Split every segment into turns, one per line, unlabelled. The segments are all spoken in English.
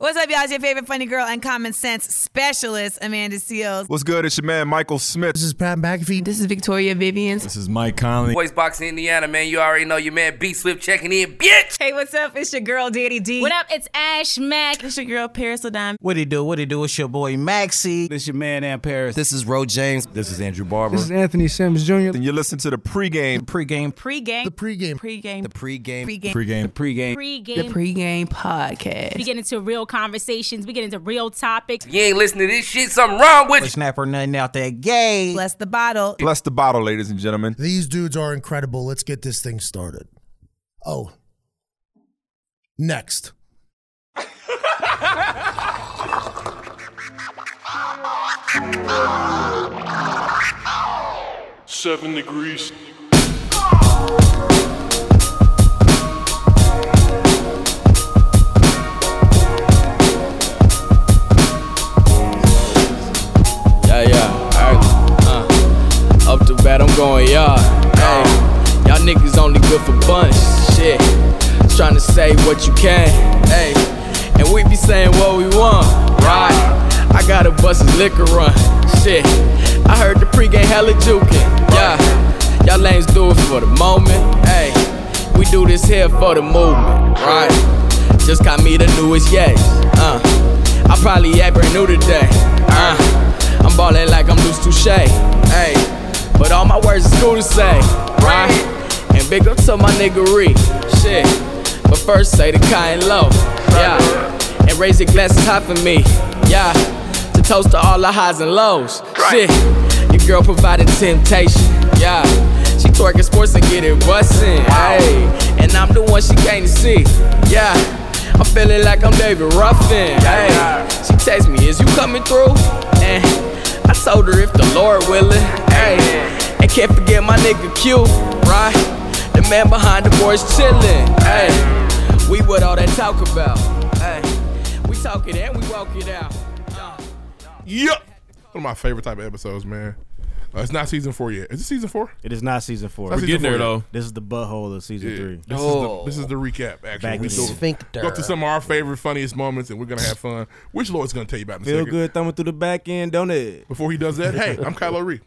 What's up, y'all? It's your favorite funny girl and common sense specialist, Amanda Seals.
What's good? It's your man Michael Smith.
This is Pat McAfee.
This is Victoria Vivians.
This is Mike Conley.
Voice Box Indiana, man. You already know your man B Swift checking in, bitch.
Hey, what's up? It's your girl, Daddy D.
What up? It's Ash Mack.
It's your girl, Paris Ladon.
What do you do? What do you do? It's your boy Maxie.
This your man Aunt Paris.
This is Ro James.
This is Andrew Barber.
This is Anthony Sims Jr.
And you're listening to the pregame.
Pregame.
Pregame.
The pregame.
Pregame.
The pregame.
Pregame.
Pregame. The
pregame.
Pre-game.
The pregame podcast.
We get into real conversations. We get into real topics.
You ain't listening to this shit. Something wrong with you.
Snapper nothing out there gay.
Bless the bottle.
Bless the bottle, ladies and gentlemen.
These dudes are incredible. Let's get this thing started. Oh. Next.
Seven degrees.
Yeah, yeah, alright. Uh, up to bat, I'm going yard. Hey, y'all niggas only good for bunch. Shit, trying to say what you can. Hey, and we be saying what we want. Right, I got a bus's liquor run. Shit, I heard the pregame hella jukin'. Yeah, y'all lanes do it for the moment. Hey, we do this here for the movement. Right, just got me the newest yes. Uh, I probably act brand new today. Uh. I'm ballin' like I'm loose touche. Hey, but all my words is cool to say, right? And big up to my niggery, shit. But first say the kind low, yeah. And raise your glasses high for me, yeah. To toast to all the highs and lows, shit. Your girl provided temptation, yeah. She twerking sports and get it bustin', hey. And I'm the one she came to see, yeah. I'm feeling like I'm David Ruffin, hey. She text me, is you coming through? And I told her if the Lord willing, hey, and can't forget my nigga Q, right? The man behind the boys chillin', hey. We what all that talk about, hey. We talk it and we walk it out. Uh,
Yup. One of my favorite type of episodes, man. Uh, it's not season four yet. Is it season four?
It is not season four.
We're
Season
getting there,
four.
though.
This is the butthole of season
Yeah.
three.
This,
Oh.
is the, this is the recap, actually.
Back
We
to
do-
sphincter.
Go through some of our favorite, funniest moments, and we're going to have fun, which Lloyd's going to tell you about in a
Feel
second.
good thumbing through the back end, don't it?
Before he does that, hey, I'm Kylo Ree.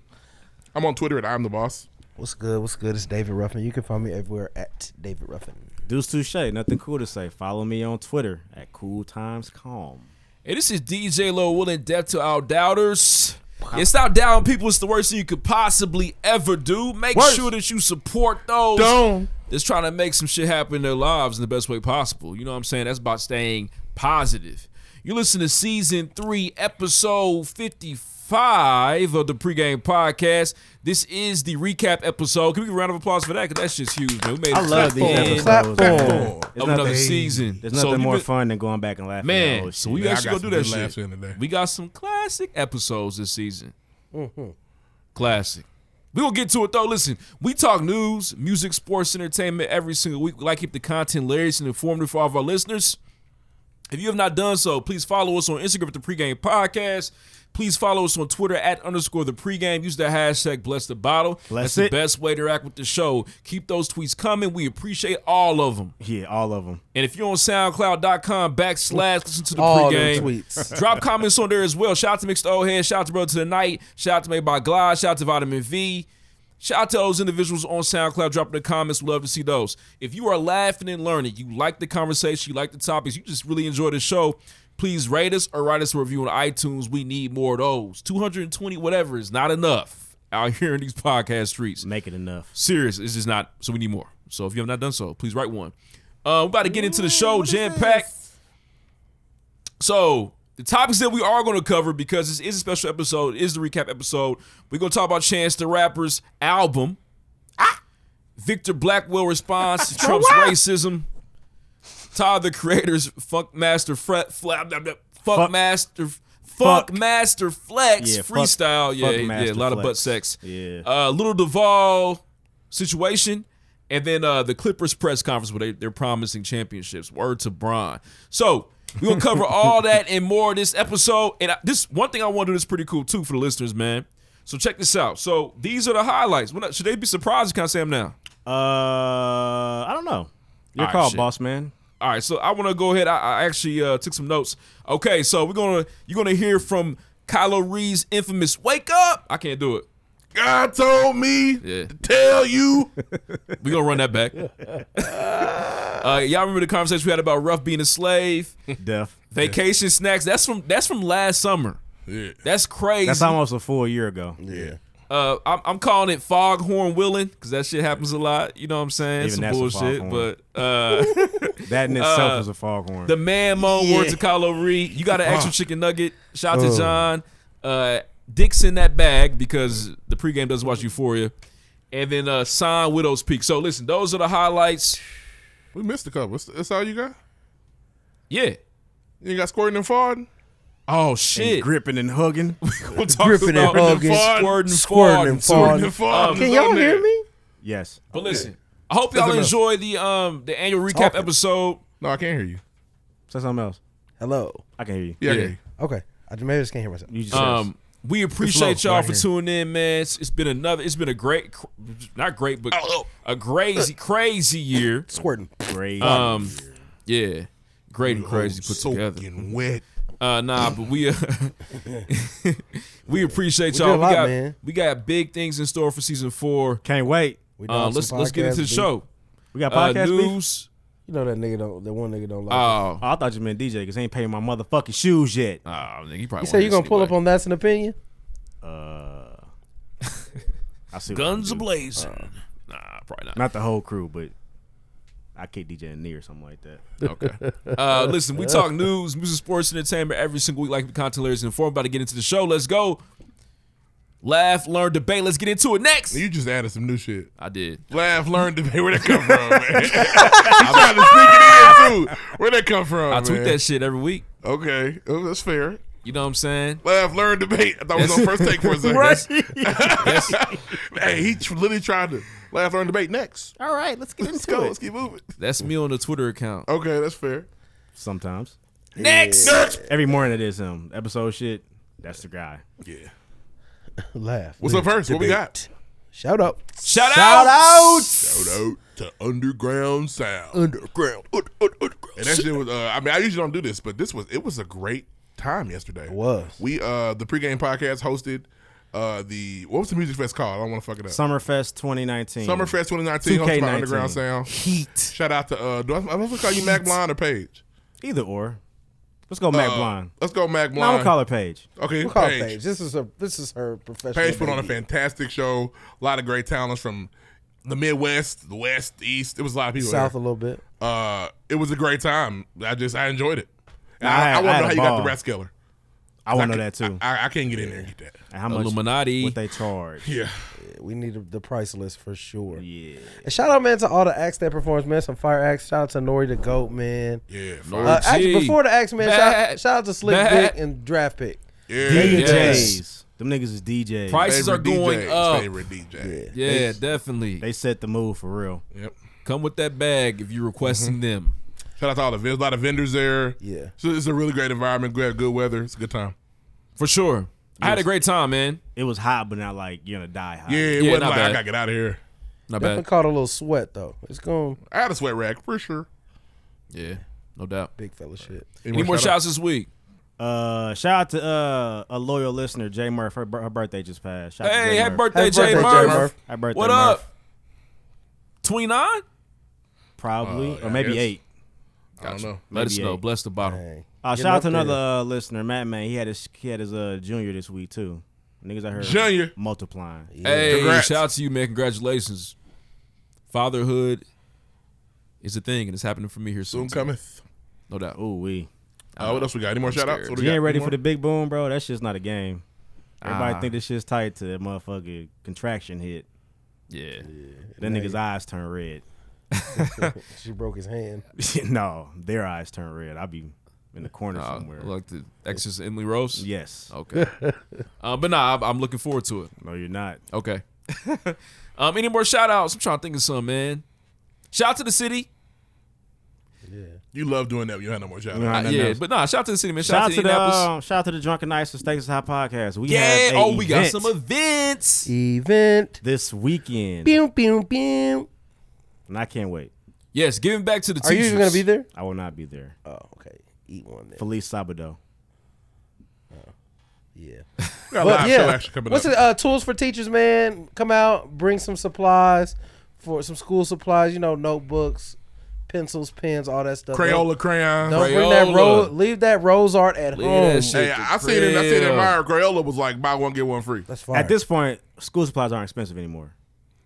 I'm on Twitter at I'm the boss.
What's good? What's good? It's David Ruffin. You can find me everywhere at David Ruffin.
Deuce touche. Nothing cool to say. Follow me on Twitter at Cool Times Calm.
Hey, this is DJ Low willing death to our doubters. Yeah, stop doubting people. It's the worst thing you could possibly ever do. Make
Worst.
sure that you support those
Don't.
that's trying to make some shit happen in their lives in the best way possible. You know what I'm saying? That's about staying positive. You listen to season three, episode 55 of the pregame podcast. This is the recap episode. Can we get a round of applause for that? Because that's just huge, man. We made
I
it
love
to
these
the end
episodes.
Clap for.
man. There's
of
nothing-
another season.
There's
So
nothing
you
more
been-
fun than going back and laughing. at
Man,
old
so
shit.
we
Man, I
actually
got
gonna
some
do that
good laughs
shit.
in today.
We got some classic episodes this season.
Mm-hmm.
Classic. We gonna get to it though. Listen, we talk news, music, sports, entertainment every single week. We like to keep the content hilarious and informative for all of our listeners. If you have not done so, please follow us on Instagram at the pregame podcast. Please follow us on Twitter at underscore the pregame. Use the hashtag bless the bottle.
Bless
That's the
it.
best way to interact with the show. Keep those tweets coming. We appreciate all of them.
yeah, all of them.
And if you're on SoundCloud.com backslash listen to the
All them
pregame,
tweets.
drop comments on there as well. Shout out to Mixed Old Head, shout out to Brother to the Night, shout out to Made by Glide, shout out to Vitamin V. Shout out to those individuals on SoundCloud dropping the comments. We love to see those. If you are laughing and learning, you like the conversation, you like the topics, you just really enjoy the show, please rate us or write us a review on iTunes. We need more of those. 220 whatever is not enough out here in these podcast streets.
Make it enough.
Serious. It's just not. So we need more. So if you have not done so, please write one. Uh, we're about to get into the show, jam packed. So the topics that we are going to cover because this is a special episode, it is the recap episode. We're going to talk about Chance the Rapper's album, Victor Blackwell responds to Trump's racism, Todd the Creator's Funk Master Fre- Fla- blah, blah, Fuck,
Fuck.
Master. Fuck
Fuck.
Master Flex
Yeah, fuck-
freestyle,
fuck
yeah, yeah,
Master
a lot of
Flex.
butt sex.
Yeah.
uh, Little Duvall situation, and then uh, the Clippers press conference where they, they're promising championships. Word to Bron. So we're gonna cover all that and more this episode. And I, this one thing I want to do that's pretty cool too for the listeners, man. So check this out. So these are the highlights. We're not- should they be surprised? Can I say them now?
Uh, I don't know. Your
All right,
call,
shit.
boss man.
All right, so I want to go ahead. I, I actually uh, took some notes. Okay, so we're gonna you're gonna hear from Kylo Ree's infamous "Wake up!" I can't do it.
God told me
Yeah.
to tell you.
We're gonna run that back. uh, y'all remember the conversation we had about Ruff being a slave?
Deaf.
Vacation snacks. That's from that's from last summer.
Yeah.
That's crazy.
That's almost a full year ago.
Yeah.
uh, I'm, I'm calling it foghorn willing because that shit happens a lot. You know what I'm saying?
Even
Some
that's a
bullshit,
foghorn.
but uh,
That in
Uh,
itself is a foghorn.
the man moan
Yeah.
words to Kylo Reed. You got an extra
Fuck.
chicken nugget. Shout out to
Oh.
Ugh.
John. Uh, Dick's in that bag because the pregame doesn't watch Euphoria. And then uh, sign Widow's Peak. So listen, those are the highlights.
We missed a couple. That's- That's all you got?
Yeah.
You ain't got squirting and farting?
Oh
And
shit.
gripping and hugging.
We'll talk
Gripping
about
and hugging,
squirting,
squirting and
farting.
farting. Farting.
Um,
Can y'all hear
me?
Yes.
But listen, I hope
That's
y'all
enough.
enjoy the um the annual recap episode.
No, I can't hear you.
Say something else.
Hello.
I can hear you.
Yeah, I
Yeah.
can hear
Okay. I maybe I just can't hear myself.
You just
Um, we appreciate
It's low
y'all
right
for
here.
tuning in, man. It's, it's been another. It's been a great, cr- not great,
Oh,
but a crazy, crazy year.
Squirting.
crazy.
Um, yeah, great and crazy put
Oh, Soaking
together.
wet.
Uh, nah, but we uh, we appreciate
We
y'all.
did a lot,
we got
man.
we got big things in store for season four.
Can't wait.
We
Uh,
done
let's
some
let's get into the
podcasts, B.
show.
We got
Uh,
podcast beef?
news.
You know that nigga don't. That one nigga don't like. it.
Oh,
Oh, I thought you meant DJ because I ain't paying my motherfucking shoes yet.
oh, nigga, you probably
You say you gonna pull up on that's an opinion?
Uh, I see. what
guns
you do.
ablazing.
Uh,
nah, probably not.
Not the whole crew, but I kick DJ in the knee or something like that.
Okay. Uh, listen, we talk news, music, sports, entertainment every single week. Like the content layers and informed. About to get into the show. Let's go. Laugh, learn, debate. Let's get into it next.
You just added some new shit.
I did.
Laugh, learn, debate. Where'd that come from, man? I'm trying to sneak it in, too. Where'd that come from,
I tweet
man?
that shit every week.
Okay. Oh, that's fair. Uh,
You know what I'm saying?
Laugh, learn, debate. I thought we was on first take for a second.
That's,
Hey, he tr- literally tried to laugh, learn, debate next.
All right, let's get
Let's go. Let's keep moving.
that's me on the Twitter account.
Okay, that's fair.
Sometimes,
Next.
every morning it is him. Episode shit. That's the guy.
Yeah.
Laugh.
What's up first? What we got?
Shout out.
Shout,
Shout
out.
out.
Shout out to Underground Sound. Underground. Und- und- underground. And that shit was. Uh, I mean, I usually don't do this, but this was. It was a great time yesterday. It
was.
We uh the pregame podcast hosted uh the what was the music fest called? I don't want to fuck it up.
Summerfest
Mm.
2019.
Summerfest 2019 hosted by
2K19.
Underground Sound.
Heat.
Shout out to uh. Do I, am I supposed to call you Mac Blonde or Paige?
Either or. Let's go, Mac
Uh,
Blonde.
Let's go, Mac
No, I'm
Blonde.
gonna call her Paige.
okay,
We'll call
Paige.
Paige. This is her. This is her professional.
Paige put on a
debut.
fantastic show. A lot of great talents from the Midwest, the West, the East. It was a lot of people.
South a
there.
little bit.
Uh, it was a great time. I just I enjoyed it. And
Nah, I
I,
had-
I, want
I
to
had
know
a
how you got the
ball.
rat killer.
I want to know
I
that
can-
too.
I, I can't get in there and get that.
And how much
Illuminati.
what they charge?
Yeah,
We need the- the price list for sure.
Yeah.
And shout out, man, to all the acts that performs, man. Some fire acts. Shout out to Nori the Goat, man.
yeah,
No.
fuck.
Uh, actually,
Gee.
before the acts, man,
Bad.
shout, shout out to Slick
Bad.
Dick and Draft Pick.
yeah.
DJs.
Yes.
Them niggas is DJs.
Prices are going
DJs,
up.
Favorite DJ.
Yeah, definitely.
They set the move for real.
Yep.
Come with that bag if you're requesting
Mm-hmm.
them.
Shout out to all the vendors. A lot of vendors there.
Yeah.
So it's a really great environment. Good, good weather. It's a good time.
For sure. I had a great time, man.
It was hot, but not like you're gonna die hot.
Yeah, it
Yeah,
wasn't
not
like I
bad.
gotta get out of here.
Not
Definitely
bad.
caught a little sweat though. It's going
I had a sweat rack for sure.
Yeah, no doubt.
big fella shit.
Any more shouts this week?
Uh, shout out to uh, a loyal listener, Jay Murph. Her, bir- her birthday just passed. Shout out to
Hey,
Jay
happy
Murph.
birthday,
Happy
Jay
birthday, Jay
Murph.
Murph.
Happy birthday,
What
Murph.
up? 29?
Probably,
Uh, I
or maybe
guess.
eight.
I don't know.
Let us
Maybe
know.
eight.
Bless the bottle.
Dang.
Uh,
Getting
shout out
up
to another
there.
uh, listener, Matt Man. He had his he had his uh, junior this week too. Niggas out here
Junior.
multiplying.
Hey,
Congrats.
shout out to you, man. Congratulations. Fatherhood is a thing, and it's happening for me here soon.
Soon
too.
cometh.
No doubt.
Ooh wee.
Uh, what else we got? Any more shout outs?
scared.
What do we
You ain't
got?
ready
Any
for the
more?
big boom, bro. That's just not a game. Everybody
Ah.
think this shit's tight to that motherfucking contraction hit.
Yeah.
That nigga's eyes turn red.
She broke his hand.
no, their eyes turn red. I'll be in the corner
Uh,
somewhere.
like the Exorcist Emily Rose?
Yes.
Okay. uh, but nah, I'm- I'm looking forward to it.
No, you're not.
Okay. um, any more shout outs? I'm trying to think of some, man. Shout out to the city.
You love doing that. You don't have no more shout
Nah,
outs.
Uh,
nah,
yeah,
nah.
but nah, shout out to the city, man.
Shout out to the
Indianapolis.
um, shout out to the Drunken Nights and Stakes is High podcast. We
yeah,
have a
oh, we got
event
some events.
Event.
this weekend,
Pew pew pew.
and I can't wait.
Yes, giving back to the
Are you
teachers.
even gonna be there?
I will not be there.
Oh, okay. Eat one then.
Felice Sabado.
Yeah.
We got a live show actually coming
What's
up.
it? Uh, tools for teachers, man. Come out, bring some supplies for some school supplies. You know, notebooks, pencils, pens, all that stuff.
Crayola
Don't-
crayons.
Don't bring that
Crayola.
rose. Leave that rose art at
Leave
home.
that shit Hey, to I seen it- I seen it in Myra Crayola was like buy one get one free. That's
At this point, school supplies aren't expensive anymore.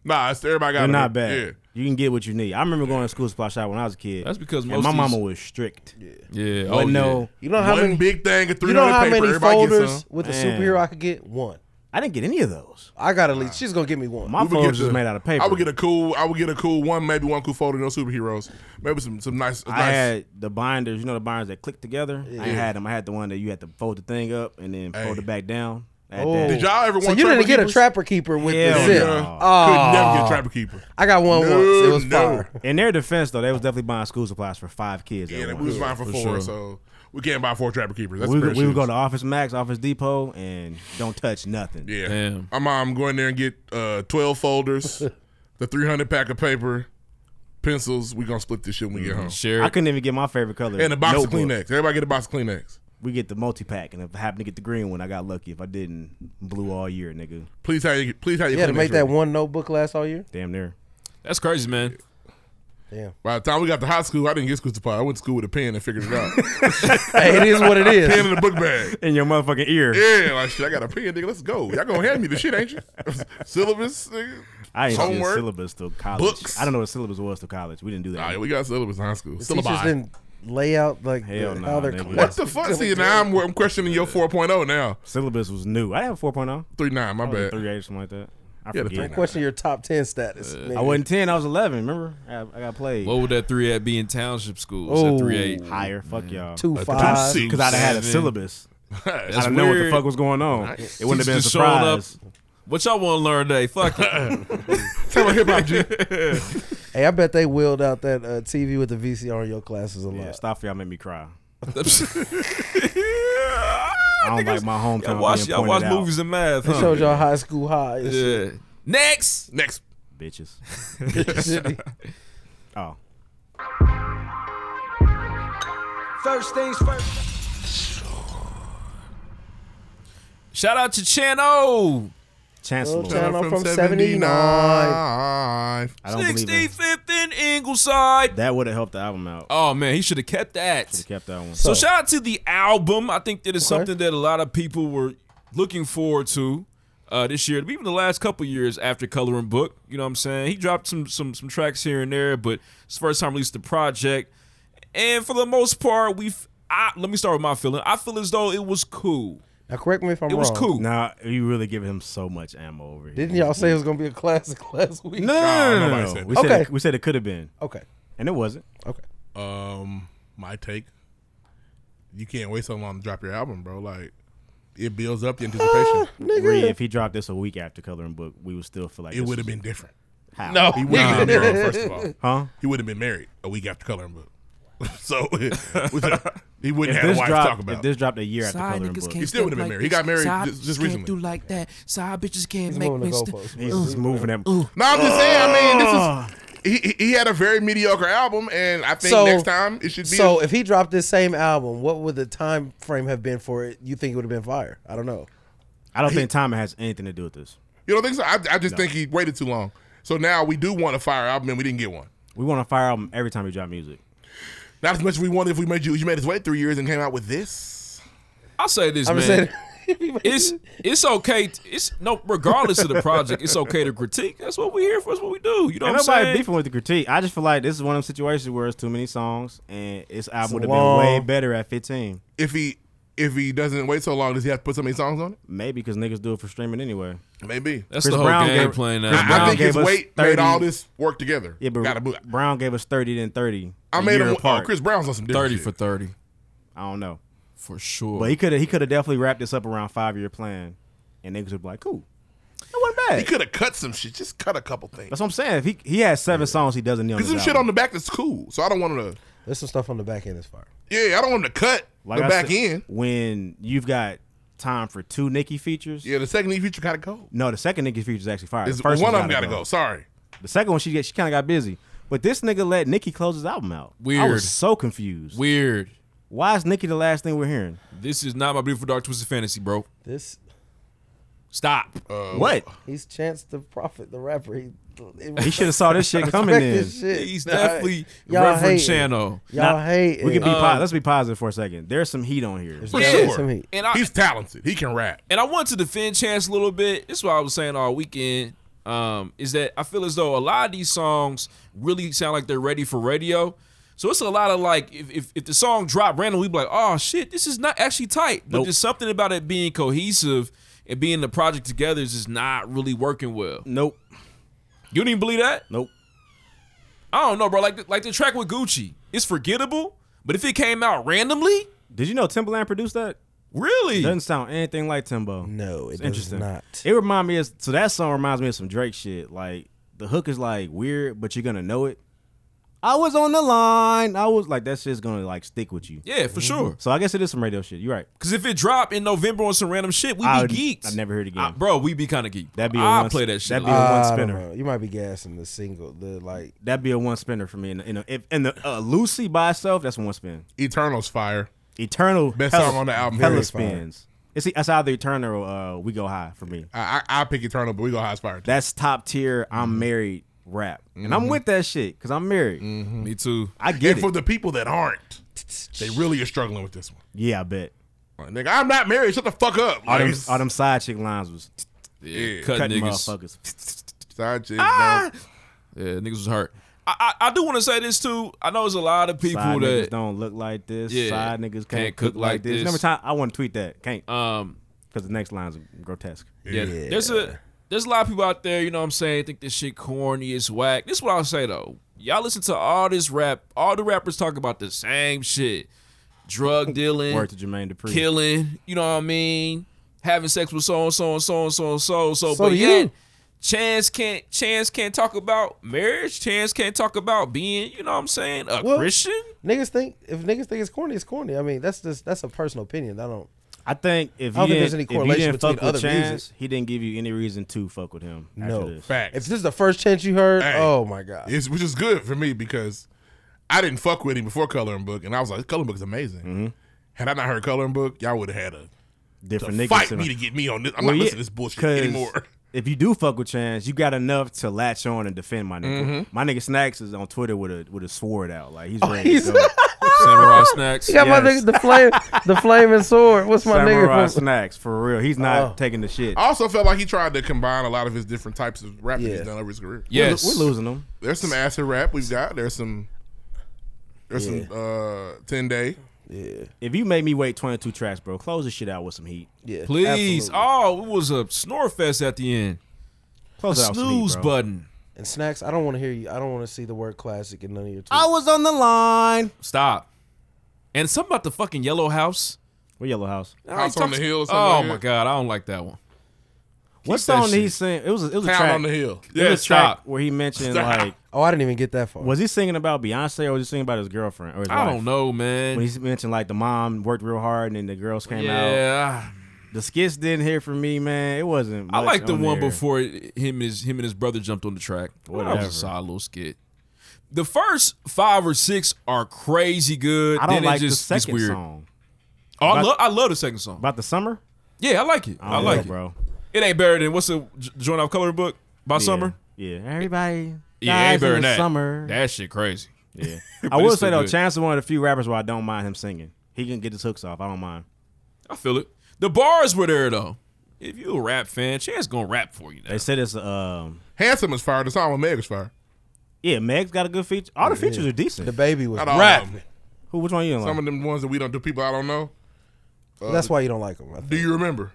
Nah, it's, everybody got
They're
it.
not bad.
Yeah.
You can get what you need. I remember going to school supply shop when I was a kid.
That's because
and
most
my
of these-
mama was strict. Yeah,
yeah.
But
Oh,
no,
yeah.
You know how
One
many
big thing of
You know
300
how
paper,
many
everybody get
folders
some.
with a
Man.
superhero I could get? One.
I didn't get any of those.
I got at least. She's gonna give me one.
My
We would
phone
get
was just
the-
made out of paper.
I would get a cool. I would get a cool one, maybe one cool folder. No superheroes. Maybe some some nice.
I
nice
had the binders. You know the binders that click together. I
Yeah.
had them. I had the one that you had to fold the thing up and then fold
Hey.
it back down. I had
Oh.
that.
So you didn't get a trapper keeper with
Hell
the zip.
no.
Oh.
Could never get a trapper keeper.
I got one
No,
once. It was
no.
fire.
In their defense, though, they was definitely buying school supplies for five kids. at
Yeah,
once.
we was buying for, four,
sure.
so we can't buy four trapper keepers. That's
we
a pair
would,
of
we would go
shoes.
to Office Max, Office Depot, and don't touch nothing.
Yeah, my mom go in there and get uh, twelve folders, the three hundred pack of paper, pencils. We gonna split this shit when we
Mm-hmm.
get home.
I couldn't even get my favorite color.
And a box of
Notebook.
Kleenex. Everybody get a box of Kleenex.
We get the multi pack, and if I happen to get the green one, I got lucky. If I didn't, blue all year, nigga.
Please have you. Please have
You
your.
had to
Kleenex
make that
ready.
one notebook last all year.
Damn near.
That's crazy, man.
Damn.
By the time we got to high school, I didn't get school supply. I went to school with a pen and figured it out.
Hey, it is what it is.
Pen in the book bag.
In your motherfucking ear.
Yeah, like shit. I got a pen, nigga. Let's go. Y'all gonna hand me the shit, ain't you? syllabus, nigga.
I ain't see a
homework.
syllabus till college.
Books.
I don't know what syllabus was till college. We didn't do that.
Nah, we got syllabus in high school.
The
Syllabi.
teachers didn't lay out like
Hell
the,
nah,
how their
nigga.
class
What the
was
fuck?
gonna
See,
do.
now I'm, I'm questioning your 4.0 now.
syllabus was new. I didn't have 4.0.
3.9, my
oh. I was in
bad.
Three eight or something like that. I
Yeah, the
forget.
Don't question your top ten status. nigga.
I wasn't 10. I was 11. Remember? I, I got played.
What would that three at be in township schools?
Oh.
that three eight.
Higher. Fuck y'all.
Two,
Because
five,
I- Because I'd have had a
seven.
syllabus. I
That's
don't know what the
weird.
fuck was going on.
Nice.
It wouldn't have been a
Just showing up.
surprise.
What y'all want to learn today? Fuck it.
Tell me hip hop, G.
Hey, I bet they wheeled out that uh, TV with the VCR in your classes a lot.
Yeah, stop for y'all make me cry.
I
I don't like my hometown.
Y'all watch,
being
y'all watch
pointed out.
movies and math,
They
huh?
showed y'all high school high. and shit.
Yeah. Next.
Next.
Bitches.
Shitty.
Oh.
First things first.
Shout out to Chano.
Chancellor.
Channel from 79.
Oh,
I don't believe in-
65th in Ingleside.
That would have helped the album out.
Oh man, he should have kept that.
Should've kept that one.
So shout out to the album. I think that is something that a lot of people were looking forward to uh, this year, even the last couple years after Coloring Book. You know what I'm saying? He dropped some some some tracks here and there, but it's the first time released the project. And for the most part, we've I, let me start with my feeling. I feel as though it was cool.
Now correct me if I'm
It
wrong.
was cool.
Nah, you really giving him so much ammo over here.
Didn't y'all say it was gonna be a classic last week?
No, no, no, no,
nobody
no.
said
We,
that.
said
Okay.
it, we said it could have been,
Okay.
and it wasn't.
Okay.
Um, my take. You can't wait so long to drop your album, bro. Like, it builds up the anticipation.
Re, if he dropped this a week after Coloring Book, we would still feel like
it
this
would have
was-
been different.
how?
No.
He wouldn't have been married, first of all.
huh?
He wouldn't have been married a week after Coloring Book. so, he wouldn't
If
have a
this
wife to
dropped,
talk about.
if this dropped a year after Coloring Book,
He still would have been married. He got married just, just recently.
like that. Side bitches can't
He's moving the goalposts.
he's just moving him.
No, I'm just saying. I
Ah.
mean, this is he. He he had a very mediocre album, and I think next time it should be.
So if he dropped this same album, what would the time frame have been for it? You think it would have been fire? I don't know.
I don't think timing has anything to do with this.
you don't think so? I, I just think he waited too long. So now we do want a fire album, and we didn't get one.
We want a fire album every time we drop music.
Not as much as we wanted if we made you. You made us wait three years and came out with this.
I'll say this,
I'm
man.
just saying.
it's it's okay. t- It's no, regardless of the project, it's okay to critique. That's what we here for. That's what we do. You know
And
what I'm
nobody
saying?
beefing with the critique. I just feel like this is one of them situations where it's too many songs, and this album would have been
long.
way better at 15.
If he if he doesn't wait so long, does he have to put so many songs on it?
Maybe because niggas do it for streaming anyway.
Maybe.
Chris
That's the whole
Brown
game
gave-
plan now.
Chris
man.
Brown
I think
gave
his
us
weight
30.
made all this work together.
Yeah, but
Gotta be-
Brown gave us 30 then 30.
I
a
made
year
him. Oh,
apart.
Chris Brown's on some different
thirty
shit.
for thirty
I don't know.
for sure.
But he could have he could have definitely wrapped this up around five year plan, and niggas would be like, "Cool, that wasn't
He
bad."
could have cut some shit. Just cut a couple things.
That's what I'm saying. If he he has seven songs, he doesn't need. on
There's some
this
shit on
album.
the back that's cool. So I don't want him to.
There's some stuff on the back end that's fire.
Yeah, I don't want him to cut the
I
back
said,
end.
When you've got time for two Nicki features,
Yeah, the second E feature gotta go.
no, the second Nicki feature is actually fire.
Is
the first
one of
one's
them gotta go. Sorry.
The second one she get she kind of got busy, But this nigga let Nicki close his album out. I
Weird.
was so confused.
Weird.
Why is Nicki the last thing we're hearing?
This is not my beautiful dark twisted fantasy, bro.
This
Stop. Uh,
Uh,
What?
He's Chance the Prophet, the rapper. He,
He shoulda saw this shit coming
Expect
then.
this shit.
He's
Nah,
definitely
y'all
Reverend
hating.
Chano.
Y'all hate.
We can be
Uh,
po- let's be positive for a second. There's some heat on here.
For Yeah, sure. to me.
And I,
He's talented. He can rap.
and I want to defend Chance a little bit. This is what I was saying all weekend. Um, is that I feel as though a lot of these songs really sound like they're ready for radio. So it's a lot of like if if, if the song dropped randomly, we'd be like, oh shit, this is not actually tight. But
Nope.
there's something about it being cohesive and being the project together is just not really working well.
Nope.
You don't even believe that?
Nope.
I don't know, bro. Like the, like the track with Gucci, it's forgettable. But if it came out randomly,
Did you know Timbaland produced that?
really,
Doesn't sound anything like Timbo.
No, it
It's
does
interesting.
not.
It remind me of so that song reminds me of some Drake shit. Like the hook is like weird, but you're gonna know it. I was on the line. I was like that shit's gonna like stick with you.
yeah, for sure.
So I guess it is some radio shit. You're right.
Because if it dropped in November on some random shit, we
I
be geeks.
I've never heard it again.
Uh, bro, we be kind of geeked.
That'd be a
I
one-
play that shit.
that'd be a-
a lot.
one
I don't
spinner.
know. You might be gassing the single, the like.
That'd be a one spinner for me. And in a, if and the uh, Lucy by itself, that's one spin.
Eternal's fire.
Eternal
Best
hella-
song on the album.
Hella
Very
spins. It's that's how the Eternal uh, we go high for me.
I, I, I pick Eternal, but we go high fire.
That's top tier. I'm married rap, and I'm with that shit because I'm married.
me too.
I get
And
it.
for the people that aren't, they really are struggling with this one.
yeah, I bet.
Like, nigga, I'm not married. Shut the fuck up.
All
Like,
them,
it's-
all them side chick lines was
Yeah,
Yeah.
cut
cutting
niggas.
motherfuckers.
Side chicks,
Ah!
no.
Yeah, niggas was hurt. I, I, I do want to say this too. I know there's a lot of people
Side niggas
that
don't look like this.
Yeah.
Side niggas can't,
Can't
cook, like this. Number time I want to tweet that can't
um
because the next lines are grotesque.
yeah, there's a there's a lot of people out there. You know what I'm saying? Think this shit corny is whack. This is what I'll say though. Y'all listen to all this rap. All the rappers talk about the same shit: drug dealing,
Word to Jermaine Dupri.
killing, you know what I mean? Having sex with so and so and so and so and so so.
So
But
do
yet,
you.
Chance can't Chance can't talk about marriage. Chance can't talk about being, you know what I'm saying, a
Well-
Christian.
Niggas think if niggas think it's corny, it's corny. I mean, that's just that's a personal opinion. I don't.
I think if
I don't
you
think
didn't,
there's any
if you
correlation
didn't
between
fuck with
other
Chance,
music.
he didn't give you any reason to fuck with him. after
No.
this.
Facts.
If this is the first chance you heard,
Hey.
oh my god,
It's, which is good for me because I didn't fuck with him before Coloring Book, and I was like, Coloring Book is amazing.
Mm-hmm.
Had I not heard Coloring Book, y'all would have had a
different
to
niggas
fight
in
me
it.
to get me on this. I'm
Well,
not
yeah,
listening to this bullshit
'cause
anymore.
If you do fuck with Chance, you got enough to latch on and defend my nigga.
Mm-hmm.
My nigga Snacks is on Twitter with a with a sword out, like he's ready
Oh, he's-
to go.
Samurai snacks.
you got my
Yes.
nigga the flame, the flaming sword. What's my
Samurai
nigga from?
Snacks for real. He's not
Oh.
taking the shit.
I also felt like he tried to combine a lot of his different types of rap that
Yeah.
he's done over his career.
Yes,
We're losing him.
There's some acid rap we've got. There's some. There's some uh, ten day.
If you made me wait 22 tracks, bro, close this shit out with some heat.
Yeah,
Please.
absolutely.
Oh, it was a snore fest at the end.
Close it out with some heat,
Snooze
bro.
button.
Oh.
And snacks. I don't want to hear you. I don't want to see the word classic in none of your. Tweets.
I was on the line.
Stop. And something about the fucking yellow house.
What Yellow House?
House on the Hill or something
Oh
like
my
that.
god, I don't like that one.
What
that
song did he
shit.
sing? It was a, it was a
Town
track.
on the hill.
It was
Yeah,
a track
stop.
where he mentioned
Stop.
like,
Oh, I didn't even get that far.
was he singing about Beyonce or was he singing about his girlfriend or his
I
wife?
don't know, man.
When he mentioned like the mom worked real hard and then the girls came out.
yeah,
The skits didn't hear from me, man. It wasn't.
I
much
like the
on
one
there.
before him and his him and his brother jumped on the track. That was
Whatever.
a solid little skit. The first five or six are crazy good.
I don't
then
like
it just
the
gets
second
weird.
song
Oh, I
About-
love I love the second song.
about the summer.
Yeah, I like it. I,
don't
like
know,
it.
bro.
It ain't better than what's the J- joint off coloring book by summer.
Yeah, everybody.
Yeah, it ain't
dies in
better
the
than that.
summer.
That shit crazy.
Yeah, I
it's
will
still
say though,
good.
Chance is one of the few rappers where I don't mind him singing. He can get his hooks off. I don't mind.
I feel it. The bars were there though. If you a rap fan, Chance gonna rap for you. Now.
They said it's um.
Handsome is fire. The song with Meg is fire.
Yeah, Meg's got a good feature. All the features are decent.
the baby was.
Not all
Rap.
of them.
Who? Which one you didn't
Some
like?
of them ones that we don't do people I don't know. Uh,
that's why you don't like him. I
Do
think.
you remember?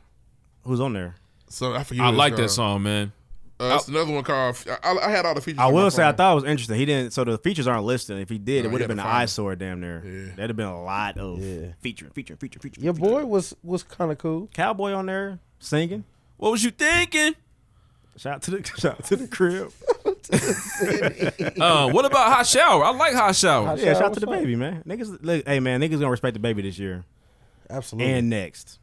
Who's on there?
So I forget.
I
what it's
like that
called.
song, man.
Uh, it's another one called. I, I had all the features.
I
on my
will say I
phone.
thought it was interesting. He didn't. So the features aren't listed. If he did,
No, he
it would
had
have been
to
an
find them.
eyesore damn near.
Yeah.
That'd have been a lot of
Yeah.
featuring, featuring, featuring, featuring.
Your
featuring.
boy was was kind of cool.
cowboy on there singing.
What was you thinking?
Shout out to the shout out to the crib.
Uh, what about hot shower? I like hot shower.
Hot
yeah, shout out
What's
to the
up?
baby man. Niggas, look, hey man, niggas gonna respect the baby this year
Absolutely.
and next.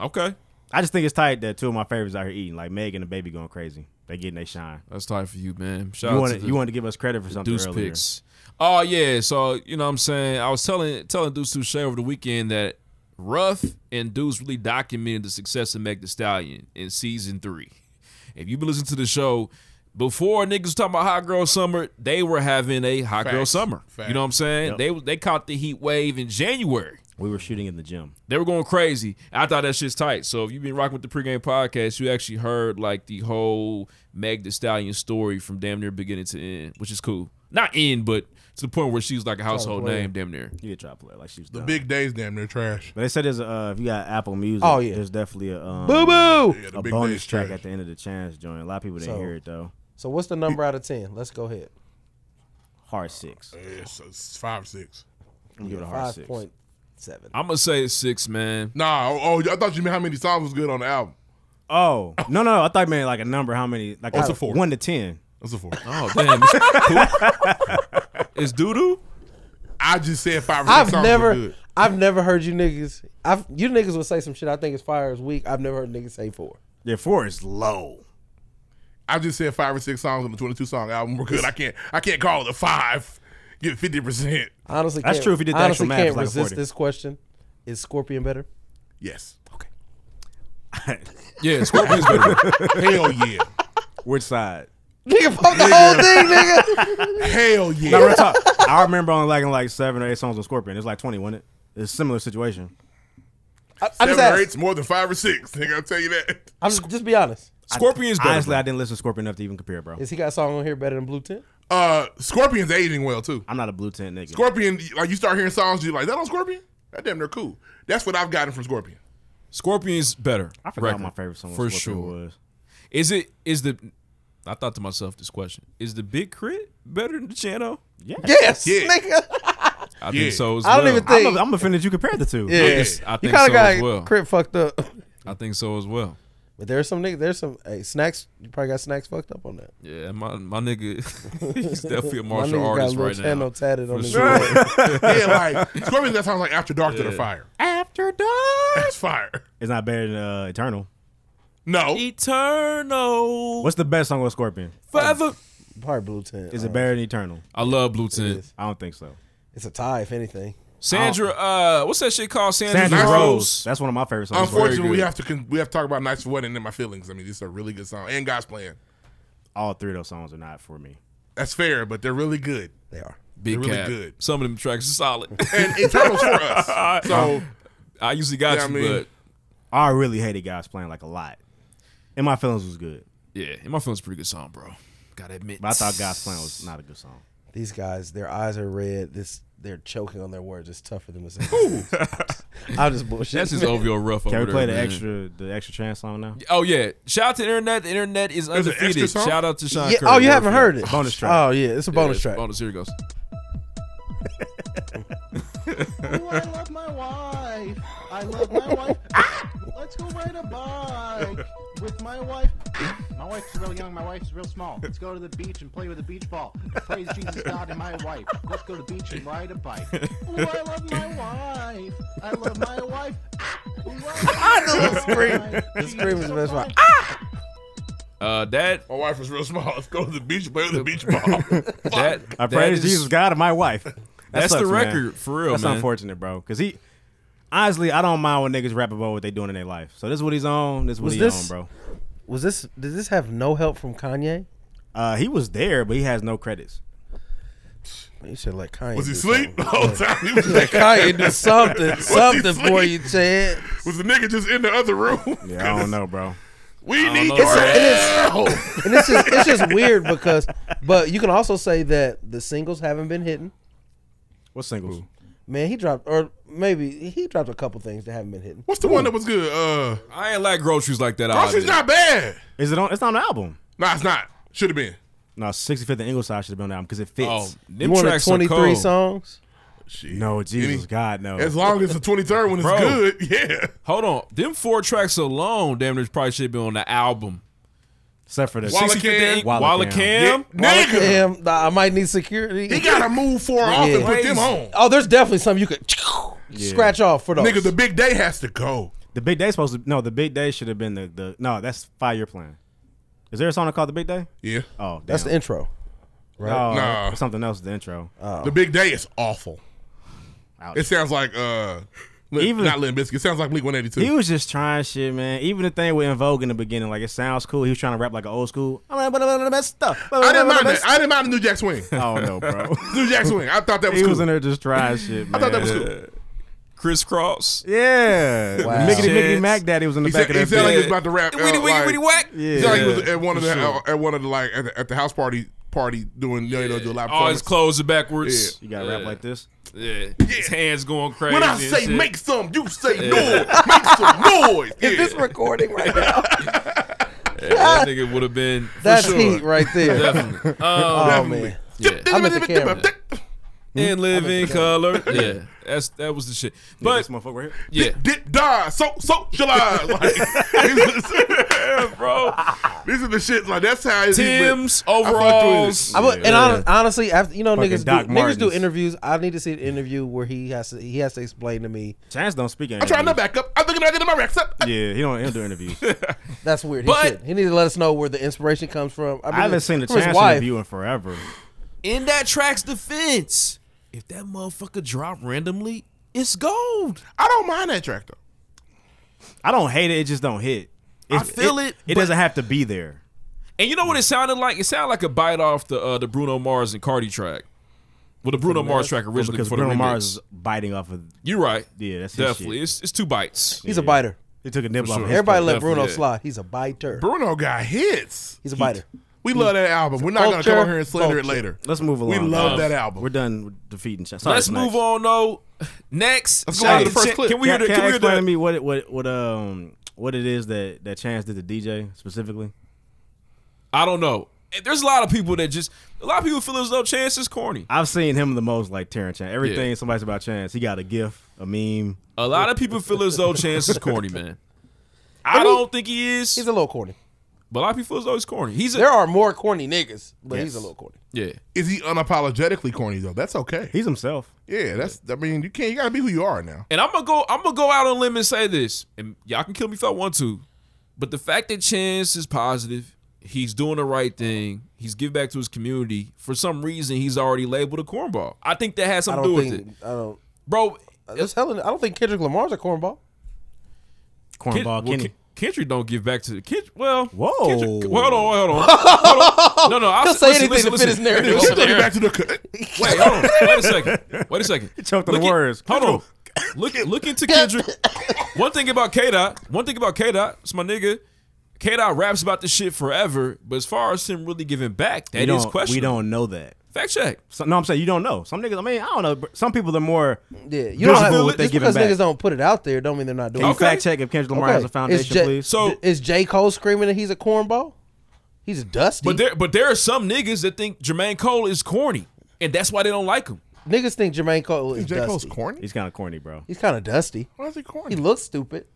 Okay.
I just think it's tight that two of my favorites out here eating like Meg and the baby going crazy. They getting they shine.
That's tight for you, man. Shout
you
out
wanted,
to the-
you wanted to give us credit for something
Deuce
earlier.
picks. Oh yeah, so you know what I'm saying I was telling telling Deuce Touche over the weekend that Ruff and Deuce really documented the success of Meg the Stallion in season three. If you've been listening to the show, before niggas was talking about hot girl summer, they were having a hot girl
Facts.
summer.
Facts.
You know what I'm saying?
Yep.
They they caught the heat wave in January.
We were shooting in the gym.
They were going crazy. I thought that shit's tight. So if you've been rocking with the pregame podcast, you actually heard like the whole Meg the Stallion story from damn near beginning to end, which is cool. Not end, but to the point where she was like
Oh,
a household
player.
name, damn near.
Yeah, try player like she was
The big days damn near trash.
But they said there's a, uh, if you got Apple Music,
Oh, yeah.
there's definitely a um,
Boo boo! Yeah, the
a
big
bonus
day's
track
trash.
at the end of the chance joint. A lot of people didn't
So-
hear it though.
So what's the number out of ten? Let's go ahead.
Hard six.
Yeah, so it's five or six.
I'm giving it a hard
Five
six.
point seven.
I'm gonna say it's six, man.
Nah, oh, oh, I thought you meant how many songs was good on the album.
Oh no no! I thought man like a number. How many? Like
Oh, it's
a
a four.
One to ten.
That's a four.
Oh damn! It's, it's doo doo.
I just said five or six
I've
songs were
never,
good.
I've never heard you niggas. I've you niggas would say some shit. I think it's fire is weak. I've never heard niggas say four.
Yeah, four is low.
I just said five or six songs on the twenty-two song album were good. I can't, I can't call it a five. Get fifty percent.
I Honestly,
That's
can't-
true if you did the
I honestly
actual math,
can't
it's like a
resist
40.
this question. Is Scorpion better?
Yes.
Yeah, Scorpion's better.
Hell yeah.
Which side?
Nigga, pump the whole thing, nigga.
Hell yeah.
No, real talk. I remember only liking like seven or eight songs with Scorpion. It's like twenty, wasn't it? It's a similar situation.
I, I
Seven
just
or
asked.
eight's more than five or six. Nigga, I'll tell you that.
I'm just, just be honest.
Scorpion's better.
Honestly,
bro.
I didn't listen to Scorpion enough to even compare, bro.
Is he got a song on here better than Blue Tint?
Uh, Scorpion's aging well too.
I'm not a blue tent nigga.
Scorpion, like you start hearing songs, you're like, that on Scorpion? That damn near cool. That's what I've gotten from Scorpion.
Scorpion's better.
I forgot
record,
my favorite song
for
with Scorpion
sure.
was.
Is it? Is the? I thought to myself this question: Is the Big Crit better than the Channel?
Yeah.
Yes,
Yeah.
nigga.
I
Yeah.
think so. As
I don't
well.
even think.
I'm, I'm offended you compared the two.
yeah,
Yes, I
you
think
kind
so
of got
as well.
Crip fucked up.
I think so as well.
But there's some nigga. There's some hey, snacks. You probably got snacks fucked up on that.
Yeah, my my nigga, he's definitely a
My
martial
nigga got
artist
Lil
right now.
Channel tatted
For
on his
sure.
yeah, like Scorpion. That sounds like After Dark that are
Yeah.
fire.
After dark.
That's fire.
It's not better than uh, Eternal.
No,
Eternal
What's the best song with Scorpion?
forever.
Part Blue Tint.
Is it
bad?
better than Eternal?
I love Blue Tint.
is.
I don't think so.
It's a tie, if anything.
Sandra, uh, what's that shit called? Sandra,
Oh. Sandra
Rose.
Rose. That's one of my favorite songs.
Unfortunately,
very
we
good.
have to con- we have to talk about Nights for Wedding and My Feelings. I mean, these are really good songs, and God's Plan.
All three of those songs are not for me.
That's fair, but they're really good.
They are.
Big
really
cap.
good.
Some of them tracks are solid.
And Eternal's for us. So
I usually got
Yeah, I
you,
mean-
but
I really hated God's Plan like a lot. And my feelings was good.
yeah, and my film's a pretty good song, bro. Gotta admit.
But I thought God's Plan was not a good song.
These guys, their eyes are red. This, they're choking on their words. It's tough for them to say. I'm just bullshit.
That's his OVO rough
Can
over
we play
there,
the
man.
extra the extra chance song now?
Oh yeah! Shout out to the internet. The internet is
There's an extra
undefeated.
song?
Shout out to Sean.
Yeah,
Curry,
oh, you
Warfield.
haven't heard it.
Bonus track.
Oh yeah, it's a
Yeah,
bonus
it's
track.
Bonus. Here it goes.
Ooh, I love my wife. I love my wife. Let's go ride a bike with my wife. My wife's real young. My wife's real small. Let's go to the beach and play with a beach ball. Praise Jesus, God, and my wife. Let's go to the beach and ride a bike. Ooh, I love my wife. I love my wife. Ooh, I love my
scream.
wife.
The
She's
scream is
so
the best part.
fine.
Uh, that
my wife is real small. Let's go to the beach, play with the beach ball.
that
I
that
praise
is-
Jesus God and my wife. That
That's the
sucks, man.
record, for real,
That's
man.
unfortunate, bro. Cause he honestly, I don't mind when niggas rap about what they doing in their life. So this is what he's on. This is what
Was
he's
this-
on, bro.
Was this? Did this have no help from Kanye?
Uh, he was there, but he has no credits.
Man, You should let Kanye.
Was he
do
asleep the
something.
whole time? He was
Let Kanye do something,
he
something for
asleep?
you, Chad.
Was the nigga just in the other room?
Yeah, I don't know, bro.
We need
know,
your
bro.
help.
And it's just, it's just weird because, but you can also say that the singles haven't been hitting.
What singles?
Man, he dropped, or maybe he dropped a couple things that haven't been hitting.
What's the one that was good? Uh,
I ain't like groceries like that. I'll
Grocery's
admit.
not bad.
Is it on? It's not on the album.
Nah, it's not. Should have been.
No, 65th and Ingleside should have been on the album because it fits.
Oh,
You
them
wanted
tracks are
23
cold.
songs.
Shit.
no, Jesus,
Any-
God, no.
As long as the 23rd one is
Bro.
good, yeah.
Hold on, them four tracks alone, damn, there's probably should be on the album.
Except for the
Walla
60
Cam.
Cam,
Walla
Walla
Cam.
Cam.
Nigga,
Damn, nah, I might need security.
he gotta move four off and put them on.
Oh, there's definitely some you could scratch off for those.
Nigga, the big day has to go.
The big day supposed to no. The big day should have been the the no. That's five year plan. Is there a song called The Big Day?
Yeah.
Oh,
That's
damn.
the intro, right? Uh.
No,
Nah.
that's something else. is The intro.
The Big Day is awful. It sounds like uh, Lin-
Even-
not Limp Bizkit. It sounds like Bleak One Eighty Two.
He was just trying shit, man. Even the thing with In Vogue in the beginning, like it sounds cool. He was trying to rap like an old school. I didn't
mind that. I didn't mind the New Jack Swing.
Oh no, bro.
New Jack Swing. I thought that was
he
cool.
was in there just trying shit, man.
I thought that was cool.
Crisscross.
Yeah.
Wow.
Mickey Mickey
Shit.
Mac Daddy was in the
He
back
said-
of that.
he sounded like he was
bitch.
about to rap. uh,
Witty, witty,
like-
witty, whack.
He sounded like he was
Yeah.
at one of
For
the
sure.
at one of the like at the, at the house party party doing you know do a live
All his
performance.
clothes are backwards.
You gotta rap like this.
Yeah. His hands going crazy.
When I
and
say
shit.
make some, you say
Yeah.
noise. Make some noise.
Is
Yeah.
this recording right now?
Yeah, that nigga would have been. for
That's
sure.
heat right there.
Definitely. Um,
oh
Definitely.
man,
Yeah.
I'm at the camera.
And live in color. Yeah. That's that was the shit.
But
But
this motherfucker right here.
yeah,
Dip, die, so socialize. Like, this, is,
bro.
this is the shit. Like that's how it's
Tim's
with
overalls.
it.
I would, and hon- honestly, after, you know,
Fucking
niggas
Doc
do, niggas do
Martens.
interviews. I need to see an interview where he has to he has to explain to me.
Chance don't speak. in
I'm trying to
interviews.
back up. I'm thinking I did in my racks up.
Yeah, he don't he'll do interviews.
That's weird. He
But-
should. He needs to let us know where the inspiration comes from. mean,
I haven't seen a
from his
Chance
wife.
interview in forever.
in that track's defense, if that motherfucker drop randomly, it's gold.
I don't mind that track though.
I don't hate it. It just don't hit.
I feel it,
It, doesn't have to be there.
And you know what it sounded like? It sounded like a bite off the uh, the Bruno Mars and Cardi track. Well, the Bruno Mars track
Well,
originally
because
for
Bruno
the remix.
Mars is biting off of.
You're right.
Yeah, that's his
definitely.
shit.
It's it's two bites.
He's a biter.
He took a nibble off.
sure.
Of his
Everybody let
Definitely,
Bruno
yeah.
slide. He's a biter.
Bruno got hits.
He's a biter.
We love that album. We're not
Vulture,
gonna come over here and slander it
vulture.
later.
Let's move along.
We love
guys.
that album.
We're done with defeating Chance.
Let's move on though. Next,
Let's go on to the first
Chan-
clip.
Can we hear
can,
the? Can
can
we
I
hear
explain to
the?
me what it- what what um what it is that that Chance did to DJ specifically?
I don't know. There's a lot of people that just a lot of people feel as though Chance is corny.
I've seen him the most like Terrence Chance. Everything somebody's about Chance. He got a gif, a meme.
A lot of people feel as though Chance is corny, man. I don't think he is,
He's a little corny.
but a lot of people feel as though he's corny. He's a
There are more corny niggas, but he's a little corny.
yeah.
Is he unapologetically corny though? That's okay.
He's himself.
Yeah, that's. I mean, you can't. You gotta be who you are now.
And I'm gonna go. I'm gonna go out on a limb and say this, and y'all can kill me if I want to, but the fact that Chance is positive, he's doing the right thing, he's give back to his community. For some reason, he's already labeled a cornball. I think that has
I
something to do
don't
with
think.
it,
I don't.
bro.
That's hella, I don't think Kendrick Lamar's a cornball.
Kend-
Cornball
well,
Kenny.
Ken- Kendrick don't give back to the Kendrick. Well,
Whoa.
Kendrick, well, hold on, hold on, hold on. No, no, I'll
He'll say anything to fit his narrative.
listen,
Take it
Aaron.
back to the. co-
Wait, hold on. Wait a second. Wait a second. He
choked on the words.
Hold on. Look, look into Kendrick. One thing about K Dot. One thing about K Dot. It's my nigga. K Dot raps about this shit forever, but as far as him really giving back,
We
that is
don't-
questionable.
We don't know that.
fact check.
So, no, I'm saying you don't know. Some niggas. I mean, I don't know. but Some people are more.
Yeah, you don't
Visible
have
what
just
they giving
because
back.
niggas don't put it out there. Don't mean they're not doing.
Can you
Okay.
fact check if Kendrick Lamar has a
Is
foundation,
J-
please?
So-
is J Cole screaming that he's a cornball? He's dusty.
But there, but there are some niggas that think Jermaine Cole is corny, and that's why they don't like him.
niggas think Jermaine Cole is
J Cole's
dusty.
corny. Mm.
he's kind of corny, bro.
He's kind of dusty.
Why is he corny?
He looks stupid.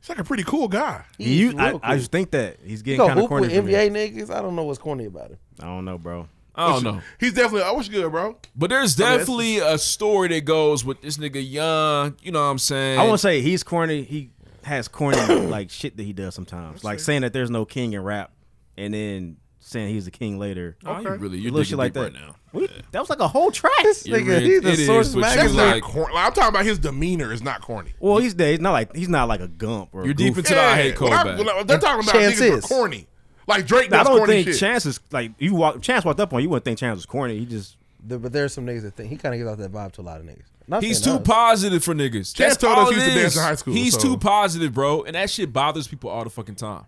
He's like a pretty cool guy.
He's
you,
real
I,
cool.
I just think that he's
He
getting
gonna
kind of
hoop
corny.
with
for me.
NBA niggas. I don't know what's corny about him.
I don't know, bro.
I don't know.
He's definitely. I wish good, bro.
But there's
mean, Oh, that's-
definitely a story that goes with this nigga young. You know what I'm saying?
I won't say he's corny. He has corny like shit that he does sometimes, like saying that there's no king in rap, and then saying he's the king later.
Oh, you really, you're
Little
digging
shit like
deep
that.
right now.
We- That was like a whole track.
This
It
nigga,
is-
he's the
it is,
source
but you
That's
magazine.
like-
not corny. Like, I'm talking about his demeanor is not corny.
Well, he's there. He's not like he's not like a gump or. a
You're deep
Goof.
into the I hate Cole
when I-
back.
when I- they're talking about
Chance
niggas
is.
are corny. Like Drake
I
does
don't
corny
think
shit.
Chance is like you. Walk, Chance walked up on you. you Wouldn't think Chance was corny. He just
There- but there's some niggas that think he kind of gives out that vibe to a lot of niggas. Not
He's too
saying us.
positive for niggas. That's
told
all
us he used
it
to dance
is.
in high school,
He's
so-
too positive, bro, and that shit bothers people all the fucking time.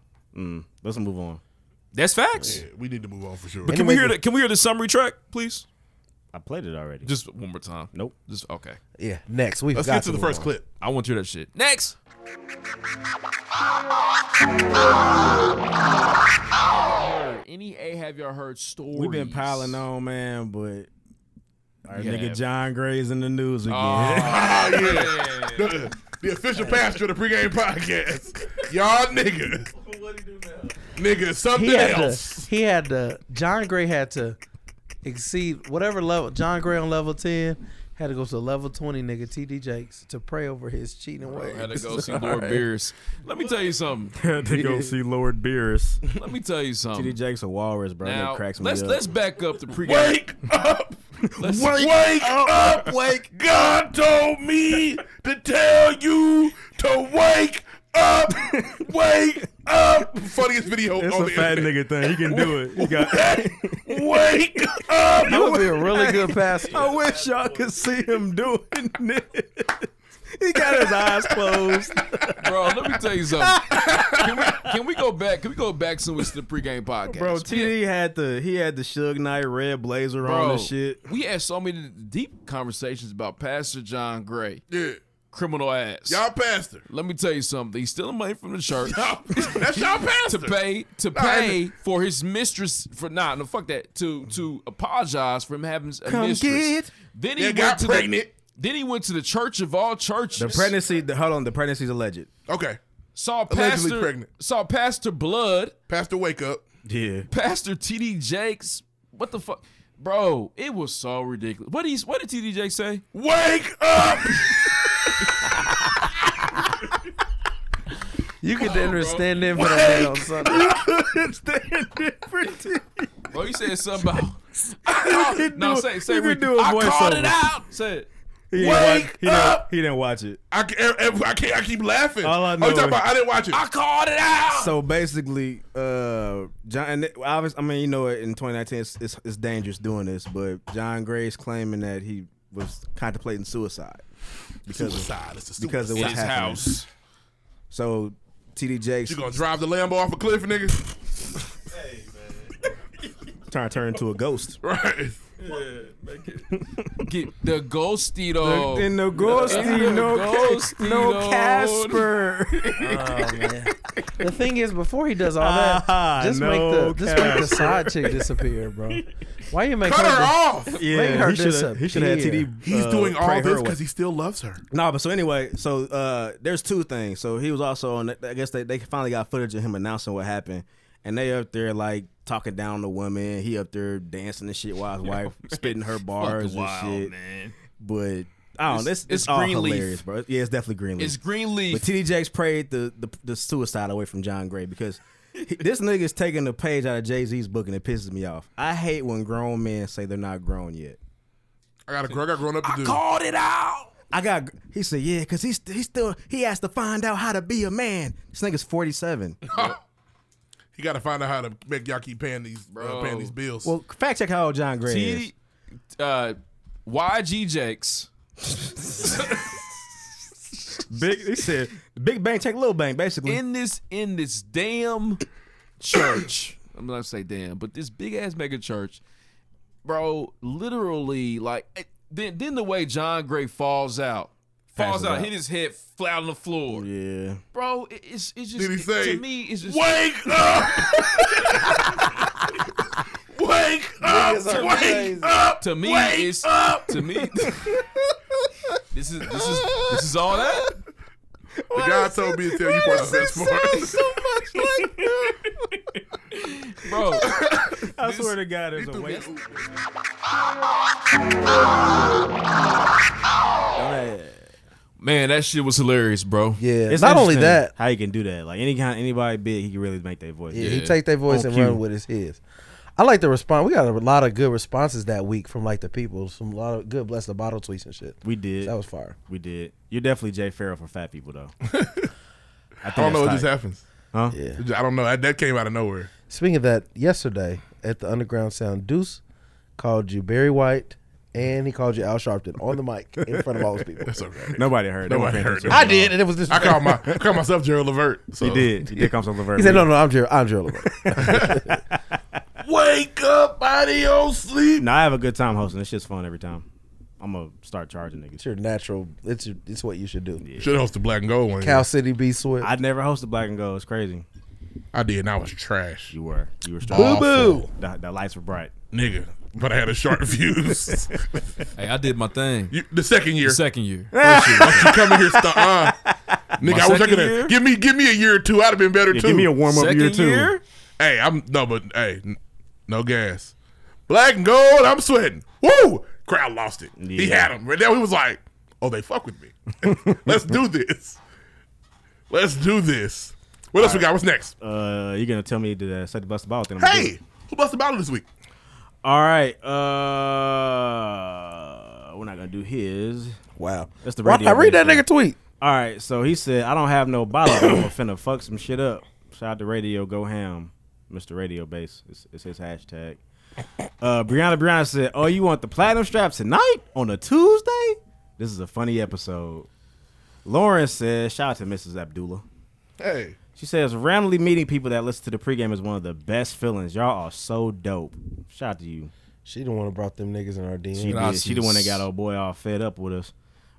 let's move on.
That's facts.
Yeah, we need to move on for sure.
But can we
Anyway,
hear the can we hear the summary track, please?
I played it already.
Just one more time.
Nope.
Just okay.
Yeah, next we've
Let's
got
get to the
move
first
on.
clip.
I want to hear that shit. Next. Any A have y'all heard stories?
We've been piling on, man, but our
Yeah.
nigga John Gray's in the news again.
Oh yeah, the, the official pastor of the pregame podcast. Y'all nigga, nigga, something
He had
else.
to. He had to. John Gray had to exceed whatever level. John Gray on level ten Had to go to level twenty nigga TD Jakes to pray over his cheating ways.
Had to go see Lord Beers. Let me tell you something.
Had to go see Lord Beerus.
Let me tell you something.
TD Jakes a walrus, bro.
Now,
that cracks me
let's
up.
let's back up the pregame.
Wake
up!
wake, up,
Wake
God told me to tell you to wake up. Wake up. Funniest video
It's
on
a
the
fat
internet.
nigga thing. He can do it. He got.
Wake up.
That would be a really good pastor.
I wish y'all could see him doing this. He got his eyes closed.
Bro, let me tell you something. Can we, can we go back? Can we go back some weeks to the pregame podcast?
Bro, TD had the he had the Suge Knight red blazer on
Bro,
and shit.
we had so many deep conversations about Pastor John Gray.
Yeah.
Criminal ass.
Y'all pastor.
Let me tell you something. He's stealing money from the church.
That's y'all pastor.
to pay to
Nah,
pay for his mistress for nah no fuck that to to apologize for him having a
Come
mistress.
get-
Then he
They
went
got
to
pregnant.
The, then he went to the church of all churches.
The pregnancy, the, hold on, the pregnancy's alleged.
Okay.
saw
Allegedly
pastor
pregnant.
saw pastor blood
Pastor, wake up.
Yeah,
pastor TD Jakes. What the fuck, bro? It was so ridiculous. What he what did TD Jakes say?
Wake up.
You could never stand in for that nigga on Sunday.
Bro, he said something about. no, say say
he
Ricky.
could do a
I called
voiceover.
it out. Say it.
he
Wake
didn't watch, he didn't-
up!
he didn't watch it.
I, can't- I can't. I keep laughing.
All I
Oh,
know
you talking
is-
about? I didn't watch it.
I called it out.
So basically, uh, John. And it- obvious, I mean, you know, in 2019, it's, it's it's dangerous doing this, but John Gray's claiming that he was contemplating suicide because of,
Suicide. It's a suicide.
because of
In
what's
his
happening.
house.
So TD Jakes
You gonna drive the Lambo off a cliff, nigga?
trying to turn into a ghost.
Right.
Get the ghostito.
In the ghost,
Oh. In the
no,
ghost,
no
Tito.
Casper.
Oh, The thing is, before he does all that,
Ah,
just
no
make the just make the
cash.
side chick disappear, bro. Why you make
Cut her
her?
off.
Make her
he shoulda- he should have had
disappear.
TD.
He's
uh,
doing
pray
all
her
this
away.
because he still loves her.
No, but so anyway, so uh, there's two things. So he was also on. I guess they, they finally got footage of him announcing what happened, and they up there like talking down to women. He up there dancing and shit while his wife spitting her bars
Fucking
and
wild,
shit.
man.
But I don't. know, It's,
It's-
it's,
it's
all
Greenleaf.
hilarious, bro. Yeah, it's definitely Greenleaf.
It's Greenleaf.
But TD Jakes prayed the, the the suicide away from John Gray because he, this nigga's taking a page out of Jay Z's book and it pisses me off. I hate when grown men say they're not grown yet.
I got a girl. I got grown up to do.
called it out.
I got. He said, yeah, because he's he still he has to find out how to be a man. This nigga's forty seven.
He got to find out how to make y'all keep paying these uh,
Bro.
paying these bills.
well, fact check how old John Gray is.
TD, uh, YG Jakes.
Big. He said, big bang take little bang. Basically,
in this in this damn church. I'm not gonna say damn, but this big ass mega church, bro. Literally, like it- then then the way John Gray falls out, falls
Passes
out,
out.
hit his head flat on the floor,
yeah.
bro. It, it's it's just
Did he
it-
say,
to me it's just
Wake up! Wake up!
are
Wake
crazy.
up!
to me
Wake
it's
up!
to me. this is this is this is all that.
The God told me to tell you for the best part.
Bro,
I swear to God, there's a waste.
Wait.
man, that shit was hilarious, bro.
Yeah. Not only that,
how you can do that. Like any kind, anybody big, he can really make their voice.
yeah,
Yeah.
he take their voice
On
and
cue.
run with his his. I like the response. We got a lot of good responses that week from like the people. Some lot of good bless the bottle tweets and shit.
We did.
That was fire.
We did. You're definitely Jay Farrell for fat people, though. I,
I don't know what
what
just happens.
Huh?
Yeah.
I don't know. That, that came out of nowhere.
Speaking of that, yesterday at the Underground Sound, Deuce called you Barry White and he called you Al Sharpton on the mic in front of all those people.
That's okay.
Nobody heard. They
Nobody
weren't paying
heard.
attention.
I did, and it was just.
I call my I call myself Gerald Levert. So.
He did. He did come from Laverne.
He said, "No, no, I'm Gerald. I'm Gerald. Levert."
Wake up out of your sleep.
No, I have a good time hosting. It's just fun every time. I'm gonna start charging niggas.
It's your natural. It's your, it's what you should do.
Should host the black and gold one.
Cal City B Swift.
I never hosted Black and Gold. It's crazy.
I did, and I was trash.
You were. You were
Boo
starting.
boo,
The, the lights were bright.
nigga. But I had a sharp fuse.
Hey, I did my thing.
You- the second year,
The second year.
you come in here, st- uh, nigga. I wish I
second
could
year?
have give me give me a year or two. I'd have been better
Yeah,
too.
give me a warm up year
Second
too.
year?
hey, I'm no, but hey, n- no gas. Black and gold. I'm sweating. Woo, crowd lost it. He
Yeah.
had him. Right now he was like, "Oh, they fuck with me. Let's do this. Let's do this." What else we got? What's next?
Uh, you're gonna tell me to uh, set the bust the ball thing. I'm gonna do
Hey,
it.
who busted battle this week?
All right. Uh, we're not gonna do his. Wow, that's the
Why
radio.
not read that
thing.
nigga tweet?
All right, so he said, "I don't have no bottle. I'm finna fuck some shit up." Shout out to Radio Go Ham, Mr. Radio Base. It's, it's his hashtag. Uh, Brianna Brianna said, "Oh, you want the platinum strap tonight on a Tuesday? This is a funny episode." Lauren says, "Shout out to Mrs. Abdullah."
Hey,
She says, randomly meeting people that listen to the pregame is one of the best feelings. Y'all are so dope. Shout out to you.
She the one who brought them niggas in our DMs.
She, did. she the one that got old boy all fed up with us.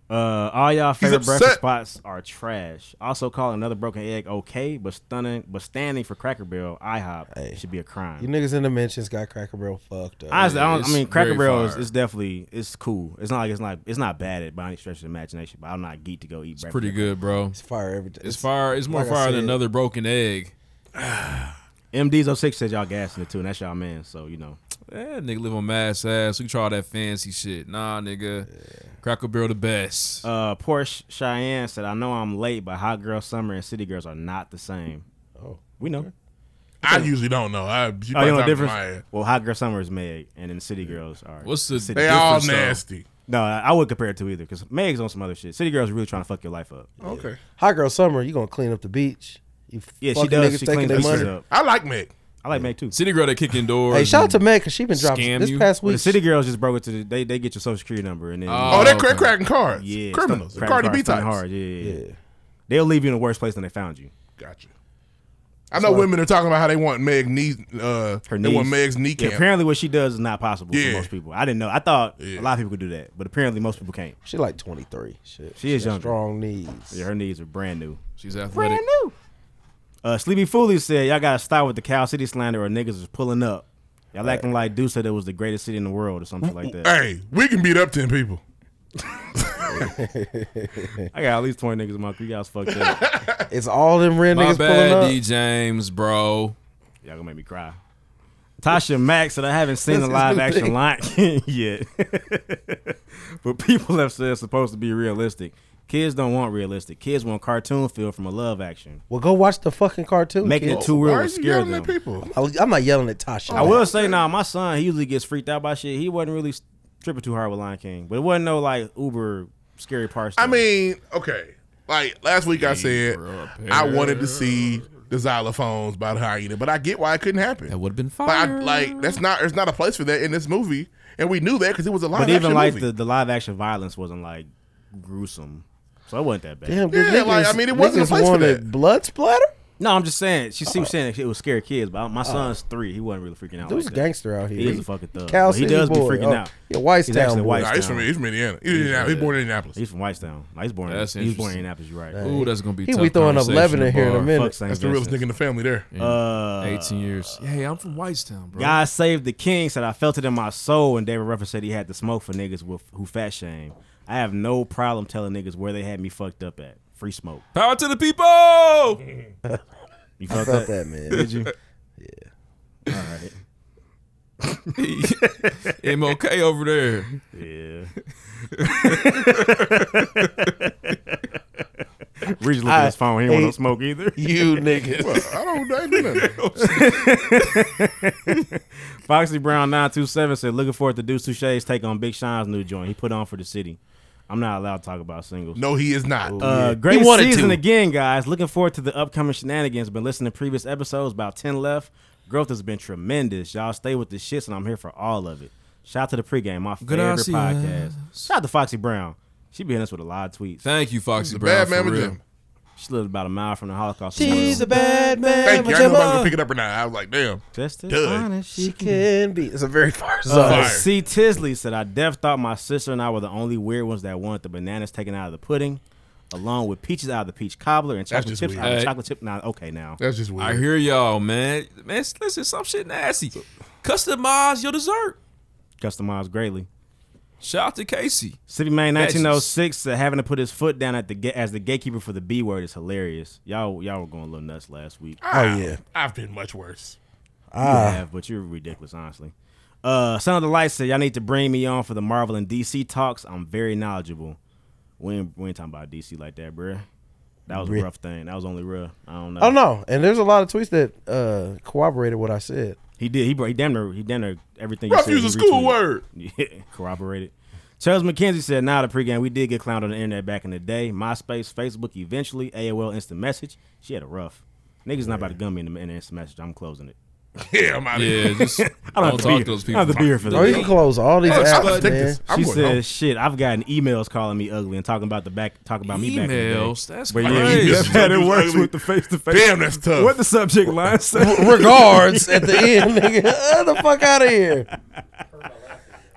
Uh, all y'all favorite
upset.
breakfast spots are trash. Also, call another broken egg okay, but stunning, but standing for Cracker Barrel, IHOP should be a crime.
You niggas in the mentions got Cracker Barrel fucked up.
Honestly, I, don't, I mean, Cracker Barrel is, is definitely it's cool. It's not like it's not it's not bad at by any stretch of the imagination. But I'm not geek to go eat. It's
pretty good, bro. It's
fire every day.
It's fire. It's more
like I
fire than
said.
another broken egg.
MD's 06 said oh y'all gassing it too, and that's y'all man. So you know,
Yeah, nigga live on mass ass. We can try all that fancy shit. Nah, nigga. Cracker Barrel the best.
Uh, Porsche Cheyenne said, "I know I'm late, but hot girl summer and city girls are not the same."
Oh,
we know.
I usually don't know. I she
oh, you know the
probably
difference?
my-
Well, hot girl summer is Meg, and then city girls are.
What's the
City
They
Girls.
all difference, though? nasty.
No, I I wouldn't compare it to either because Meg's on some other shit. City girls are really trying to fuck your life up.
Okay.
Hot girl summer, you gonna clean up the beach. You
Yeah, she
fucking
does.
niggas
She
taking
cleans
their
up.
money.
up.
I like Meg.
I like Meg too.
City girl that kicking doors.
Hey, shout out to Meg because she been dropping
Scam
this
you?
past
Well,
week.
the city girls just broke it to the, they they get your social security number and then
Oh, they're crack cracking cards.
yeah
Criminals.
crack
Cardi B
cards, fucking
types.
hard. Yeah, yeah, yeah. They'll leave you in a worse place than they found you.
Gotcha. I know
So-
women are talking about how they want Meg knee. Uh,
her
they want
knees.
Meg's kneecap.
Yeah, apparently, what she does is not possible
Yeah.
for most people. I didn't know. I thought a lot of people could do that, but apparently, most people can't.
She like 23. Shit,
she is
got
young.
Strong knees.
Yeah, her knees are brand new.
She's athletic.
Uh, Sleepy Fooly said, "Y'all gotta start with the Cal City slander, or niggas is pulling up. Y'all all acting like Deuce said it was the greatest city in the world, or something like that."
Hey, we can beat up ten people.
I got at least twenty niggas in my crew. Y'all's fucked up.
it's all them red
My
niggas pulling
bad,
up.
D James, bro.
Y'all gonna make me cry. Tasha Max said, "I haven't seen
This
the
is
live
the
action
thing.
Lion King yet, but people have said it's supposed to be realistic. Kids don't want realistic. Kids want cartoon feel from a love action.
Well, go watch the fucking cartoon.
Making it
kids.
too real would scare them.
people?
I'm I'm not yelling at Tasha.
I will say now, my son he usually gets freaked out by shit. He wasn't really tripping too hard with Lion King, but it wasn't no like uber scary parts.
I
to it.
mean, okay. Like last week, I said I wanted to see the xylophones by the hyena, but I get why it couldn't happen. That
would have been fine.
like that's not. There's not a place for that in this movie, and we knew that because it was a live
but even
action
like
movie.
the, the live action violence wasn't like gruesome, so it wasn't that bad.
Damn,
Yeah, like, I mean, it wasn't a place for that.
Blood splatter?
No, I'm just saying. She, she was saying it was scary kids, but my son's three. He wasn't really freaking out.
Dude's
like
a
that.
gangster out here.
He is a fucking thug.
Cal
but he
City
does be
boy.
freaking
Oh,
out.
yeah, Whitestown
He's actually
boy.
Whitestown.
Nah, he's from- he's from Indiana. He's Indiana. He's born in Indianapolis.
He's from Whitestown. Nah, He's born.
That's
he's born in Indianapolis.
interesting.
You're right.
Ooh, that's gonna be.
He
tough
we throwing up 11 in here in a
conversation
minute.
Fuck St.
That's the realest
Vincent.
nigga in the family there.
to bar.
Uh,
Yeah. 18 years. Yeah, hey, I'm from Whitestown, bro.
God save the king said I felt it in my soul, and David Ruffin said he had to smoke for niggas with who fat shame. I have no problem telling niggas where they had me fucked up at. Free smoke.
Power to the people.
You
I
felt,
felt
that?
that, man.
Did you? yeah. All right.
MLK over there.
Yeah.
Reach
Reach looking at his phone. He don't want
hate
to smoke either.
you niggas.
Well, I don't I ain't do
nothing. Foxy Brown nine two seven said, "Looking forward to Deuce Touche's take on Big Sean's new joint. He put on for the city. I'm not allowed to talk about singles.
No, he is not.
Uh, great season again, guys. Looking forward to the upcoming shenanigans. Been listening to previous episodes, about 10 left. Growth has been tremendous. Y'all stay with the shits, and I'm here for all of it. Shout out to the pregame, my
Gracias.
favorite podcast. Shout out to Foxy Brown. She be in us with a lot of tweets.
Thank you, Foxy
The
Brown.
bad
for
man with
real.
Jim. She lived about a mile from the Holocaust.
She's a bad man.
Thank you. I
with
knew I
your
was gonna
mom.
pick it up or not. I was like, damn.
Just as
Duh.
honest
She can be. Oh, It's a very far
Uh,
song.
C. Tisley said, I def thought my sister and I were the only weird ones that wanted the bananas taken out of the pudding, along with peaches out of the peach cobbler and
That's
chocolate
just
chips
weird.
out of
Hey.
the chocolate chip. Now, okay, now.
That's just
I hear y'all, man. Man, s- listen, some shit nasty. Customize your dessert.
Customized greatly.
Shout out to Casey.
City Man
That's just-
1906 said uh, having to put his foot down at the ga- as the gatekeeper for the B word is hilarious. Y'all y'all were going a little nuts last week.
Ah, I've been much worse.
You have, but you're ridiculous, honestly. Uh, Son of the Light said, "Y'all need to bring me on for the Marvel and DC talks. I'm very knowledgeable. We ain't, we ain't talking about DC like that, bruh. That was
Bruh.
a rough thing. That was only rough. I don't know.
Oh no! And there's a lot of tweets that uh, corroborated what I said.
He did. He, bro- he damn near he damn near everything.
Rough
you said,
use
he
a school
retweeted.
word.
Yeah, corroborated. Charles McKenzie said, "Nah, the pregame we did get clowned on the internet back in the day. MySpace, Facebook, eventually AOL Instant Message. She had a rough. Niggas not about to gun me in the in the instant message. I'm closing it.
Yeah, I'm outta here. Yeah, just
I don't, have
don't
to be
talk
here.
to those
I don't have to be here for
people.
that.
Oh, you can close all these Look, apps, I'm gonna take man. this. I'm
She
going
said,
home.
"Shit, I've gotten emails calling me ugly and talking about the back, talking about me back in the day.
Emails? That's
But yeah,
crazy.
you-
That
you-
works with
the face to face.
Damn, that's tough.
What the subject line said?
Regards at the end, nigga. Get the fuck out of here.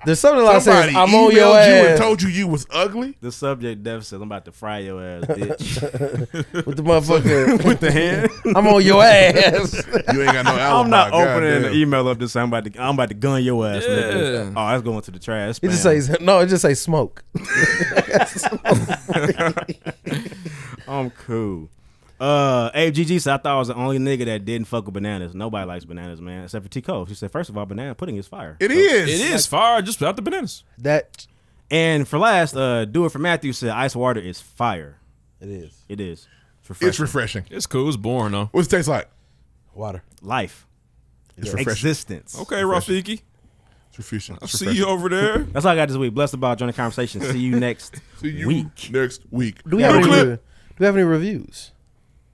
There's something like says,
Somebody
"I'm on
emailed
your
you
ass."
and told you you was ugly.
The subject dev says, "I'm about to fry your ass, bitch."
With the motherfucker-
with the hand.
I'm on your ass. You ain't got no alibi,
Oh
I'm not opening
goddamn.
the email up to say I'm about to. I'm about to gun your ass, nigga.
Yeah.
Oh, that's going to the trash.
It just
spam.
says no. It just says smoke.
I'm cool. Uh, AGG said I thought I was the only nigga that didn't fuck with bananas. Nobody likes bananas, man, except for T. Cole. She said, first of all, banana pudding is fire.
It
It
is.
is.
It is
fire, just without the bananas.
That.
And for last, uh, do it for Matthew said ice water is fire.
It is.
It is.
It's refreshing.
It's cool. It's boring though.
What's it taste like?
Water.
Life.
It's
Yeah.
refreshing.
Existence.
Okay, Rafiki.
It's refreshing.
I'll see you over there.
That's all I got this week. Blessed about joining the conversation. See you next
See you
week.
Next week.
Do we have any? re- Do we have any reviews?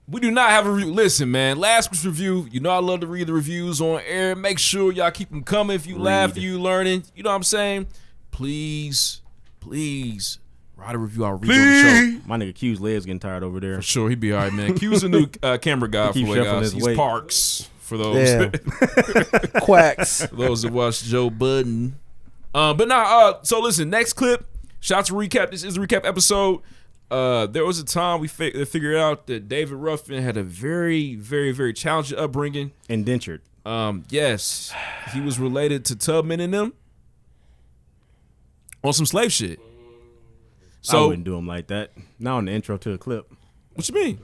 We do not have a review. Listen, man, last week's review, you know I love to read the reviews on air. Make sure y'all keep them coming. If you laugh, if you learning, you know what I'm saying? Please, please, write a review. I'll read it on the show.
My nigga Q's legs getting tired over there. For
sure, he'd be all right, man. Q's a new uh, camera guy
He keep
for the way,
shuffling
guys.
his
He's
weight.
Parks for those.
Damn. Quacks.
For those that watch Joe Budden. Uh, but nah, uh, so listen, next clip, shout to recap. This is a recap episode. Uh, there was a time we fi- uh, figured out that David Ruffin had a very, very, very challenging upbringing.
Indentured.
Um, yes, he was related to Tubman and them on some slave shit.
I
So
wouldn't do him like that. Not on the intro to the clip.
What you mean?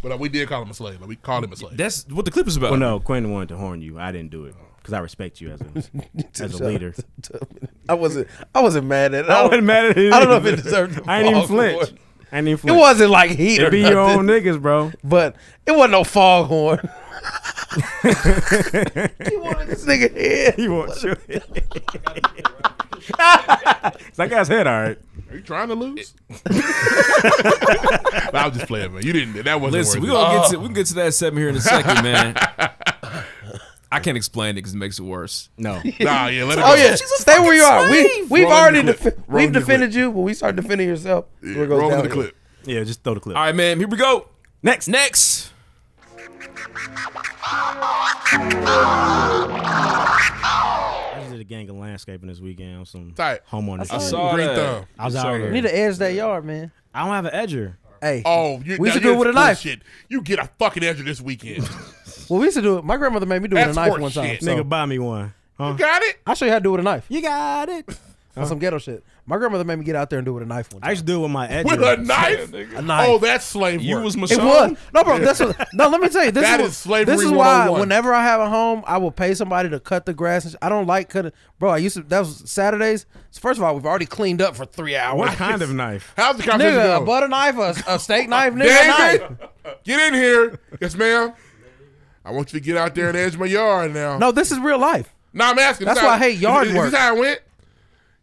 But uh, we did call him a slave. Like, we called him a slave.
That's what the clip is about.
Well, no, Quentin wanted to horn you. I didn't do it because I respect you as a as a leader.
I wasn't. I wasn't mad at. it.
I wasn't mad at it
I don't know if it
either.
deserved. The
I ain't even
fall for
flinch.
it.
I didn't
It
flinch.
wasn't like heat.
It
or
be your
nothing.
own niggas, bro.
But it wasn't no foghorn. you wanted this nigga head.
You want your That guy's head, all right.
Are you trying to lose? I was just playing, man. You didn't. That wasn't
Listen,
worth
we
it.
gonna get
Oh.
to we can get to that segment here in a second, man. I can't explain it because it makes it worse.
No,
Nah, yeah, let it
Oh
go.
yeah,
She's a
stay where you are. We
slave.
we've
Roll
already
the clip.
def-
Roll
we've
the
defended you, but we start defending yourself. Where it goes down here.
Yeah, just throw the clip.
All right, man. Here we go.
Next,
next.
I just did a gang of landscaping this weekend on some
Tight.
homeowners.
I
shit.
saw Green that. thumb.
I was
I
out
saw
there.
that. Need to edge that yard, man.
I don't have an edger.
Hey,
Oh, you,
we
now
used to do it
you're
with a knife.
bullshit. You get a fucking edger this weekend.
Well, we used to do it. My grandmother made me do it
That's
with a knife
horse
one time.
shit.
Nigga, buy me one. Huh?
Got it?
I'll show you how to do it with a knife.
You got it.
On some ghetto shit. My grandmother made me get out there and do it with a knife one time.
I used to do it with my edger.
With a knife?
A knife.
Oh, that's slave
You
work.
was
It was no, bro. That's what, no. Let me tell you. This
That
is,
is slavery
This is why
101.
whenever I have a home, I will pay somebody to cut the grass. And sh- I don't like cutting, bro. I used to. That was Saturdays. So first of all, we've already cleaned up for three hours.
What kind of knife?
How's the conversation
Nigga, a
going?
butter knife, a, a steak knife, nigga, a knife.
David, get in here. Yes, ma'am. I want you to get out there and edge my yard now.
No, this is real life.
No, I'm asking.
That's
This
why I
how-
hate yard
is, is
work.
this how it went?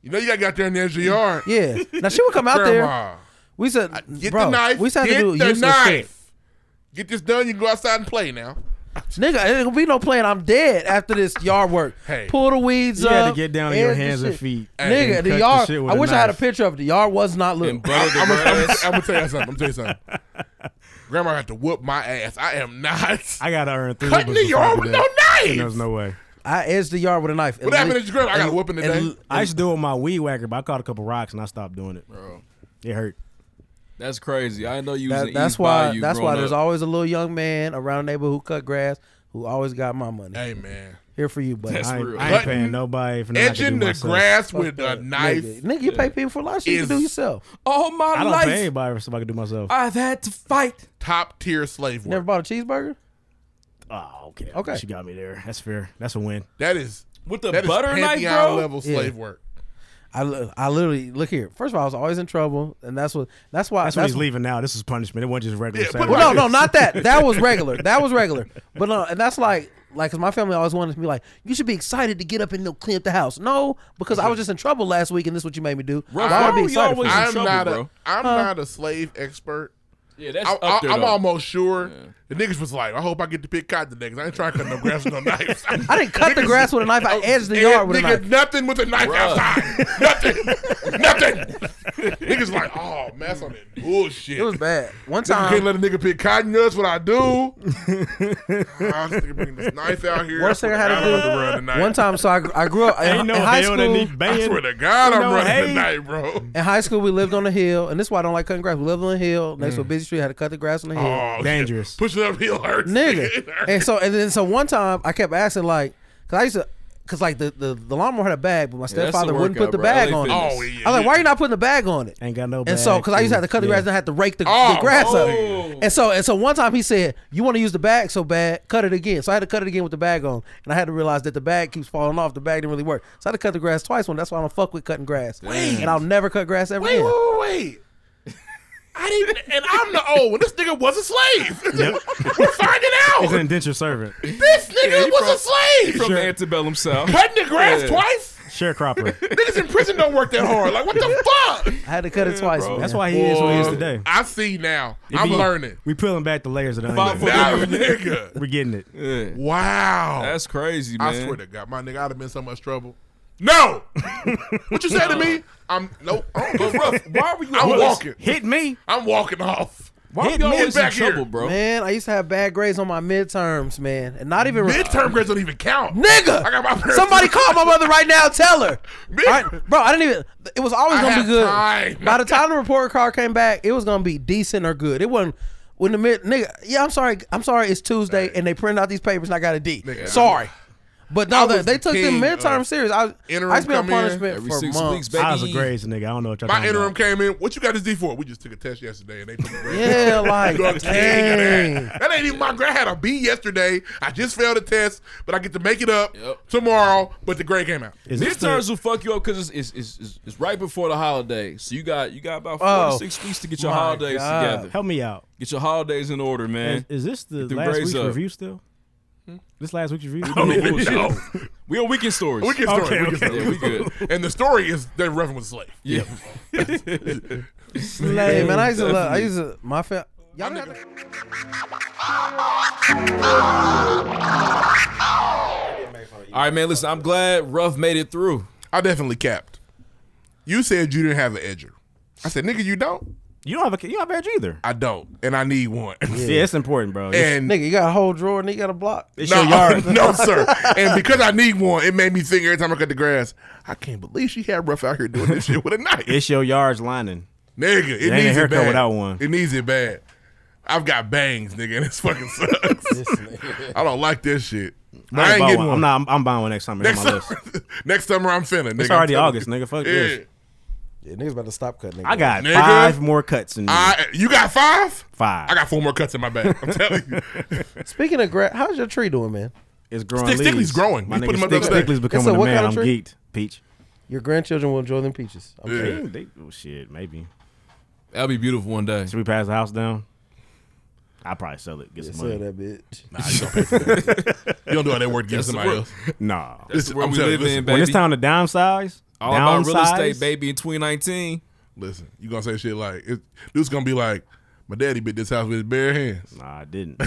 You know you got to get out there and edge your yard.
Yeah. Now she would come out
Grandma.
there. We said,
Get
bro,
the knife.
We said
get
to do
the
useless
knife.
shit.
Get this done. You can go outside and play now.
Nigga, it will be no playing. I'm dead after this yard work.
Hey.
Pull the weeds
You
up.
had to get down on your
edge the
hands and
shit.
feet and
Nigga,
cut the
the yard.
shit with
I
a
wish I had a
knife.
picture of it. The yard was not lit.
I'm gonna tell you something. I'm gonna tell you something. Grandma had to whoop my ass. I am not
I gotta earn three.
cutting
nickels
the yard
before
with
I
no
do that. And
knife.
There's no way.
I edged the yard with a knife.
What happened at your grandma? I got a whooping today.
I used to do it with my weed whacker, but I caught a couple rocks and I stopped doing it.
Bro.
It hurt.
That's crazy. I didn't know you was
That-
an
that's
East
why.
Bayou
That's
growing
why there's
up.
always a little young man around the neighborhood who cut grass who always got my money.
Hey man,
Here for you, buddy.
I ain't,
real.
I ain't
Cutting-
paying nobody for nothing. I can
edging
do
the
myself.
grass with a
Nigga,
knife.
Nigga, you pay people for a lot of shit you
Is-
can do yourself.
All my
I don't
life,
pay anybody for something I can do myself.
I've had to fight.
Top tier slave
Never
work.
bought a cheeseburger?
Oh, okay.
Okay.
She got me there. That's fair. That's a win.
That is
With the
That is
butter knife,
pantheon
bro.
level slave work.
I, li- I literally look here. First of all, I was always in trouble, and that's what that's why
That's, what he's leaving now. This is punishment. It wasn't just regular. Yeah,
Well, no, no, not that. That was regular. That was regular. But no, and that's like, like, 'cause my family always wanted to be like, you should be excited to get up and they'll clean up the house. No, because I was just in trouble last week, and this is what you made me do. Why would I be excited for that?
I'm not a, I'm not a slave expert.
Yeah, that's
I,
up there,
am
though.
almost sure the niggas was like, I hope I get to pick cotton today because I ain't trying to cut no grass with no knife.
I didn't cut the grass with a knife. I edged the yard with a
Oh, nigga,
knife.
nothing with a knife outside. nothing. nothing. niggas like, oh, man, that's on that bullshit. It was
bad. One
time. can't let a nigga pick cotton. That's what I do. Ah, this nigga bringing this knife out here.
Worst thing I had
swear God, I'm about
to
run
do.
tonight.
One time, so I, gr- I grew up in,
Ain't no
in high
hell
school.
that need banned. I swear to God, I'm running
hay.
tonight, bro.
In high school, we lived on a hill, and this is why I don't like cutting grass. We lived on a hill next to a busy street. Had to cut the grass on the hill.
Mm. Oh, Dangerous. Push it uphill hurts. It
nigga.
hurts.
and so and then so one time I kept asking like, cause I used to. Cause like the, the, the lawnmower had a bag, but my
that's a
stepfather wouldn't put
workout,
the
bro.
bag
LA
on it.
Fitness. Oh, yeah,
I was like,
yeah.
why you not putting the bag on it?
Ain't got no.
and so,
bag,
cause I used to
dude.
have to cut the
Yeah.
grass and I had to rake the,
Oh,
the grass
oh.
up. And so and so one time he said, "You want to use the bag so bad, cut it again." So I had to cut it again with the bag on, and I had to realize that the bag keeps falling off. The bag didn't really work, so I had to cut the grass twice. One, that's why I don't fuck with cutting grass, and I'll never cut grass ever again.
Wait, wait. I didn't, and I'm the old one. This nigga was a slave. We're finding
He's
out.
an indentured servant.
This nigga
Yeah, he
was a slave.
From the antebellum South.
Cutting the grass
Yeah.
twice?
Sharecropper.
Niggas in prison don't work that hard. Like, what the fuck?
I had to cut it twice.
bro. That's why he is who he is today.
I see now.
It
I'm
be-
learning.
We peeling back the layers of the
Five
onion.
foot Nah, nigga. nigga.
We're getting it.
Wow.
That's crazy, man.
I swear to God, my nigga, I'd have been in so much trouble. No. what you say to me? I'm nope. I don't give a fuck.
Why were you
I'm
always-
walking.
Hit me.
I'm walking off.
Why
Hit me. Get back here.
Man, I used to have bad grades on my midterms, man, and not even
midterm grades don't even count.
Nigga,
I got my parents-
somebody call my mother right now. Tell her, All right, bro. I didn't even. It was always
I
gonna
have
be good.
time.
By the time the report card came back, it was gonna be decent or good. It wasn't. When the mid nigga, yeah, I'm sorry, I'm sorry. It's Tuesday and they printed out these papers and I got a D.
Nigga,
sorry, but no,
I
they,
was
they
the
took them
king
midterm
of
serious. I,
interim
I spent on
come in
punishment
every
for
six
months.
weeks,
I was a grades nigga. I don't know what y'all
My
talking about.
interim came in. What you got this D for? We just took a test yesterday and they took a grade.
Yeah, like,
You know,
dang.
that. That ain't even my grade. I had a B yesterday. I just failed the test, but I get to make it up tomorrow. But the grade came out.
Midterms will fuck you up because it's, it's, it's, it's right before the holiday, so you got you got about four
Oh,
to six weeks to get your
my
holidays
God.
together.
Help me out.
Get your holidays in order, man.
Is, is this the
Get them
last
grades
week's
up.
review still?
Hmm?
This last week's review.
we on weekend stories.
Weekend story.
Okay,
weekend
okay.
story.
Yeah, we good.
And the story is that Reverend was a slave.
Yeah.
Slay, man. I used to love. I used to my fa- y'all didn't have to-
All right, man. Listen, I'm glad Ruff made it through.
I definitely capped. You said you didn't have an edger. I said, nigga, you don't.
You don't have a you don't have edge either.
I don't, and I need one.
Yeah, it's important, bro.
And
nigga, you got a whole drawer and you got a block.
no, no, sir. And because I need one, it made me think every time I cut the grass, I can't believe she had rough out here doing this shit with a knife.
It's your yards lining.
Nigga, it,
ain't a
needs it
haircut
bad.
without one.
It needs it bad. I've got bangs, nigga, and it fucking sucks. I don't like this shit. But I
ain't
ain't
buying
getting
one.
one.
I'm not. I'm, I'm buying one next time. It's
next,
on my list.
summer, next summer, I'm finna. Nigga.
It's
I'm
already
telling
August,
you.
nigga. Fuck
yeah.
this.
Yeah, niggas about to stop cutting.
I got
Nigga.
five more cuts in me.
I, you got five?
Five.
I got four more cuts in my bag. I'm telling you.
Speaking of grass, how's your tree doing, man?
It's growing.
Stick- Stickley's
leaves.
growing.
My
We put
nigga
him up the
Stick,
other day.
Stickley's
It's a
becoming a
what
man.
kind of
I'm
tree?
geeked. Peach.
Your grandchildren will enjoy them peaches. I'm sure.
They- they- oh, shit, maybe.
That'll be beautiful one day.
Should we pass the house down? I'll probably sell it. Get
Yeah,
some
sell
money.
that bitch.
Nah, you don't pay for that. You don't do all that work to give
That's the
somebody
world-
else.
Nah.
That's the world we
I'm telling
live
you,
in,
listen.
baby.
When it's time to downsize,
All
downsize,
about real estate, baby, in 2019.
Listen, you gonna say shit like it, dude's gonna be like, my daddy built this house with his bare hands.
Nah, I didn't.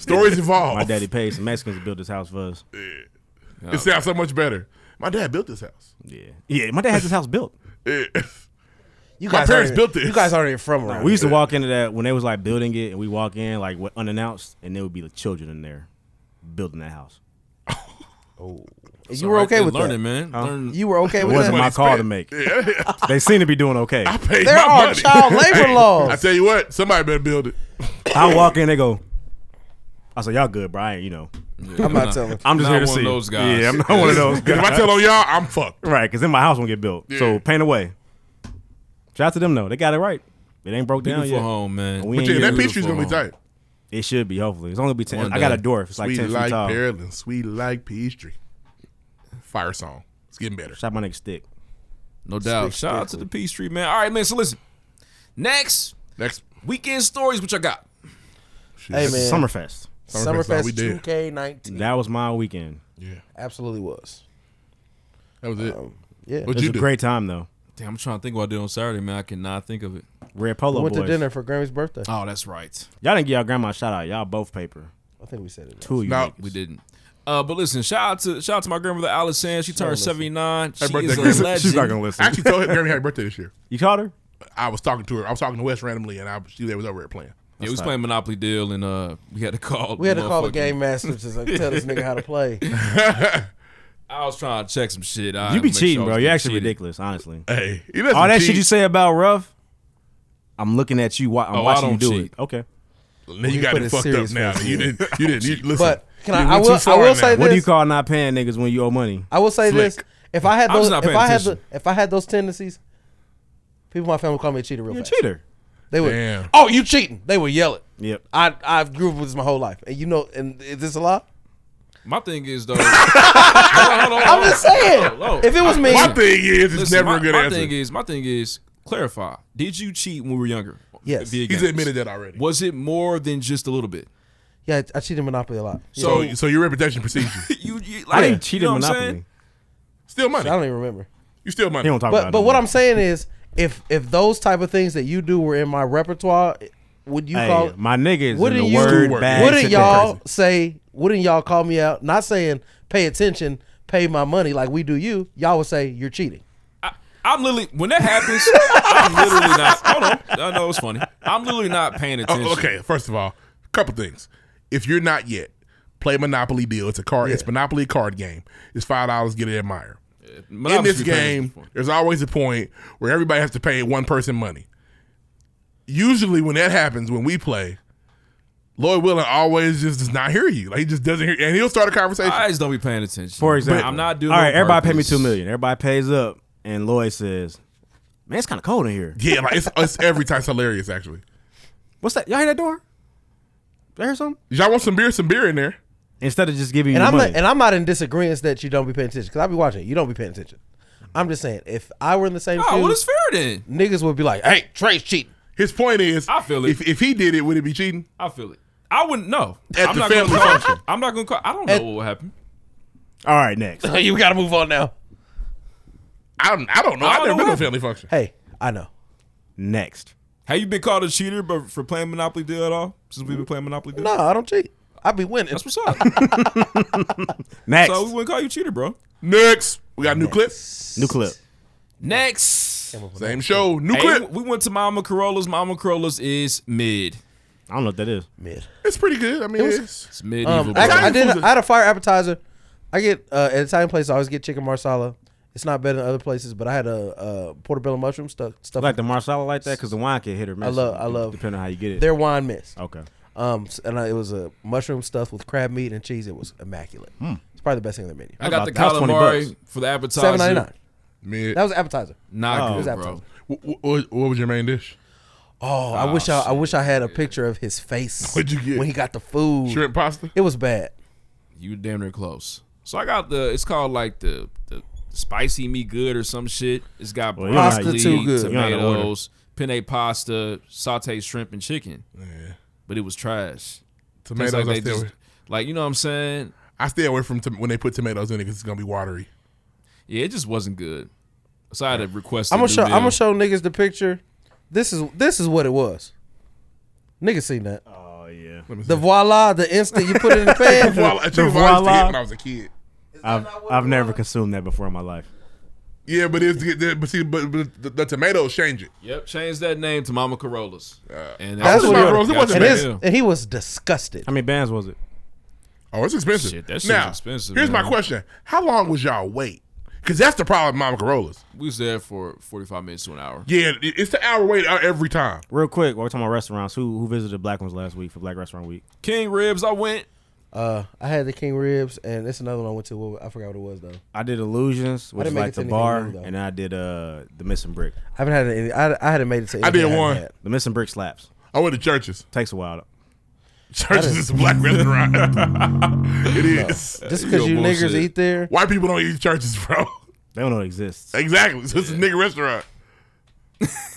Stories evolve.
My daddy paid some Mexicans to build this house for us.
It sounds so much better. My dad built this house.
Yeah. Yeah, my dad has this house built.
Yeah.
You
my
guys
parents
already-
built this.
You guys already from
Nah,
around.
we used to walk into that when they was like building it, and we walk in like what, unannounced, and there would be the children in there building that house.
here. you were okay with
learning,
that. Uh-huh.
man. Learn-
You were okay
It
with
wasn't
that.
my call to make. They seem to be doing okay. I,
Paid
There
my
are
money.
child labor laws.
I tell you what, somebody better build it.
walk in, they go. I said, "Y'all good, Brian? You know,
I'm not telling.
I'm just
Not
here to
one
see.
of those guys.
Yeah, I'm not one of those
Because
guys.
if I tell on y'all, I'm fucked.
Right, because then my house won't get built.
Yeah.
So paint away. Shout out to them though. They got it right. It ain't broke down
Beautiful
yet.
home, man.
We
But
ain't
yeah, that
used-
peach tree's gonna be tight.
It should be hopefully. It's only gonna be ten.
One
I got a
day.
dwarf. It's like
Sweet
ten feet
like
tall.
Maryland, sweet like Peachtree. Fire song. It's getting better.
Shot my nigga stick.
No doubt. Shout out to the Peace Street, man. All right, man. So listen. Next.
Next.
Weekend stories, which I got.
Hey, man. Summerfest.
Summerfest 2K19.
That was my weekend.
Yeah.
Absolutely was.
That was it.
yeah.
It was a great time though.
Damn, I'm trying to think what I did on Saturday, man. I cannot think of it.
Red Polo
we went
Boys.
to dinner for Grammy's birthday.
Oh, that's right.
Y'all didn't give y'all grandma a shout out. Y'all both paper.
I think we said it.
Two of you.
No, we didn't. Uh, but listen, shout out to shout out to my grandmother Alice Sands. She turned
listen.
79.
Happy
she
birthday,
is a
Grammy. She's
legend.
not gonna listen. I actually told her Grammy happy birthday this year.
You called her?
I was talking to her. I was talking to Wes randomly, and I she they was over there playing.
Yeah, we was playing Monopoly Deal, and uh, we had to call.
We had to call the
motherfucking-
game master to like, tell this nigga how to play.
I was trying to check some shit. I
you be
make sure
cheating,
I was
bro.
getting
You're actually
cheated.
ridiculous, honestly.
Hey, he doesn't
all Oh, that
cheat.
shit you say about Ruff, I'm looking at you. wa- I'm
Oh, I
watching you
don't
do
cheat.
it. Okay.
Now you got
put
it
a
fucked up
serious
now.
face
You
in.
didn't. You didn't. You, listen.
But can I-
you
I
went too
will- I
far
will
now.
say
What do you
this-
call not paying niggas when you owe money?
I will say
Slick.
this: if I had
I'm
those,
just
if
not paying
I had the,
attention.
if I had those tendencies, people in my family would call me a cheater real
You're a
fast.
cheater.
They would.
Damn.
Oh, you cheating? They would yell it.
Yep.
I I grew up with this my whole life, and you know, and is this a lie?
My thing is though. I'm
I'm just saying. If it was me,
My thing is, it's
Listen,
never
my,
a good
my
answer.
thing is, my thing is, clarify. Did you cheat when we were younger?
Yes.
Via
He's
games?
admitted that already.
Was it more than just a little bit?
yeah, I, I cheated in Monopoly a lot. Yeah,
so, so your reputation precedes you.
You, you like,
I didn't cheat
you
at
know what I'm
Monopoly.
saying?
Still
I
money.
don't even remember.
You still
He
money.
don't talk about
But
it
but
no
what
more.
I'm saying is, if if those type of things that you do were in my repertoire, would you
Hey,
call it?
my nigga is in
Wouldn't
the
you?
word
Wouldn't
bag.
Wouldn't
today.
y'all say? Wouldn't y'all call me out? Not saying pay attention, pay my money like we do you. Y'all would say you're cheating.
I'm literally when that happens, I'm literally not. Hold on, I know it's funny. I'm literally not paying attention.
Oh, okay, first of all, couple things. If you're not yet, play Monopoly Deal. It's a card. It's Monopoly card game. It's five dollars. Get an admire.
Monopoly
In this
be paying
game,
for it.
there's always a point where everybody has to pay one person money. Usually, when that happens, when we play, Lloyd Willing always just does not hear you. Like he just doesn't hear, and he'll start a conversation.
I just don't be paying attention.
For example,
I'm not doing.
All
it
right,
on
everybody pay me
purpose.
two million. Everybody pays up, and Lloyd says, "Man, it's kind of cold in here."
yeah, like it's, it's every time it's hilarious. Actually,
What's that? Y'all hear that door? Y'all hear something?
y'all want some beer? Some beer in there.
Instead of just giving you
And I'm
money,
not, and I'm not in disagreement that you don't be paying attention because I be watching. You don't be paying attention. I'm just saying if I were in the same
Oh, well, it's
shoes,
fair then.
niggas would be like, "Hey, Trey's cheating."
His point is,
I feel it.
If, if he did it, would it be cheating?
I feel it. I wouldn't know.
At
I'm
the
not
family
gonna call,
function.
I'm not gonna call. I don't know
At-
what will happen.
all right, next.
you got to move on now.
I don't, I don't know.
I
I've never
don't know
been on
either.
family function.
Hey, I know.
Next.
Have you been called a cheater, but for playing Monopoly Deal at all since we've been playing Monopoly Deal?
No, I don't cheat. I be winning.
That's what's up.
Next.
so we wouldn't call you a cheater, bro.
Next, we got a new clip.
New clip.
Next,
Same show, new
Hey,
clip.
we went to Mama Corolla's. Mama Corolla's is mid.
I don't know what that is.
Mid.
It's pretty good. I mean, it's,
It's medieval.
Um,
bro.
actually, I did.
Italian food's a-
I had a fire appetizer. I get uh, at Italian place. I always get chicken marsala. It's not better than other places, but I had a uh, portobello mushroom stuff.
I
Stuff
like the marsala like that because the wine can hit or miss.
I love- I love-
depending on how you get it.
their wine mist.
okay.
Um, s- and I, it was a mushroom stuff with crab meat and cheese. It was immaculate.
Hmm.
It's probably the best thing on the menu.
I got the
That was 20
calamari
bucks.
for the appetizer.
Seven ninety nine.
mid.
That was an appetizer.
Not
Oh.
good,
It was
bro.
appetizer.
Wh- wh- what, was your main dish?
Oh, I wish I, I wish I had a picture of his face.
What'd you get?
when he got the food?
Shrimp pasta.
It was bad.
You damn near close. So I got the. It's called like the the spicy me good or some shit. It's got
Well, you don't
broccoli,
have- Pasta too good.
You don't have to order.
tomatoes, penne pasta, sauteed shrimp and chicken. But it was trash.
Tomatoes.
Tastes Like,
I,
they
stay
just,
away.
like you know what I'm saying?
I stay away from tom- when they put tomatoes in it because it's gonna be watery.
Yeah, it just wasn't good. So I had to request.
I'm
a
gonna
new
show. I'm
meal.
gonna show niggas the picture. This is this is what it was. Niggas seen that.
Oh yeah.
The voila, the instant you put it in the pan.
Voila, chicken
voila.
voila. when I was a kid.
I've I've never consumed that before in my life.
Yeah, but it's but see, but, but the, the tomatoes change it.
Yep, change that name to Mama Corollas. and
That's what
my
it
bros,
was.
it wasn't
And,
bad.
his- and he was disgusted.
How many bands was it?
Oh, it's expensive.
Shit, that shit's
now,
expensive,
Here's my
man.
question: How long was y'all wait? Because that's the problem, with Mama Corollas.
we was there for 45 minutes to an hour.
Yeah, it- it's the hour wait uh, every time.
Real quick, while we're talking about restaurants, who who visited Black ones last week for Black Restaurant Week?
King ribs, I went.
Uh, I had the king ribs, and it's another one I went to. What- I forgot what it was though. I
I did Illusions, which
didn't
is
make
like
it to
the
anything
bar,
new, though.
and I did uh the missing brick.
haven't had any. I, I hadn't made it to.
I did
anything haven't
one.
had.
The missing brick slaps.
I went to churches.
Takes a while.
Churches is, a black restaurant. it is.
Just because you niggas eat there.
White people don't eat churches, bro.
They don't exist.
Exactly. So it's a nigga restaurant.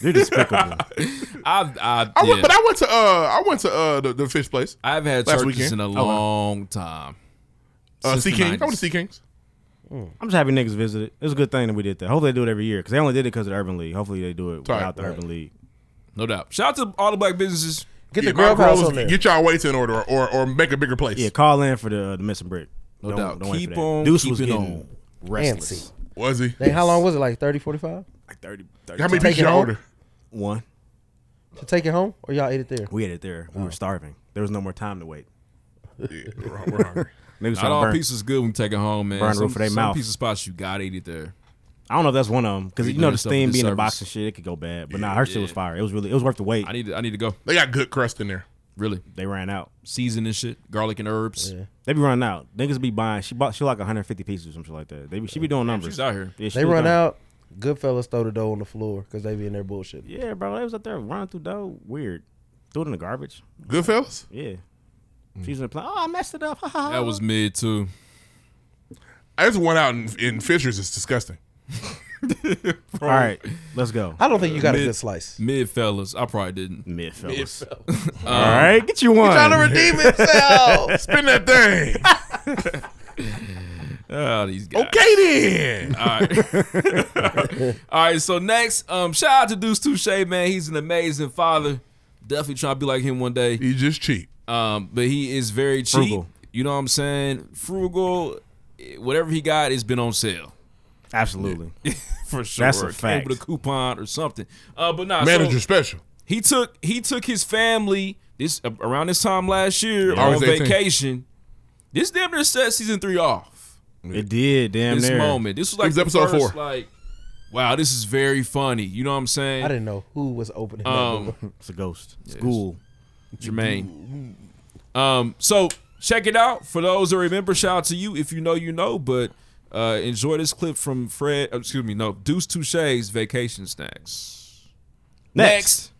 You're despicable.
I've, I've
I went,
yeah.
but I went to uh, I went to uh, the, the fish place.
I've had
last
churches
weekend.
in a
Okay.
long time.
Uh,
Since
Sea
the
King. I went to
90s.
Sea Kings.
I'm just happy niggas visited. It's a good thing that we did that. Hopefully they do it every year because they only did it because of the Urban League. Hopefully they do it
Right,
without the
right.
Urban League.
No doubt. Shout out to all the black businesses.
Get the
my
grub
girl
house
was-
on there.
Get y'all weights in order, or, or make a bigger place.
Yeah, call in for the uh, the missing brick.
No doubt.
wait
Keep
for that.
on
Deuce was
keeping
getting
on.
restless.
Was he?
Dang, how long was it? Like 30, 45?
Like 30, 30
How many
Take
pieces
it
y'all
home?
order?
One.
To take it home? Or y'all ate it there?
We had it there.
Oh.
We were starving. There was no more time to wait.
Yeah, we're, hung- we're hungry.
Niggas
Not
trying to
all
burn.
pieces good when you take it home, man.
Burn the
some
roof of their
some
mouth.
piece of spots you got to eat it there.
I don't know if that's one of them because
We
you know
doing
the
stuff with
steam
the
being in a
service.
box and shit, it could go bad. But nah, her shit was fire. It was really it was worth the wait.
I need to, I need to go.
They got good crust in there.
Really,
They ran out.
season and shit, garlic and herbs.
They be running out. Niggas be buying. She bought. She like 150 pieces or something like that. They be, she be doing numbers.
She's out here.
Yeah, she
They
was
run
doing-
out. Goodfellas throw the dough on the floor because they be in their bullshit.
Yeah, bro. They was out there running through dough. Weird. Threw it in the garbage.
Good fellas.
Yeah. She's in the plan. Oh, I messed it up. Ha, ha, ha.
Mm. That was mid too.
I just went out in, in Fishers. It's disgusting.
all right. Let's go.
I don't think you got a
Mid-
good slice.
Mid fellas, I probably didn't.
Mid fellas. all right, get you one.
redeem himself. Spin that thing.
Oh, these guys.
Okay then.
All right. All right. So next, um, shout out to Deuce Touche, man. He's an amazing father. Definitely trying to be like him one day.
He's just cheap.
Um, but he is very cheap.
Frugal.
You know what I'm saying? Frugal. eh, Whatever he got has been on sale
Absolutely.
for sure.
That's a
It came
fact.
With a coupon or something. Uh, but nah. so
Manager special.
he took he took his family this uh, around this time last year on
August 18th.
vacation. This damn near set season three off.
It did. Damn
this
near.
moment. This was like
was
the
episode
first,
four.
Like, wow, this is very funny. You know what I'm saying?
I didn't know who was opening that door.
um,
It's a ghost. School.
Jermaine. Um, so check it out. For those that remember, shout out to you. If you know, you know. But uh, enjoy this clip from Fred. uh, Excuse me, no, Deuce Touche's Vacation Snacks.
Next.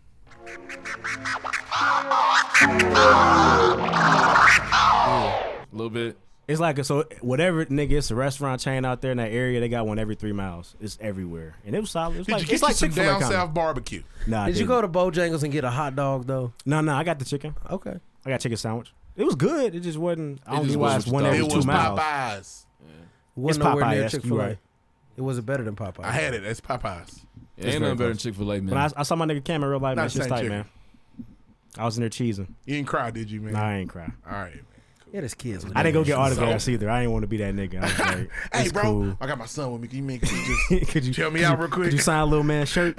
A little bit.
It's like so whatever nigga, it's a restaurant chain out there in that area. They got one every three miles. It's everywhere, and it was solid. It was
Did
like,
you
it's
get
like
you some
Chick-fil-A
down
kinda.
south barbecue?
Nah,
Did you go to Bojangles and get a hot dog though?
No, no, I got the chicken.
Okay.
I got chicken sandwich. It was good. It just wasn't. I don't
just
know why Oh,
wasn't
it's one
what you
every
It
thought.
two
was
miles.
Popeyes.
Wasn't
Popeye,
nowhere near
yes, you
Chick Fil A.
right.
It wasn't better than Popeye.
I had it. It's Popeyes.
It ain't nothing better than Chick Fil A, man.
When I, I saw my nigga Cam in real life,
Not
man, shit's
same
tight,
chicken.
man. I was in there cheesing.
You didn't cry, did you, man?
Nah, I ain't cry.
All right. Man.
Yeah, this kids.
I didn't go get autographs either. I didn't want to be that nigga. I was like,
Hey,
it's
bro,
cool.
I got my son with me. Can you make could you just
could you
Chill me
could
out
you-
real
Could
quick.
you sign a little man's shirt?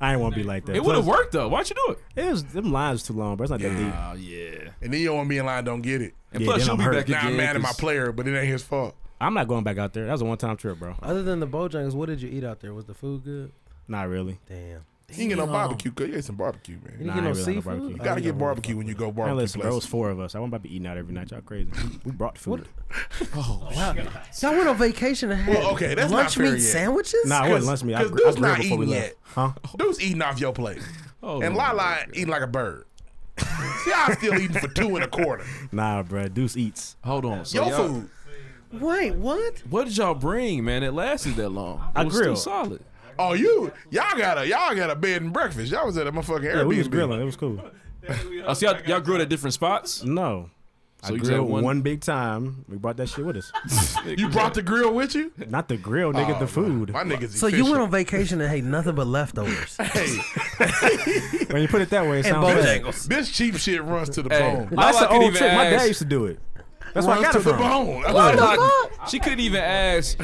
I didn't want to be like that.
it would have
Plus,
worked though. Why'd you do it?
It was them lines too long, bro. It's not that deep.
Oh yeah.
and then you don't want to be in line. Don't get it.
And
Yeah,
plus,
then
you'll
I'm
be
hurt.
back
Now I'm
again
mad at my
'cause
player, but it ain't his fault.
I'm not going back out there. That was a one time trip, bro.
Other than the Bojangles, what did you eat out there? Was the food good?
Not really.
Damn.
You ain't get no barbecue. Cause you ate some barbecue,
You
man.
Nah,
didn't
I
get no
ain't really like
seafood.
barbecue.
You
Oh,
gotta
you
get
don't-
barbecue when you go
Man,
barbecue
listen, bro, it was
places.
four of us. I wasn't about to be eating out every night. Y'all crazy. We brought food.
Y'all went on vacation and had
Well, okay, that's not
lunch
fair
meat
yet.
sandwiches.
Nah, it wasn't lunch meat. I,
Cause
gr- I
dude's
grilled
not
before we
eating
left.
yet.
Huh?
Dude's eating off your plate,
Oh,
and
my
Lala eating like a bird. See, I'm still eating for two and a quarter.
Nah, bro. Deuce eats.
Hold on. So
Your
y'all-
food.
Wait, what?
What did y'all bring, man? It lasted that long.
I
It was still
grilled.
solid.
Oh, you y'all got a y'all got a bed and breakfast. Y'all was at a motherfucking Airbnb.
Yeah, we was grilling. It was cool.
Oh, so y'all, y'all grilled at different spots.
No.
So
I
you just had
grilled
one-
one, big time. We brought that shit with us.
You brought the grill with you?
Not the grill,
Oh,
nigga. the food.
My niggas.
So you went on vacation and ate nothing but leftovers.
Hey,
When you put it that way, it sounds bad.
this cheap shit runs to the
Hey,
bone.
That's
Lala
an
couldn't
old
even
trick. My dad
ask-
used to do it. That's where I
Runs
got
to
it
the
from.
bone. That's what
Lala- She couldn't even ask.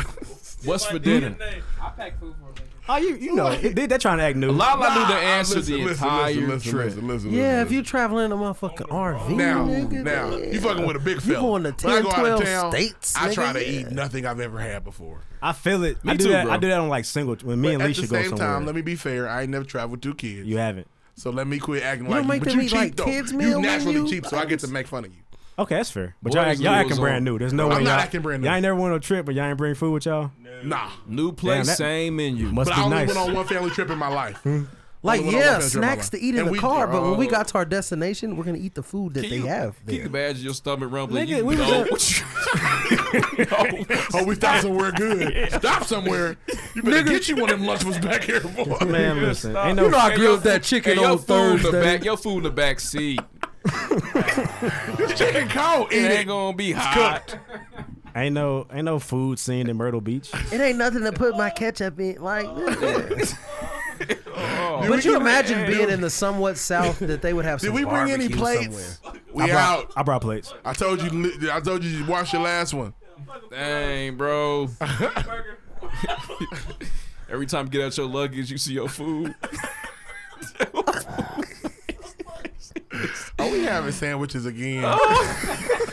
What's for dinner?
I pack food for him.
Oh, you you know, it, they, they're trying to act new.
Lala knew the
Nah,
answer the entire
Ah, listen, listen,
trip.
Listen, listen,
yeah,
listen,
if you traveling in a motherfucking RV,
now,
nigga,
now
yeah.
you fucking with a big fella.
going to
When I
10,
go out of
12
town,
states,
I
nigga?
try to
Yeah.
eat nothing I've ever had before.
I feel it.
Me
I do
too,
that.
bro.
I do that on like single when me
But
and
at
Leisha
the
go
same
somewhere.
time, let me be fair. I ain't never traveled two kids,
you haven't.
so let me quit acting
don't
like
make
you. But
them
you
eat,
cheap
like,
though.
kids'
you
meal
naturally
menu?
cheap, so I get to make fun of you.
Okay, that's fair. But
Boys
y'all, act- y'all
Lou
acting
was on.
brand new. There's no
I'm
way
not
y'all,
acting brand new.
Y'all ain't never went on a trip, but y'all ain't bring food with y'all.
Nah,
New place,
that-
same menu.
Must
but
be
I only
nice.
went on one family trip in my life.
Like,
Only one
yeah,
on my
snacks to
country,
eat in
and
the
we-
car, but when we
Oh.
got to our destination, we're gonna eat the food that Uh, they have.
Can you imagine your stomach rumbling?
Nigga,
you
we was
know
at-
what you-
Oh, we stopped somewhere good. Stop somewhere. You better get you one of them lunch was back here, boy.
Man, listen. Ain't
You know I
Hey,
grilled
your-
that chicken
hey, your
on
food in the
Thursday.
back- Your food in the back seat.
This chicken cold. Eat
It
it.
ain't gonna be hot.
Ain't no ain't no food scene in Myrtle Beach.
It ain't nothing to put my ketchup in. Like,
Oh.
but you imagine being in the somewhat south that they would have.
Did
Some
we bring any
barbecue
plates?
somewhere.
We
brought,
out.
I brought plates.
I told you. li- I told you. You watch your last one.
Dang, bro. Every time you get out your luggage, you see your food.
Are we having sandwiches again?
Oh.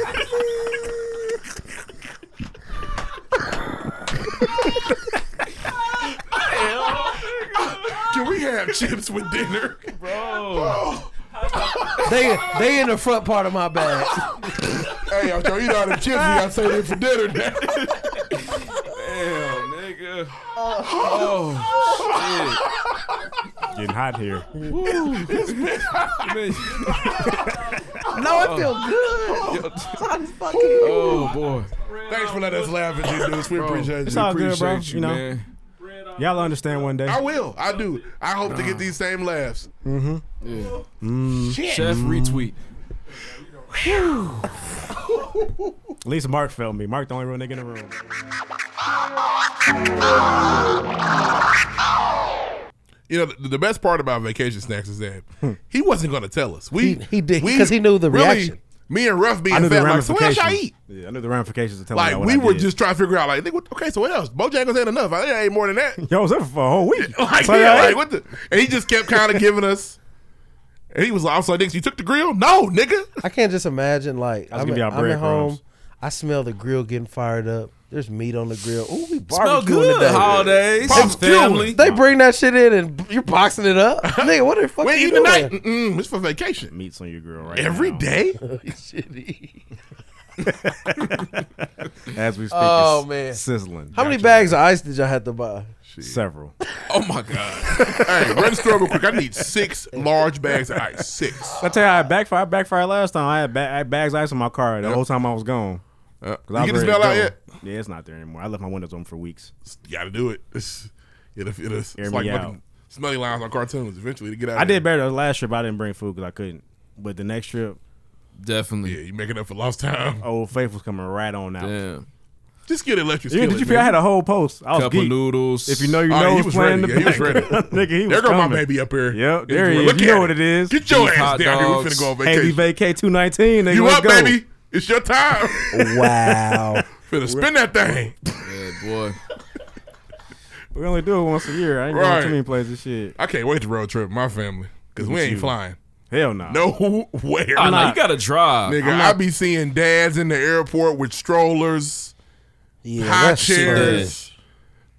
Can we have chips with dinner?
They they in the front part of my bag.
hey, after you eat all them chips, we gotta save it for dinner now.
Damn, nigga. Oh,
Getting hot here.
shit.
No, I feel good. I'm fucking.
oh, boy.
Thanks for letting us laugh at you, dudes. We appreciate
It's
you.
all good, bro.
Appreciate
You know,
man.
y'all understand one day.
I will. I do. I hope to get these same laughs.
Chef retweet.
At least Mark felt me. Mark the only real nigga in the room.
You know, the, the best part about vacation snacks is that he wasn't going to tell us. We
He- he did,
we
'cause he knew the reaction.
Me and Ruff being
I knew the
fat, like, so what else
ramifications.
I eat?
Yeah, I knew the ramifications of telling
Like
y'all what
we
I
were
did.
just trying to figure out, like, nigga, what- okay, so what else? Bojangles ain't enough. I think I ate more than that.
Yo, was up for a whole week.
Like,
So
yeah,
y'all
like
ate-
what the? And he just kept kind of giving us. And he was like, "I'm sorry, nigga, you took the grill? No, nigga.
I can't just imagine like
was
I'm,
gonna be our
at, I'm at home.
breadcrumbs.
I smell the grill getting fired up. There's meat on the grill. Ooh, we
Smell
barbecuing
good.
today.
Holidays.
Pops
family.
They bring that shit in and you're boxing it up, nigga. What the fuck?
We
are
ain't
you
eating tonight.
doing?
Mm-mm, it's for vacation.
meats on your grill right
Every
now.
day.
as we speak.
Oh,
it's
man.
sizzling.
How many bags of ice did y'all have to buy?
Several.
Oh, my God.
hey, run store real quick. I need six large bags of ice. Six.
I tell you, I had backfire. I backfired last time. I had, ba- I had bags of ice in my car the whole time I was gone.
Uh,
'Cause
you
I
get the
was ready to
smell out
go.
yet?
Yeah, it's not there anymore. I left my windows open for weeks.
You gotta do it. It's, it, it, it's
Air me
like
out.
fucking smelly lines on cartoons. Eventually, to get out.
I
of there.
did better the last trip. I didn't bring food because I couldn't. But the next trip,
Definitely.
Yeah, you making up for lost time.
Old Faith was coming right on out.
Damn.
Just get electric.
Yeah,
skillet,
did you
man.
feel I had a whole post? I was
Couple
geeked.
noodles.
If you know, you
Oh,
know.
yeah, he
was
was
playing
ready.
the
Yeah, he was
background. Nigga, he was
There go my
coming.
baby up here.
Yep,
Get
there
your-
he is.
Look
You
at
know
him.
what it is.
Get your
These
ass
hot
down here. We finna
dogs.
go on
AB
vacation.
Vacay 219. Nigga,
you
let's
up,
go. Oh,
baby? It's your time.
Wow.
finna spin that thing.
Yeah, boy.
We only do it once a year. I ain't
Right.
going too many places. Shit.
I can't wait to road trip with my family because we
Look at
ain't
you.
flying
Hell no.
nowhere.
Oh, no,
not-
you got to drive.
Nigga, I be seeing dads in the airport with strollers,
Yeah,
high
that's super-
chairs.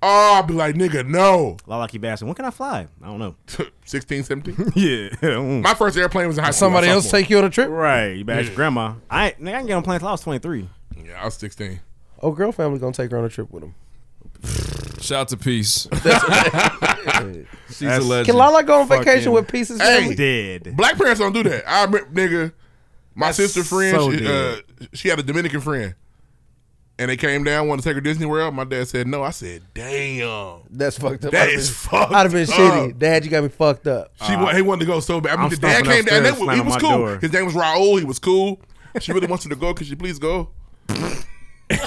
Oh, I'll be like, nigga, no.
Lalaki Bassin. When can I fly? I don't know.
16, 17.
yeah. mm.
My first airplane was in high school.
Somebody
my
else
sophomore.
take you on a trip?
Right. You bash your grandma. I ain't, nigga, I can get on planes till I was 23.
Yeah, I was 16.
Oh, girl family gonna take her on a trip with them.
Shout to Peace. She's a
Can
legend.
Lala go on
Fucking-
vacation with pieces?
Hey,
family?
Dead.
Black parents don't do that. I remember, nigga, my sister friend,
so
she, uh,
dead.
she had a Dominican friend. And they came down, wanted to take her Disney World. My dad said no. I said, damn.
That's fucked up.
That
I'd've
is
been-
fucked
I'd have been
up.
shitty. Dad, you got me fucked up.
She wa- he wanted to go so bad. I mean,
I'm
the dad
stomping
came down.
upstairs,
That, was- he
slamming
was
my
cool.
door.
His name was Raul. He was cool. She really wanted to go. Could she please go?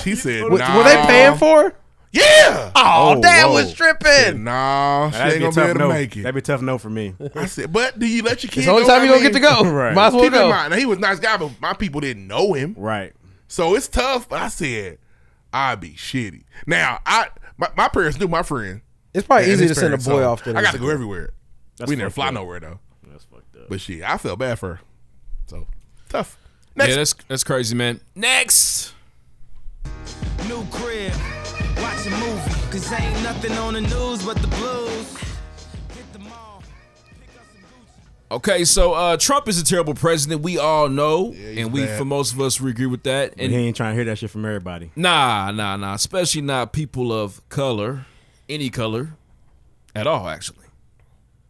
She said,
Were-
nah.
Were they paying for her?
Yeah.
Oh, dad was
Said,
tripping.
Nah, she
Ah. That'd
ain't
be
gonna
a
be
tough
able to
no.
make
That'd
it.
be a tough no for me.
I said, but do you let your kids?
It's the only time
you
you're gonna get to go.
Right.
Might as well
Keep in
go.
mind, now, he was a nice guy, but my people didn't know him,
Right.
so it's tough. But I said, I'd be shitty. Now, I my, my parents knew my friend.
It's probably
and
easier
his
to send a
parents,
boy
so
off than
I
it
got
is
to go everywhere. we didn't
fucked
fly
up.
nowhere though.
That's fucked up.
But shit, I felt bad for her. So tough. Next.
Yeah, that's, that's crazy, man. Next.
New crib, watch a movie, cause ain't nothing on the news but the blues. Hit the mall, pick up some Gucci.
Okay, so uh, Trump is a terrible president. We all know,
he's
and we,
bad.
for most of us, we agree with that.
And he
And
ain't trying to hear that shit from everybody.
nah, nah, nah, especially not people of color, any color, at all. Actually,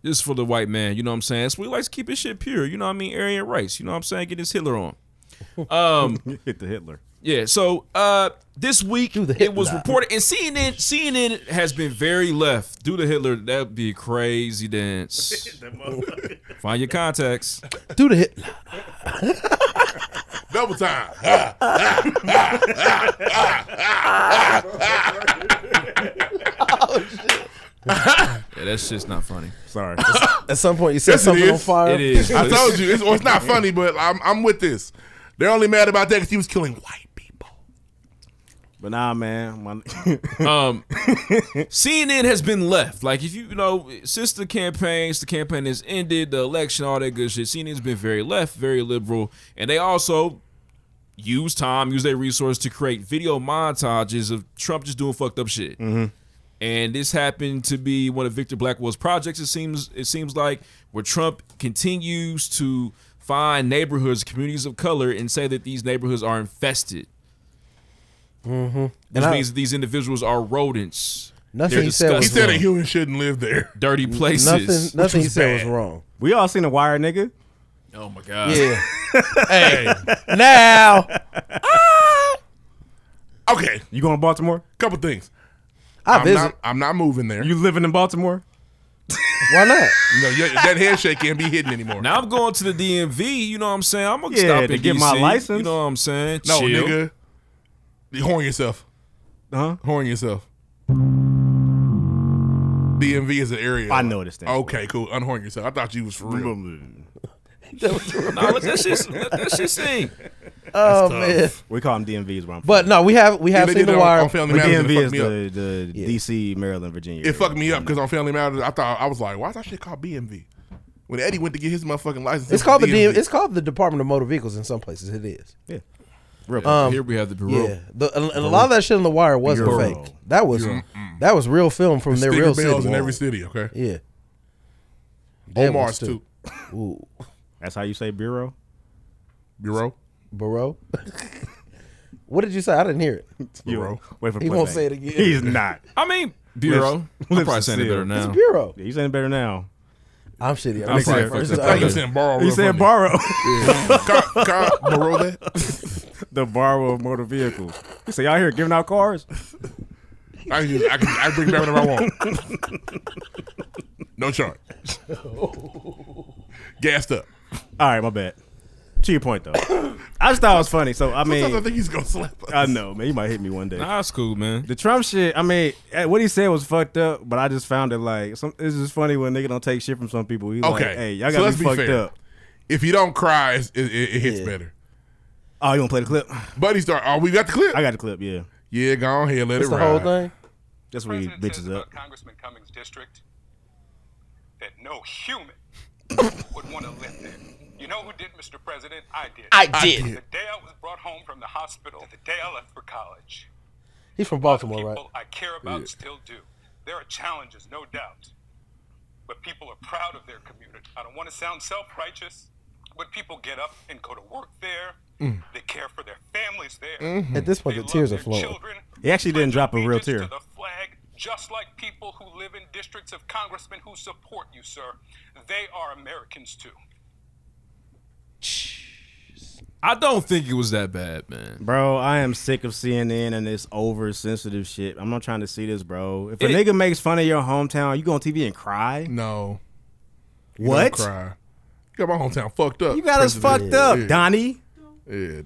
This is for the white man. You know what I'm saying? That's what he likes to keep his shit pure. You know what I mean? Aryan rights. You know what I'm saying? Get his Hitler on. Um,
Hit the Hitler.
yeah. So uh, this week it was reported, and CNN CNN has been very left. Do the Hitler? That'd be a crazy dance. Find your contacts.
Do the Hitler.
Double time.
Yeah, that's just not funny. Sorry.
At some point, you set
Yes, it
something on
is.
fire.
It is.
I told you, it's, well, it's not funny, but I'm, I'm with this. They're only mad about that because he was killing white
But nah, man. My,
um, CNN has been left. Like if you, you know, since the campaigns, the campaign has ended, the election, all that good shit. CNN's been very left, very liberal, and they also use time, use their resource to create video montages of Trump just doing fucked up shit. And this happened to be one of Victor Blackwell's projects. It seems it seems like where Trump continues to find neighborhoods, communities of color, and say that these neighborhoods are infested.
Mm-hmm.
Which means that these individuals are rodents.
Nothing
They're
he said was He
disgusting,
said a
human shouldn't live there.
Dirty places.
Nothing, nothing he said was wrong.
We all seen The Wire, nigga.
Oh my god.
Yeah. hey. Now.
Okay.
You going to Baltimore?
Couple things.
I
am
visit.
Not, I'm not moving there.
You living in Baltimore?
Why not?
No, yeah, that handshake can't be hidden anymore.
Now I'm going to the DMV. You know what I'm saying? I'm gonna
Yeah,
stop
to
and
get my license.
You know what I'm saying?
No,
Chill.
Oh, nigga. You Horn yourself.
Huh?
Horn yourself. DMV is an area. I know
this thing.
Okay, cool. Unhorn yourself. I thought you was for real.
Nah, let that shit. Let that shit sing.
Oh man.
That's tough. We call them DMVs where I'm
But no, we have we have seen the wire.
But
Matters, it
DMV is
fucked me
the, the DC, Maryland, Virginia.
It fucked me up because on Family Matters, I thought I was like, why is that shit called BMV? When Eddie went to get his motherfucking license,
It's called the
DMV.
DM, it's called the Department of Motor Vehicles in some places. It is.
Yeah.
Um,
Here we have the bureau.
Yeah. The- and, and a lot of that shit in the wire wasn't
Bureau.
fake. That was
Bureau.
that was real film from
There's
their
sticker
real
bells
city.
in every city. Okay.
Yeah. That
Omar's
was
too.
Ooh.
That's how you say bureau?
Bureau?
Burrow. what did you say? I didn't hear it.
Bureau. Wait for
He won't say it again.
He's not.
I mean, bureau. I'm probably saying it better now.
It's bureau.
Yeah, you saying it better now.
I'm shitty.
I'm sorry, fuck that. I thought you said
borrow
You
real funny.
said borrow.
Can- can I borrow that?
the borrow of motor vehicles. You say y'all here giving out cars?
I can, use- I can, I can bring back whatever I want. No charge. Gassed up.
All right, my bad. To your point though, I just thought it was funny. So I mean,
Sometimes I think he's gonna slap us.
I know, man. You might hit me one day.
Nah, it's cool, man.
The Trump shit. I mean, eh, what he said was fucked up, but I just found it like some. It's just funny when nigga don't take shit from some people. He
Okay.
like, hey, y'all
so
got
let's
me fucked
fair.
up.
If you don't cry, it's- it, it, it hits better.
Oh, you want to play the clip?
Buddy start. Oh, we got the clip.
I got the clip. Yeah,
Yeah, go on here. Let
It's
it
the
ride.
whole thing.
that's where you bitches up.
Congressman Cummings' district that no human would want to live there. You know who did, Mr. President? I did.
I I did. did.
The day I was brought home from the hospital, to the day I left for college.
He's from Baltimore, right?
People I care about still do. There are challenges, no doubt. But people are proud of their community. I don't want to sound self righteous, but people get up and go to work there.
Mm. Mm-hmm.
They care for their families there.
At this point, the tears are flowing.
He actually didn't drop a real tear.
flag, just like people who live in districts of congressmen who support you, sir. They are Americans too.
I don't think it was that bad, man.
Bro, I am sick of CNN and this oversensitive shit. I'm not trying to see this, bro. If a
It-
nigga makes fun of your hometown, you go on TV and cry?
No. You
What?
Don't cry. You got my hometown fucked up.
You got us
President.
fucked up,
Yeah.
Donnie.
Yeah. Man,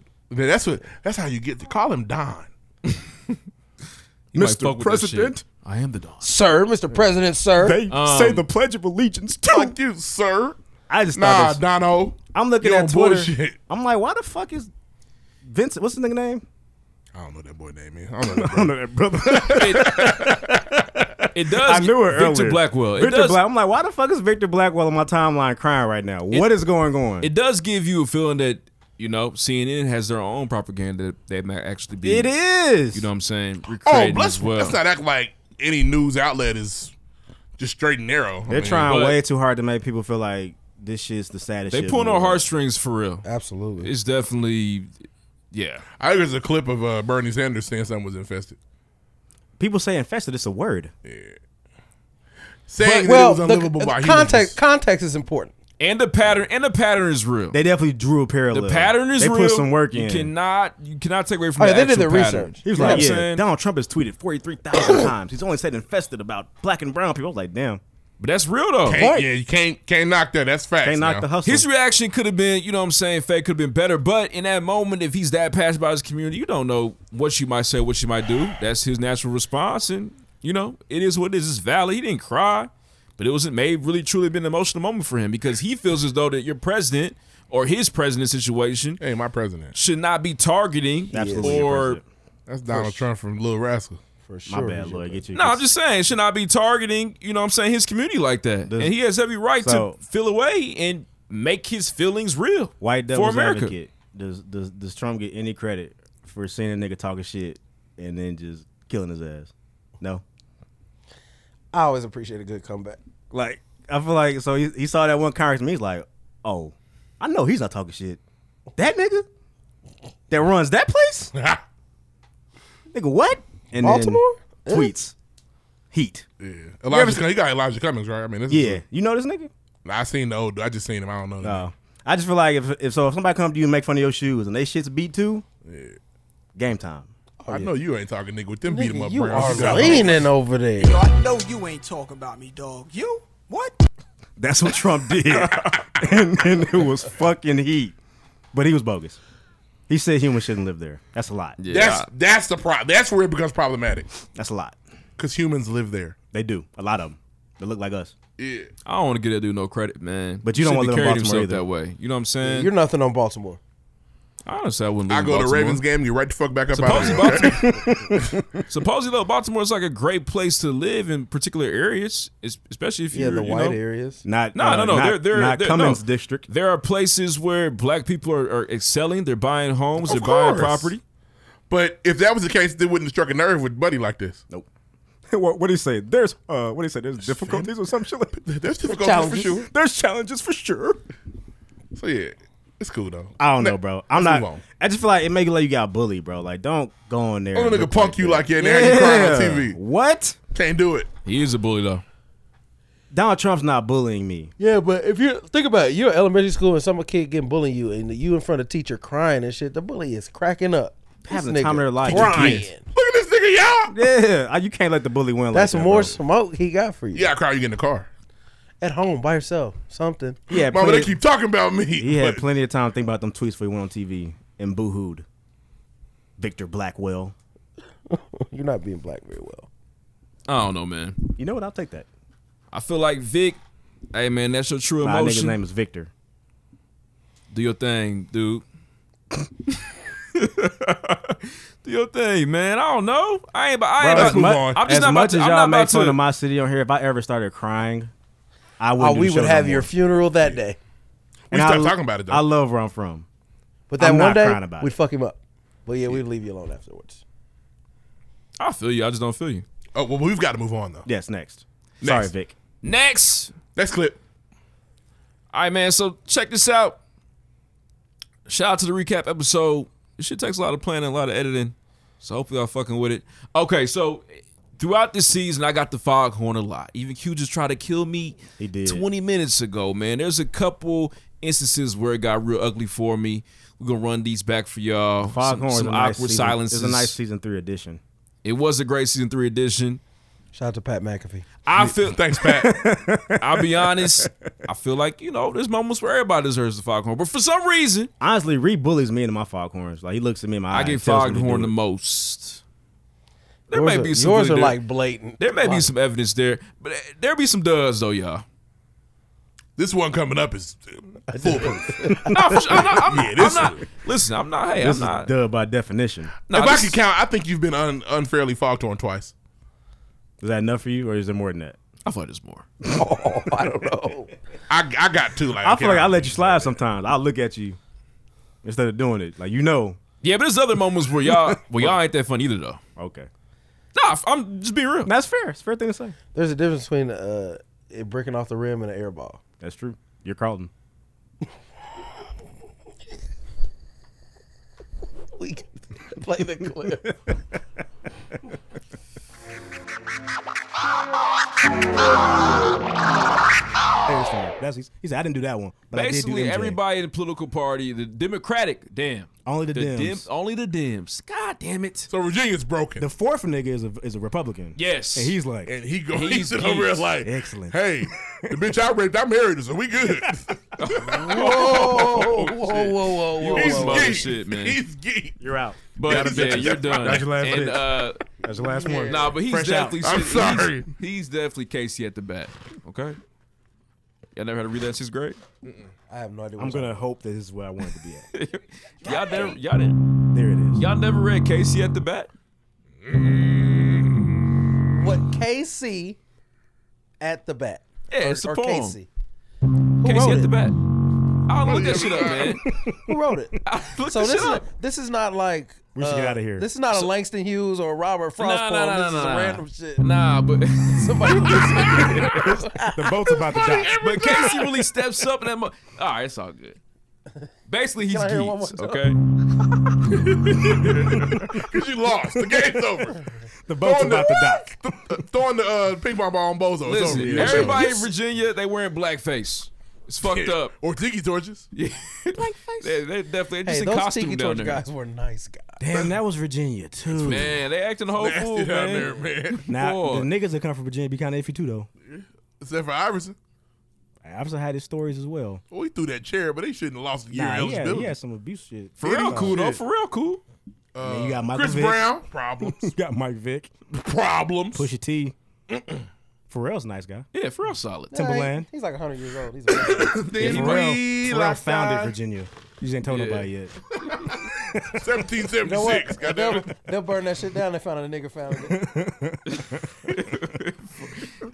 that's what. That's how you get to call him Don.
You might
Mr.
fuck with this shit.
President.
I am the dog.
Sir, Mr. President, sir.
Um, say the
Pledge of Allegiance
Fuck you, sir.
I just
Nah,
thought
Dono.
I'm looking
you
at
on
Twitter.
bullshit.
I'm like, why the fuck is Vincent? What's the nigga name?
I don't know what that boy name is. I don't know.
I don't know that brother.
It does.
I knew it
Victor
earlier.
Blackwell. It
Victor
does.
Black. I'm like, why the fuck is Victor Blackwell on my timeline crying right now? what is going on?
It does give you a feeling that you know CNN has their own propaganda that might actually be.
it is.
You know what I'm saying?
Oh,
Recreated
let's,
as well.
let's not act like any news outlet is just straight and narrow. I
They're
mean,
trying
but-
way too hard to make people feel like this shit's the saddest.
they
shit
pulling
in the
on
world.
heartstrings for real.
Absolutely.
It's definitely, yeah.
I think there's a clip of uh, Bernie Sanders saying something was infested.
People say infested. It's a word.
saying that it was unlivable by humans.
uh, context context is important.
And the pattern and the pattern is real.
They definitely drew a parallel.
The pattern is
they
real.
put some work in.
You cannot you cannot take away from
Oh,
the
yeah, they did
actual
their
pattern.
research. He was
You know
like,
what I'm
yeah,
saying?
Donald Trump has tweeted 43,000 times. He's only said infested about black and brown people. I was like, damn.
But that's real, though.
Can't- yeah, you can't can't knock that. That's facts.
Can't knock
now.
the hustle.
His reaction could have been, you know what I'm saying, fake could have been better. But in that moment, if he's that passionate about his community, you don't know what she might say, what she might do. That's his natural response. And, you know, it is what it is. It's valid. He didn't cry. But it was it may have really truly been an emotional moment for him because he feels as though that your president or his president situation
Hey, my president.
should not be targeting
Absolutely your
or
president. That's Donald Trump from Little Rascal. For
My bad, Lloyd. Get you.
No, I'm just saying, should not be targeting, you know what I'm saying, his community like that. and he has every right
So-
to feel away and make his feelings real
White
for
devil's
America.
advocate. Does, does does Trump get any credit for seeing a nigga talking shit and then just killing his ass? No.
I always appreciate a good comeback.
Like I feel like so he, he saw that one congressman. He's like, oh, I know he's not talking shit. That nigga that runs that place. nigga, what? And then
Baltimore?
tweets heat.
Yeah,
You ever
Elijah.
see-
Cummings- You got Elijah Cummings, right? I mean, this
Yeah, you know this nigga.
I seen the old. dude. I just seen him. I don't know. the
No, I just feel like if, if so if somebody come up to you and make fun of your shoes and they shit's beat too, game time.
I know you ain't talking nigga with them beat him up.
You
Browns.
are
got
leaning over there.
Yo, I know you ain't talking about me, dog. You? What?
That's what Trump did, and, and it was fucking heat. But he was bogus. He said humans shouldn't live there. That's a lot.
That's that's the problem. That's where it becomes problematic.
That's a lot.
Because humans live there.
They do a lot of them. They look like us.
Yeah.
I don't want to give that dude no credit, man.
But you don't
Shouldn't
wanna
have
live in
carried
Baltimore
himself that way. You know what I'm saying?
You're nothing on Baltimore.
Honestly, I wouldn't.
I
leave
go to
Baltimore.
Ravens game, get right the fuck back up
Supposedly,
out of there.
Baltimore, supposedly though, Baltimore is like a great place to live in particular areas, es- especially if
Yeah,
you're
the
you
white
know-
areas.
Not-
no, no,
uh,
no.
not-
they're, they're,
not
they're,
Cummins
no.
district.
There are places where black people are, are excelling. They're buying homes.
Of
they're buying
course.
property.
But if that was the case, they wouldn't have struck a nerve with Buddy like this.
Nope. what, what do you say? There's uh, what do you say? There's difficulties or some shit. Like
There's difficulties
Challenges.
for sure.
There's challenges for sure.
So yeah, it's cool though.
I don't know, bro. I'm
Let's move
not.
on.
I just feel like it make it like you got bullied, bro. Like don't go in there.
Oh,
and
nigga
look
punk
like
you
that.
like you in there and you crying on
Yeah.
TV.
What?
Can't do it.
He is a bully though.
Donald Trump's not bullying me.
Yeah, but if you think about it, you're in elementary school and some kid getting bullying you, and you in front of teacher crying and shit. The bully is cracking up. This
Having the
nigga
time of their life.
Crying.
Look at this nigga, y'all.
Yeah, I- you can't let the bully win.
That's
like uh, that,
more
bro.
smoke he got for you.
Yeah, I cry. You get in the car.
At home by yourself, something.
He had
Mama, they
plenty-
keep talking about me.
He had
but-
plenty of time to think about them tweets before he went on TV and boohooed. Victor Blackwell.
You're not being black very well.
I don't know, man.
You know what? I'll take that.
I feel like Vic. Hey, man, that's your true
My nigga's
emotion.
name is Victor.
Do your thing, dude. Do your thing, man. I don't know. I ain't. I
Bro,
ain't. about-
as mu-
I'm just
as
not about
much
to,
as
I'm
y'all
not
make
about
fun
to-
of my city on here, if I ever started crying, I
Oh,
wouldn't. do
we
the
would
show
have
no
your
more.
funeral that day.
We
And
stopped
I-
talking about it, though.
I love where I'm from.
But that
I'm
one
not
day,
crying about
we'd
it.
fuck him up. But yeah, we'd leave you alone afterwards.
I feel you. I just don't feel you.
Oh well, we've got to move on though.
Yes, next.
Next.
Sorry, Vic.
Next.
Next clip.
All right, man. So check this out. Shout out to the recap episode. This shit takes a lot of planning, a lot of editing. So hopefully y'all fucking with it. Okay, so throughout this season, I got the foghorn a lot. Even Q just tried to kill me
He did.
20 minutes ago, man. There's a couple instances where it got real ugly for me. We're gonna run these back for y'all.
Foghorn
some
is
some
a nice
awkward
season-
silences.
It's a nice season three edition.
It was a great season three edition.
Shout out to Pat McAfee.
I feel
Thanks, Pat.
I'll be honest. I feel like, you know, there's moments where everybody deserves the foghorn. But for some reason,
Honestly, Reed bullies me into my foghorns. Like he looks at me in my
I
eye
get
and tells me to
foghorn
do
the
it.
most. There
Yours
may
are-
be some
yours
good
are
there.
like blatant.
There may be
Like-
some evidence there, but there be some duds though, y'all.
This one coming up is uh, foolproof.
No, for sure. I'm not. I'm,
Yeah,
I'm
this-
not. Listen, I'm not. Hey,
This
I'm
is
not.
dub by definition.
Nah,
if
this-
I could count, I think you've been un- unfairly fogged on twice.
Is that enough for you, or is there more than that?
I thought there's more.
Oh, I don't know.
I, I got two. Like
I feel like I
can't-
let you slide sometimes. I'll look at you instead of doing it. Like you know,
Yeah, but there's other moments where y'all, where y'all ain't that fun either though.
okay.
Nah, I'm just being real.
That's fair. It's a fair thing to say.
There's a difference between uh, it breaking off the rim and an air ball.
That's true. You're Carlton.
We can play the clip.
Harris Farm. That's he, he said. I didn't do that one, but I did
Basically,
do MJ.
everybody in the political party, the Democratic, damn.
Only the, Dems.
Dem- only the Dems. God damn it.
So Virginia's broken.
The fourth nigga is a, is a Republican.
Yes.
and he's like,
and he go,
He's
he's sitting over there
geeks.
like,
Excellent.
Hey, the bitch I raped, I married her, so we good.
whoa, whoa, whoa, whoa, whoa,
He's
whoa.
geek.
Shit, man.
He's geek.
You're out.
But yeah, you're done.
That's your last
and,
bitch.
uh,
That's your last one.
Nah, but he's
Fresh out.
definitely.
I'm
he's-
sorry.
He's, definitely Casey at the bat. Okay. Y'all never had to read that since grade.
I have no idea.
I'm gonna hope that this is where I wanted to be at.
Y'all never. Y'all didn't.
There it is.
Y'all never read Casey at the bat.
What KC at the bat?
Yeah,
or,
it's a
or
poem.
Casey.
Casey
wrote
at the
it?
bat. I'll look that shit up, man.
Who wrote it?
Look
so
that
this
shit
is
up.
this is not like
We should get
uh,
outta here.
This is not a Langston Hughes or Robert Frost poem.
Nah, nah, nah,
this is
nah,
a
nah.
random shit.
Nah, but
The boat's about to die.
but Casey really steps up in that. Mo- all right, it's all good. Basically, he's
Can I hear one
geeks.
more
Okay.
Cause you lost. The game's over.
The boat's about to die.
Throwing the uh, ping pong ball on Bozo. It's
Listen,
over. Yeah.
everybody in Virginia, they wearing blackface. It's fucked
Yeah.
up.
Or tiki torches.
They, they
Hey,
definitely they're just in
those
costume
Tiki
down
Torch
there.
guys were nice guys.
Damn, that was Virginia too.
Man, they acting the whole
Nasty
Oh, fool, man.
down there, man.
Now
Boy.
the niggas that come from Virginia be kind of iffy too, though.
Except for Iverson.
I also had his stories as well.
Well, he threw that chair, but they shouldn't have lost a year
Nah,
of
he had,
eligibility.
he had some abuse shit.
For real
Yeah.
cool though.
Shit.
For real cool.
Man, you got Michael
Chris
Vick.
Brown, problems.
You got Mike Vick.
problems.
Pusha T. Pharrell's a nice guy.
Yeah, for real solid.
Yeah, he-
Timberland.
he's like 100 years old. He's a
Yeah,
Then
Pharrell,
we
Pharrell
lost
founded
our-
Virginia. You just ain't told nobody yet.
1776. Goddamn
they'll,
it.
they'll burn that shit down. They found out a nigga found it.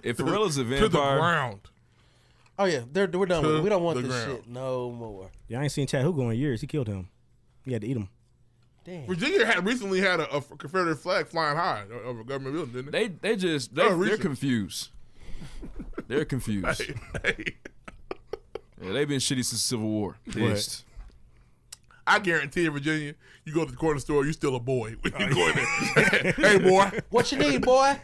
If Pharrell's a
To the
vampire,
ground.
Oh yeah, they're, we're done with it. We don't want
To the
this
ground.
shit no more.
Y'all ain't seen Chad Hugo in years. He killed him. He had to eat him.
Damn.
Virginia had recently had a, a Confederate flag flying high o- over government building, didn't it?
they they just they,
Oh,
they're
research.
confused. They're confused. Yeah, they've been shitty since the Civil War. Pissed.
I guarantee you, Virginia, you go to the corner store, you still a boy when you go in there. hey, boy,
What you need, boy?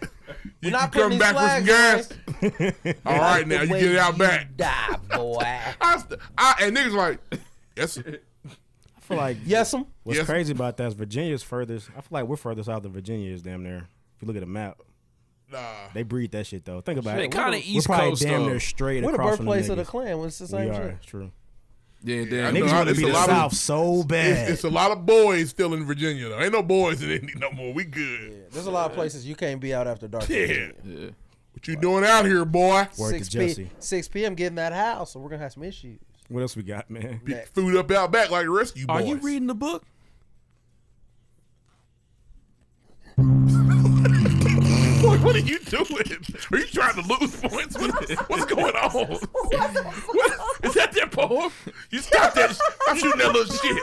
you
not
can come
putting
back
these
with some gas. All right, now
The
you
way
get it out back.
Die, boy.
I, st- I, and niggas like, yes, sir.
I feel like
yes, him.
what's
Yes.
crazy about that is Virginia's furthest. I feel like we're furthest out than Virginia is damn near. If you look at a map,
nah.
they breed that shit though. Think about
They
it.
kinda
We're-
East
we're probably
Coast,
damn
though.
near straight
We're the
across from
birthplace of the
niggas.
clan. It's the
We
same
are.
shit.
It's true.
Yeah,
I
damn.
know
Niggas
how
want to
this
be
a
the
lot of-
South so bad.
It's, it's a lot of boys still in Virginia though. Ain't no boys in Indy no more. We good.
There's a lot of places you can't be out after dark.
Yeah. What you doing out here, boy?
Word to
6 p.
Jesse.
6 p.m. Getting that house, so we're gonna have some issues.
What else we got, man?
Get food up out back like the rescue boys.
Are you reading the book?
Boy, what are you doing? Are you trying to lose points? What, what's going on? What, is that that poem? You stop that! sh- Stop shooting that little shit!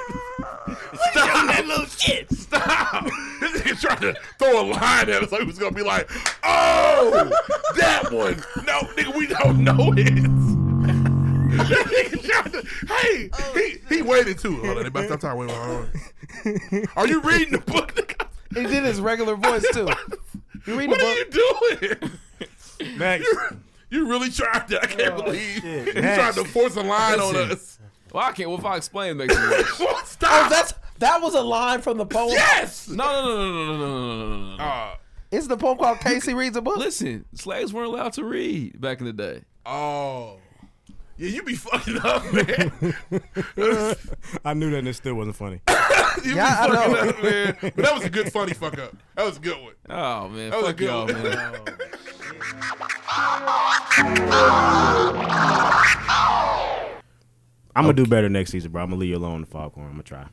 Stop that little shit! Stop! This nigga trying to throw a line at us like it was gonna be like, oh, that one. No, nigga, we don't know it. That nigga tried to, hey, he, he waited too. Hold on, everybody, stop talking. Wait, wait, wait, wait. Are you reading the book? nigga?
He did his regular voice too. You read the
What
book?
are you doing?
Max,
You're- You really tried to. I can't
Oh,
believe you tried
Next.
to force a line on
Listen.
us.
Well, I can't. Well, if I explain it makes it worse.
Well,
Oh,
Stop.
that's that was a line from the poem.
yes.
No, no, no, no, no, no, no, no, no, no, no.
Uh,
It's the poem called Casey reads a book.
Listen, slaves weren't allowed to read back in the day.
oh. Yeah, you be fucking up, man.
I knew that and it still wasn't funny.
You
Yeah, I
be fucking
know.
up, man. But that was a good funny fuck up. That was a good one.
Oh man,
That was a
fuck
good
y'all,
one.
man.
I'm gonna do better next season, bro. I'm gonna leave you alone in Foghorn. I'm gonna try.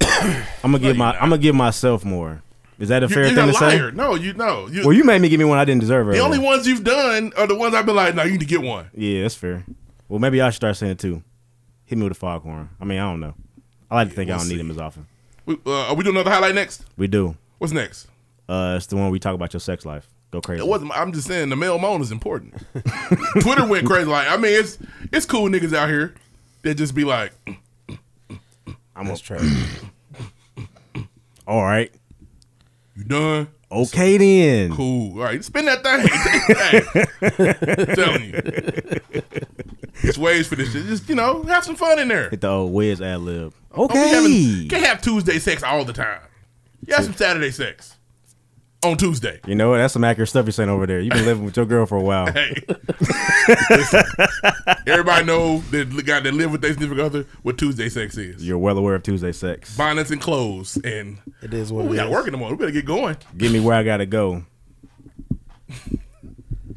I'm gonna give my I'm gonna give myself more. Is that a
You're,
fair
you're
thing
a
to
liar.
say?
No, you know. You,
Well, you made me give me one I didn't deserve.
the
earlier.
only ones you've done are the ones I've been like, no, you need to get one.
Yeah, that's fair. Well, maybe I should start saying it too. Hit me with a foghorn. I mean, I don't know. I like to think I don't need him as often.
We, uh, are we doing another highlight next?
We do.
What's next?
Uh, it's the one we talk about your sex life. Go crazy.
It wasn't. I'm just saying the male moan is important. Twitter went crazy. Like, I mean, it's it's cool niggas out here that just be like,
I'm All right.
you done?
Okay then.
Cool. All right, spin that thing. Take that thing. I'm telling you, it's ways for this shit. Just you know, have some fun in there.
Hit the old Wiz ad lib.
Don't be Oh, having- can't have Tuesday sex all the time. You have some Saturday sex on Tuesday.
You know what? That's some accurate stuff you're saying over there. You've been living with your girl for a while.
Hey, listen, everybody know that the guy that live with their significant other what Tuesday sex is.
You're well aware of Tuesday sex.
Bonnets and clothes, and
It is
Ooh, we got work in the morning. We better get going.
Give me where I gotta go.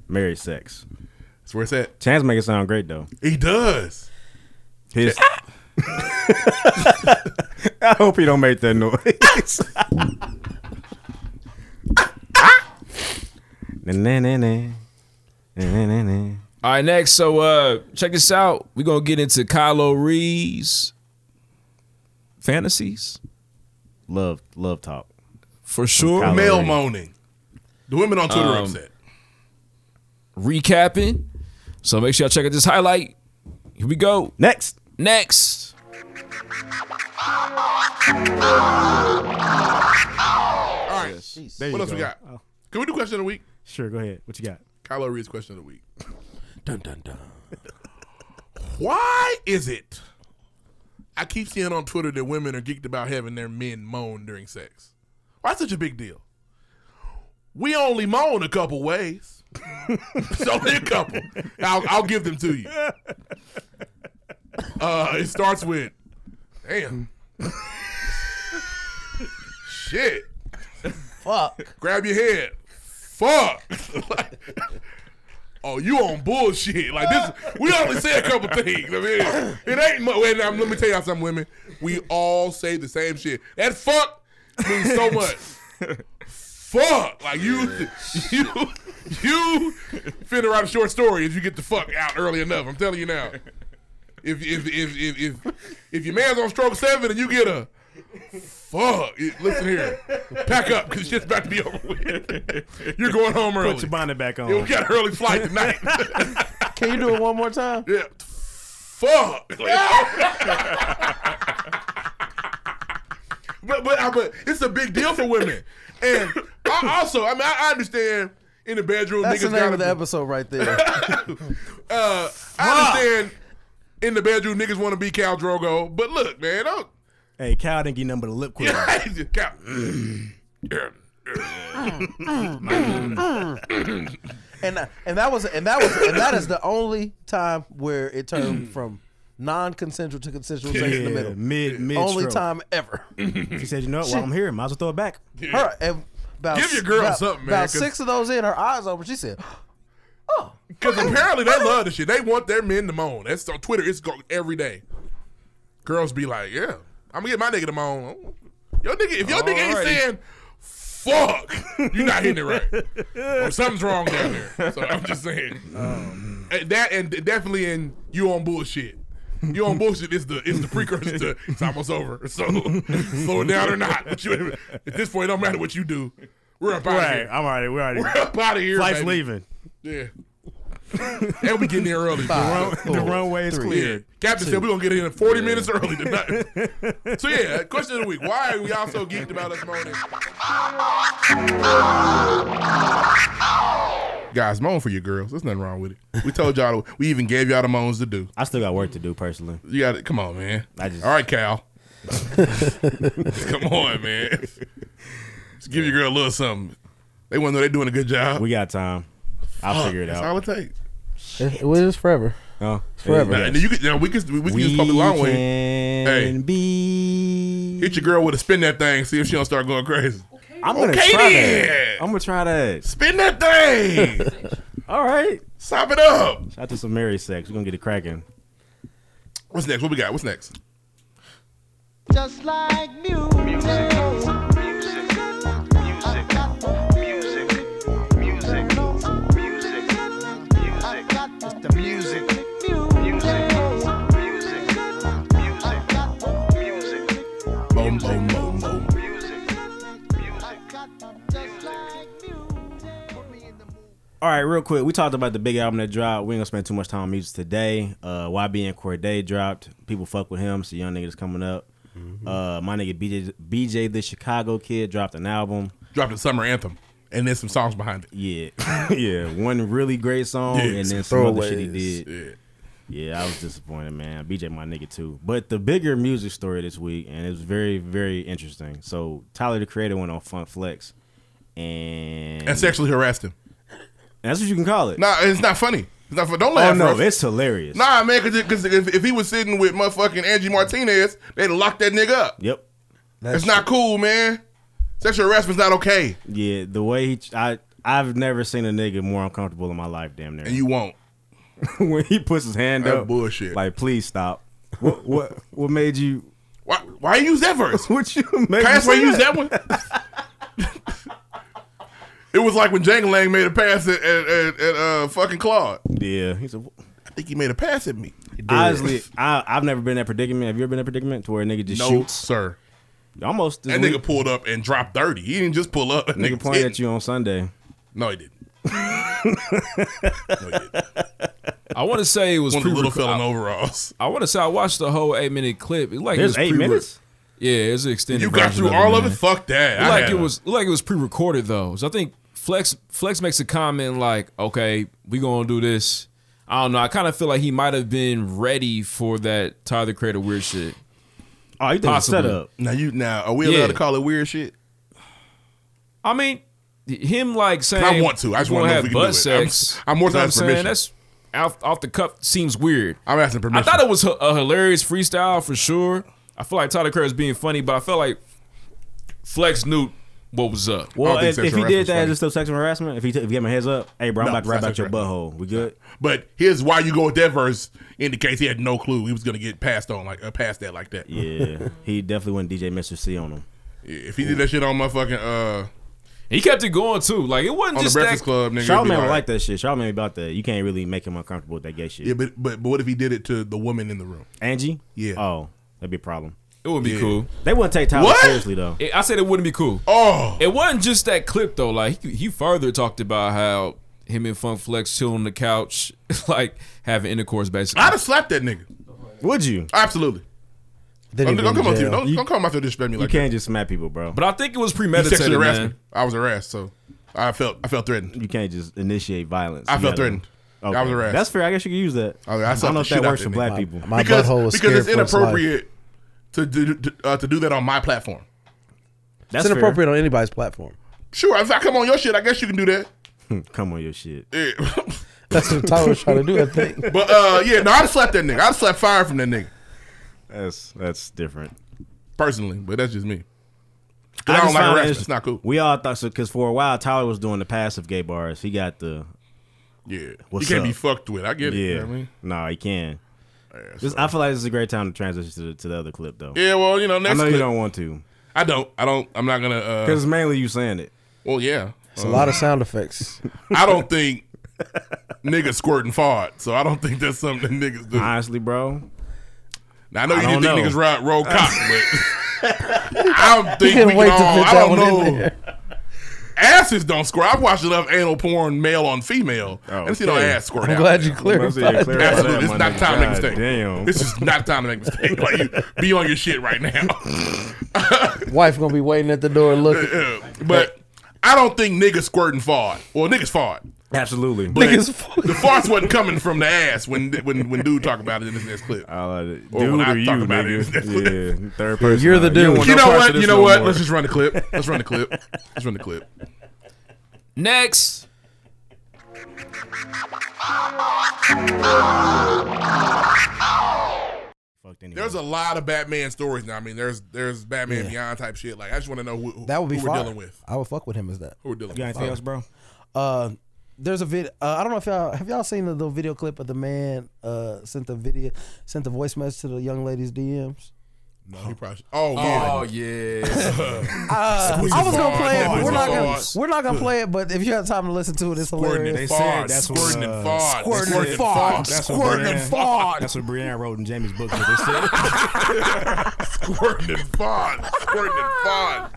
Married sex.
That's where it's at.
Chance make it sound great though.
He does.
His. I hope he don't make that noise. Na, na, na, na. Na, na, na, na.
All right, next. So uh check this out. We're gonna get into Kylo Reeves fantasies.
Love, love talk.
For sure.
Male moaning. The women on Twitter
Um,
are upset.
Recapping. So make sure y'all check out this highlight. Here we go.
Next.
Next.
All right.
There
what
you
else we
go.
got? Can we do question of the week?
Sure, go ahead. What you got?
Kylo Reed's question of the week. Dun dun dun. Why is it? I keep seeing on Twitter that women are geeked about having their men moan during sex. Why such a big deal? We only moan a couple ways. it's only a couple. I'll, I'll give them to you. Uh, it starts with, damn. Shit. Fuck. Grab your head. Fuck. Like, oh, you on bullshit. Like this we only say a couple things. I mean, it ain't much. Wait, now, let me tell y'all something, women. We all say the same shit. That fuck means so much. fuck. Like you you you finna write a short story if you get the fuck out early enough. I'm telling you now. If if if if if, if your man's on stroke seven and you get a fuck, it- listen here, pack up because shit's about to be over with. You're going home early.
Put your bonnet back on.
Yeah, we got an early flight tonight.
Can you do it one more time?
Yeah. Fuck. but but I- but it's a big deal for women, and I also I mean I I understand in the bedroom
That's the
niggas
name
gotta
of the episode right there.
Uh, I understand in the bedroom niggas want to be Cal Drogo, but look, man, don't.
Hey, Cal didn't get nothing but a lip quiz.
Cal.
and that- and that was and that was and that is the only time where it turned from non-consensual to consensual sex in the
Yeah,
middle.
mid- mid
only
stroke.
time ever.
she said, you know what?
Shit.
While I'm here, might as well throw it back.
Her and about,
Give your girl
about-
something, man,
About
'cause-
six of those in, her eyes open. She said,
Because apparently they love this shit. They want their men to moan. That's on Twitter. It's going every day. Girls be like, "Yeah, I'm gonna get my nigga to moan." Yo, nigga, if your nigga ain't
Alrighty.
saying "fuck," you're not hitting it right, or something's wrong down there. So I'm just saying
Um.
And that, and definitely in you on bullshit. You on bullshit is the is the precursor to it's almost over. So slow it down or not. But you, at this point, it don't matter what you do. We're up out
Right,
here.
I'm already. We're already.
We're up out of here.
Flight's
baby.
leaving.
Yeah. and we getting there early.
Five, Oh, The four, runway is three, clear.
Yeah. Captain said we're gonna get in 40 minutes early tonight. so yeah, question of the week. Why are we all so geeked about us moaning? Guys, moan for your girls. There's nothing wrong with it. We told y'all to, we even gave y'all the moans to do.
I still got work to do personally.
You got it. Come on, man.
I just-
All right, Cal. Come on, man. Just give your girl a little something. They want to know they're doing a good job.
We got time. I'll
Fuck,
figure it
that's
out.
all it takes.
it, it was forever.
Oh,
forever.
Nah, and you could, now we could, we, we could use public long way. Hey, hit your girl with a spin that thing. See if she don't start going crazy.
I'm gonna
Okay
try
then.
that. I'm gonna try that.
Spin that thing.
All right.
Stop it up.
Shout out to some Mary sex. We're gonna get it cracking.
What's next? What we got? What's next?
Just like music. Music. Music. Music. Music. Music. Music. Music. It's the music. Music. Music. Music. Music.
Boom, boom, boom, boom.
All right, real quick. We talked about the big album that dropped. We ain't gonna spend too much time on music today. Uh, YB and Corday dropped. People fuck with him. So young nigga that's coming up. Uh, my nigga BJ, BJ the Chicago Kid dropped an album.
dropped a summer anthem, and there's some songs behind it.
Yeah, yeah, one really great song,
Yeah,
and
some
then some other shit
throwaways.
he did. Yeah. I was disappointed, man. BJ, my nigga, too. But the bigger music story this week, and it was very, very interesting. So Tyler the Creator went on Fun Flex, and
And sexually harassed him.
That's what you can call it.
Nah, it's not funny. It's not, fu- don't
Oh
laugh.
no,
Ruff.
it's hilarious.
Nah, man, because if, if he was sitting with motherfucking Angie Martinez, they'd lock that nigga up.
Yep.
it's not cool, man. Sexual harassment's not okay.
Yeah, the way he, I, I've never seen a nigga more uncomfortable in my life, damn near.
And you won't.
when he puts his hand
That
up, bullshit. Like, please stop. What, what, what made you?
Why, why use that verse?
what you made?
Pass where
say
you use that one? it was like when Jangle Lang made a pass at, at, at, at uh, fucking Claude.
Yeah, he's a.
I think he made a pass at me.
Honestly, I, I've never been in that predicament. Have you ever been in that predicament to where a nigga just
No,
shoots?
sir.
Almost. this
that
week.
nigga pulled up and dropped 30. He didn't just pull up. That
Nigga
nigga
pointed
hit.
at you on Sunday.
No, he didn't.
I want to say it was
One of the little
pre-reco-
fella in
I-
overalls.
I want to say I watched the whole eight minute clip. It like it
There's
was
eight
pre-
minutes?
Yeah, it's an extended.
You got
version
through all of
man.
it? Fuck that.
It
I
like
had
it
it.
was it like it was pre recorded though. So I think Flex Flex makes a comment like, okay, we gonna do this. I don't know. I kind of feel like he might have been ready for that Tyler the Creator weird shit.
Oh, you
think it's setup. Now you now are we allowed to call it weird shit?
I mean, him like saying
I want to. I just
we're
wanna
gonna
know if
have
we can do
butt
it. I'm-
sex.
I'm more
You know
than
what saying?
permission.
That's off, off the cuff seems weird.
I'm asking
I
permission.
thought it was h- a hilarious freestyle for sure. I feel like Tyler Curry is being funny, but I felt like Flex knew what was up.
Well, if, if he did that, it's still sexual harassment. If he, took if he gave him a heads up, hey, bro,
No,
I'm about to
it's
wrap
not
out your
sexual
butthole. We good?
But here's why you go with that verse indicates he had no clue he was gonna get passed on like uh, past that like that.
Yeah, he definitely went DJ Mr. C on him.
if he did that shit on motherfucking uh,
he kept it going too. Like it wasn't
On the
just
Breakfast
that.
Club, nigga. it'd be
Charlamagne would
all
like that shit. Charlamagne about that. You can't really make him uncomfortable with that gay shit.
Yeah, but but but what if he did it to the woman in the room?
Angie?
Yeah.
Oh, that'd be a problem.
It would be
Yeah.
cool.
They wouldn't take Tyler
What?
seriously though.
It- I said it wouldn't be cool.
Oh,
it wasn't just that clip though. Like he, he further talked about how him and Fun Flex chill on the couch, like having intercourse basically.
I'd have slapped that nigga.
Would you?
Absolutely.
Then
Don't,
he'd
don't
be in
come up to
jail.
don't,
You-
don't come out to disrespect me
you
like
can't just smack people, bro.
But I think it was
that. You
premeditated,
harassed
man.
me. I was harassed, so I felt I felt threatened.
You can't just initiate violence.
I
You
felt
gotta-
threatened. I was harassed.
That's fair. I guess you could use that.
I
I
slapped
don't know
the
if
shit
that
out
works
that
for
nigga.
black people.
because, because it's inappropriate to do to, uh, to do that on my platform.
That's
it's inappropriate on anybody's platform.
Sure, if I come on your shit, I guess you can do that.
Come on, your shit.
Yeah.
That's what Tyler was trying to do. I think.
But uh, yeah, no, I'd slap that nigga. I'd slap fire from that nigga
That's that's different.
personally, but that's just me. 'Cause
I
I,
just
don't like
find
harassment.
it's-
It's not cool.
We all thought so because for a while Tyler was doing the passive gay bars. He got the
Yeah,
What's
you can't
up?
be fucked with. I get it.
Yeah,
You know what I mean?
no, he can. This-
so-
I feel like this is a great time to transition to the, to the other clip though.
Yeah, well, you know, next
I know you
clip-
don't want to
I don't. I don't. I'm not gonna. uh,
because it's mainly you saying it.
well, yeah,
It's a lot of sound effects.
I don't think niggas squirt and fart, so I don't think that's something that niggas do.
Honestly, bro.
Now, I know
I
you didn't
don't
think
know.
niggas ride roll cock, but I don't think
can't
we
wait
can
to
all.
fit that
I don't
one in
know. Asses don't squirt. I've watched enough anal porn, male on female. I see no
okay.
ass squirt.
Oh, I'm
out
glad
there.
you clarified I'm glad you clarified that.
Absolutely, it's
my
not
nigga.
time to make
God
mistakes.
damn.
This is not time to make mistakes. Like you, be on your shit right now.
Wife gonna be waiting at the door looking.
Uh, but I don't think niggas squirt and fart. Well, niggas fart.
Absolutely.
But the farts wasn't coming from the ass when when when dude talk about it in this next clip.
Uh,
Dude,
or when I
or you,
talk about it in
nigga.
this next clip.
Yeah, third person.
you're the
You don't
dude.
want
You
no
know
parts
what?
of this
You know
no
what?
more.
Let's just run the clip. Let's run the clip. Let's run the clip.
Next.
There's a lot of Batman stories now. I mean, there's there's Batman
Yeah.
Beyond type shit. Like I just want to know who, who
That would be
who
fire.
we're dealing with.
I would fuck with him as that.
Who we're dealing
You got
with.
anything else, bro?
Uh, there's a video. Uh, I don't know if y'all have y'all seen the, the video clip of the man uh, sent the video sent the voice message to the young lady's DMs.
No, he probably. Oh,
Oh
yeah.
yeah.
Uh,
Squeeze
I was
the
gonna
balls,
play it. But
squeeze
we're
the
not gonna
balls.
we're not gonna play it. But if you have time to listen to it, it's hilarious.
They said that's what,
squirting
uh,
and fart.
squirting and
That's
fart.
what
Squirting and
Brianna-
fart.
That's what Brianna wrote in Jamie's book. but They said
Squirting and fart. Squirting and fart.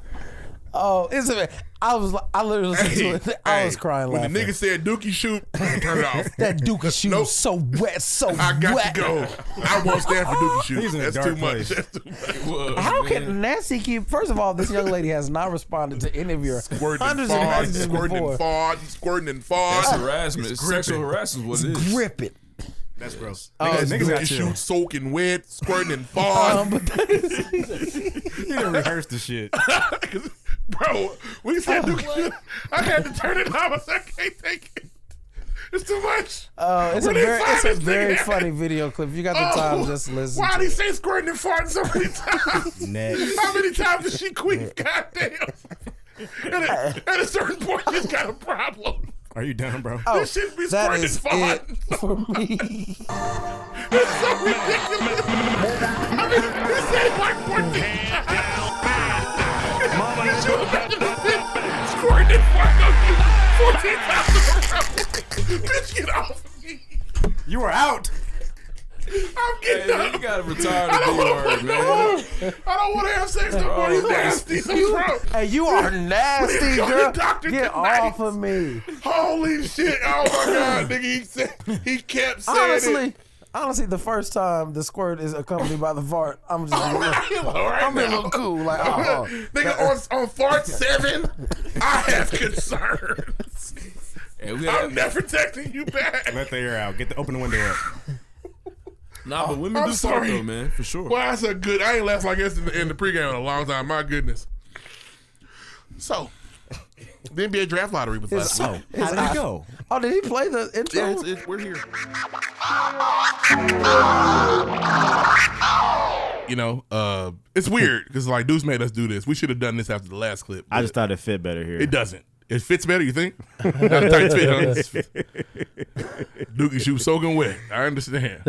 Oh, it's a, I was, li- I literally listened to it. I was crying
When
laughing.
the nigga said Dookie shoot, turn it off.
that Duka shoe was so wet, so
I got
wet.
to go. I won't stand for Dookie shoot.
He's in a
That's,
dark
too much.
place.
That's too much.
uh,
How can Nancy keep? First of all, this young lady has not responded to any of your
Squirting
hundreds
and
of
fawing,
messages
squirting
before.
and fawing, squirting and fawing.
That's harassment. It's sexual
gripping.
harassment is what it is.
Grip it.
That's gross.
Oh,
Niggas,
it's
niggas
Dookie
got
shoot.
shoot soaking wet, squirting and fawing.
Um, but that is,
You didn't rehearse the shit.
Bro, we said
Oh.
Dookie shoot. I had to turn it off. I said, I can't take it. It's too much.
uh, it's a
Where they
very, it's a
find this
very
nigga?
funny video clip. If you got the
Oh,
time, just listen.
Why
to
did he
it.
say squirting and farting so many times?
Next.
How many times did she queef? Goddamn. At a, at a certain point, she's got a problem.
Are you done, bro?
Oh,
this shit be
that
squirting
is
and farting.
it for me.
It's so ridiculous. I mean, he said it like 14 times. Could you imagine a bitch squirting and farting on you 14 times in a row? Bitch, get off of me.
You were out.
I'm
Hey,
getting
man,
up.
you gotta retire
I
the
don't
B
want
word,
to
man. Oh,
I don't want to have sex no more. He's nasty. I'm drunk.
Hey, you are
We need
nasty,
to go to
girl.
doctor
Get
tonight.
off of me.
Holy shit! Oh my god, nigga, he said he kept saying
Honestly,
it.
honestly, the first time the squirt is accompanied by the fart, I'm just.
All right, all right
I'm being a
now.
little cool, like, oh, oh.
nigga, on on fart seven, I have concerns.
Hey, we
I'm
had,
never texting you back.
Let the air out. Get the open the window up.
nah, but women
I'm
do
sorry.
fart though, man, for sure.
Well, that's a good. I ain't laughed like this in the, in the pregame in a long time. My goodness. So, the NBA draft lottery was last week.
His eye- Oh, did he play the intro?
Yeah, it's, it's, we're here. You know, uh, it's weird because like Deuce made us do this. We should have done this after the last clip.
I just thought it fit better here.
It doesn't. It fits better, you think? Not a tight fit, huh? Dookie shoe soaking wet. I understand.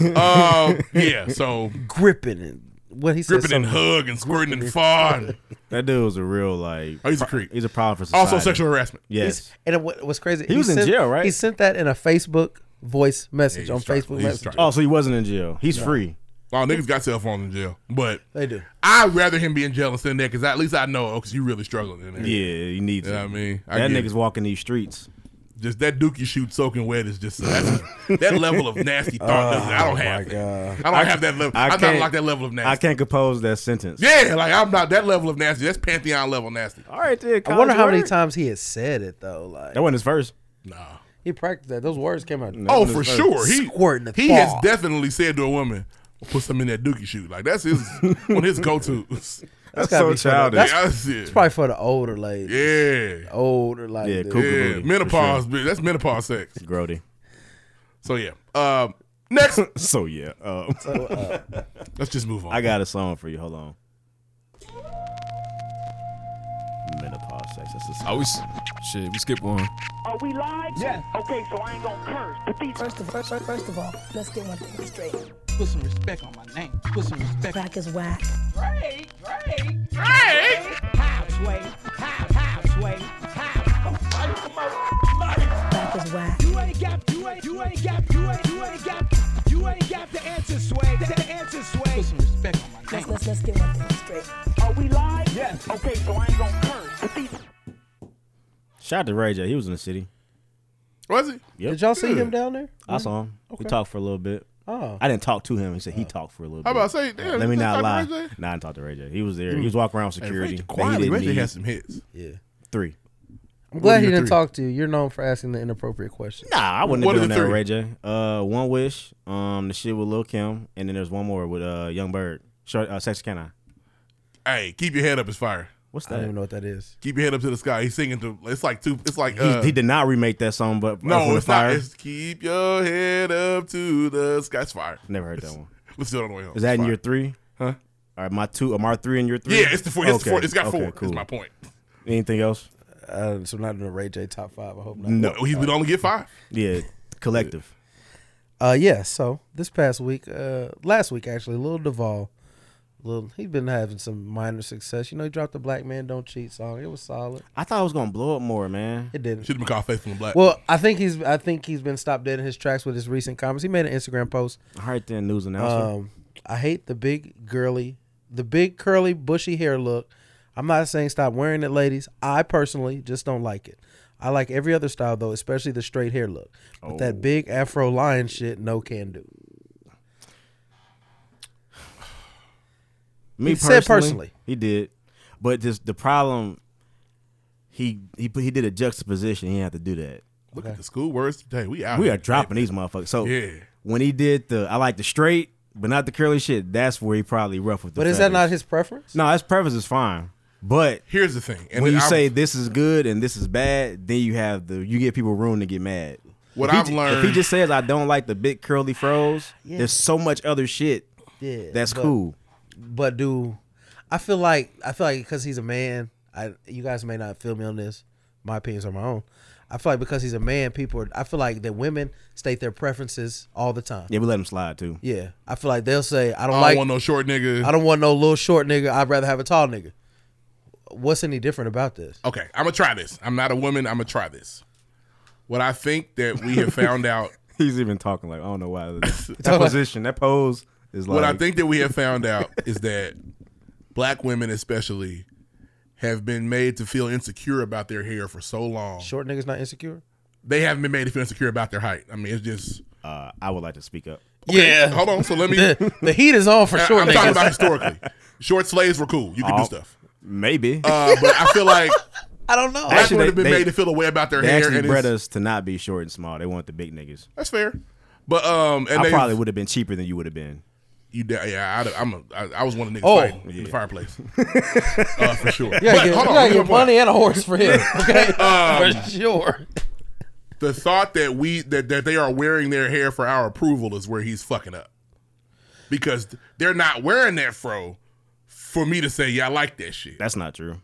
Um, yeah, so
gripping and what he said.
gripping and
something.
hug and squirting and farting.
That dude was a real like.
Oh, he's a creep.
He's a problem for society.
Also sexual harassment.
Yes.
And it, what- what's crazy?
He was in
sent-
jail, right?
He sent that in a Facebook voice message on Facebook
He's
Messenger.
trying.
Oh, so he wasn't in jail. He's
No.
free.
Oh, niggas got cell phones in jail, but
They do.
I'd rather him be in jail and sitting there because at least I know, oh, because you really struggling in there.
Yeah, he needs
You know
it.
what I mean? I
that
get
nigga's
it.
walking these streets.
Just that dookie shoot soaking wet is just that's, that level of nasty thought.
Oh,
doesn't- I don't have. it. I don't have that level. I am not
can't-
like that level of
I
nasty.
can't compose that sentence.
Yeah, like I'm not that level of nasty. That's pantheon level nasty.
All right, then.
I wonder
college
how many
word.
times he had said it though. Like
That wasn't his first.
he practiced that. Those words came out.
Oh, for sure. He
Squirting the
he has
thought.
definitely said to a woman, "Put some in that dookie shoot." Like that's his one of his go tos.
That's
so
gotta be for the-
childish.
That's,
Yeah, I see it.
it's probably for the older lady.
Yeah,
Older lady.
Yeah,
dude.
cougar
yeah.
booty. for
menopause.
sure.
bitch. That's menopause sex.
Grody.
So yeah. Um, next,
So yeah, um,
let's just move on.
I got a song for you. Hold on. Menopause sex. That's a song.
I was Oh, shit. We skip one.
Are we live? Yes. Okay, so I ain't gonna curse. But these first of first, first, first of all, let's get one thing straight.
Put some respect on my name. Put some respect.
Crack is whack.
Drake, Drake,
Drake.
Halfway, half, halfway, half. Are you the mother- mother-
Crack is whack.
You ain't got, you ain't, you ain't got, you ain't, you ain't got, you ain't got the answer, sway. The, the answer, sway. Put some respect on my
Let's, let's, let's get one thing straight. Are we live?
Yes.
Okay, so I ain't gonna curse. But these
Shout out to Ray J. He was in the city.
Was it?
Yep.
Did y'all see him down there?
I saw him. We
Okay.
talked for a little bit.
Oh.
I didn't talk to him. He said he talked for a little bit.
I about to say, damn,
Let me
you
not lie.
talked to Ray J? Hmm.
Nah, I didn't talk to Ray J. He was there. He was walking around with
Hey, Ray
security.
J-
that he
quietly,
didn't
Ray J
need.
has some hits.
Yeah.
Three.
I'm glad he
your
didn't
three?
talk to you. You're known for asking the inappropriate questions.
Nah, I wouldn't
What
have
are
done
the
that with
three?
Ray J. Uh, One Wish, um, the shit with Lil Kim, and then there's one more with uh, Young Bird. Short, uh, Sex Can I?
Hey, keep your head up. It's fire.
What's
I don't
that?
even know what that is.
Keep your head up to the sky. He's singing to. It's like two. It's like
He-
uh,
he, did not remake that song, but Earth,
no,
Wind,
it's
Fire.
not. It's keep your head up to the sky. It's fire.
Never heard that one.
Let's do it on the way home.
Is that
It's
in
fire.
your three?
Huh?
All right, my two, am I three and your three?
Yeah, it's the four. It's, the
Okay,
four. it's got
okay,
four.
Cool.
Is my point.
Anything else?
Uh, so I'm not doing a Ray J top five. I hope not.
No.
He would only get five.
Yeah, collective.
Uh, yeah. So this past week, uh, last week actually, Lil Duval, Lil, he's been having some minor success. You know, he dropped the "Black Man Don't Cheat" song. It was solid.
I thought I was gonna blow up more, man.
It didn't.
Should have been called faithful and black.
Well, I think he's I think he's been stopped dead in his tracks with his recent comments. He made an Instagram post.
All right, then
Uh,
news announcer.
Um, I hate the big girly, the big curly bushy hair look. I'm not saying stop wearing it, ladies. I personally just don't like it. I like every other style though, especially the straight hair look. But
Oh.
that big afro lion shit, no can do.
Me
He
personally,
said personally.
he did, but just the problem. He he put- he did a juxtaposition. He had to do that.
Look at the school words today. We out.
We
here.
are dropping these motherfuckers. So
Yeah.
when he did the, I like the straight, but not the curly shit. That's where he probably rough with the.
But is that
feathers.
not his preference?
No, his preference is fine. But
here's the thing: and
when you
I-
say this is good and this is bad, then you have the you get people room to get mad.
What
If he
I've
ju- if he
learned-
just says I don't like the big curly froze,
Yeah.
there's so much other shit.
Yeah,
that's
but-
cool.
But do I feel like I feel like because he's a man, I you guys may not feel me on this. My opinions are my own. I feel like because he's a man, people are, I feel like that women state their preferences all the time.
Yeah, we let him slide too.
Yeah, I feel like they'll say I
I
don't
don't
like
want no short nigga.
I don't want no little short nigga. I'd rather have a tall nigga. What's any different about this?
Okay, I'm gonna try this. I'm not a woman. I'm gonna try this. What I think that we have found out.
He's even talking like I don't know why that position, that pose is like.
what I think that we have found out is that black women, especially, have been made to feel insecure about their hair for so long.
Short niggas not insecure.
They haven't been made to feel insecure about their height. I mean, it's just.
Uh, I would like to speak up.
Yeah.
Hold on. So let me.
The- the heat is on for
I-
short
I'm talking
niggas.
about historically. Short slaves were cool. You could do
Oh,
stuff.
Maybe.
Uh, but I feel like
I don't know.
Black women have been made to feel a way about their
they
hair.
Actually
and
bred
it's-
us to not be short and small. They want the big niggas.
That's fair. But um, and
I
they
probably would have been cheaper than you would have been.
You da- yeah, I'd, I'm a, I, I was one of the niggas
Oh.
fighting in the
Yeah.
fireplace uh, for sure.
Yeah,
But
you
hold on,
gotta
here's
get
my point.
money and a horse for him. Okay,
Um,
for sure.
The thought that we that, that they are wearing their hair for our approval is where he's fucking up because they're not wearing that fro for me to say yeah I like that shit.
That's not true.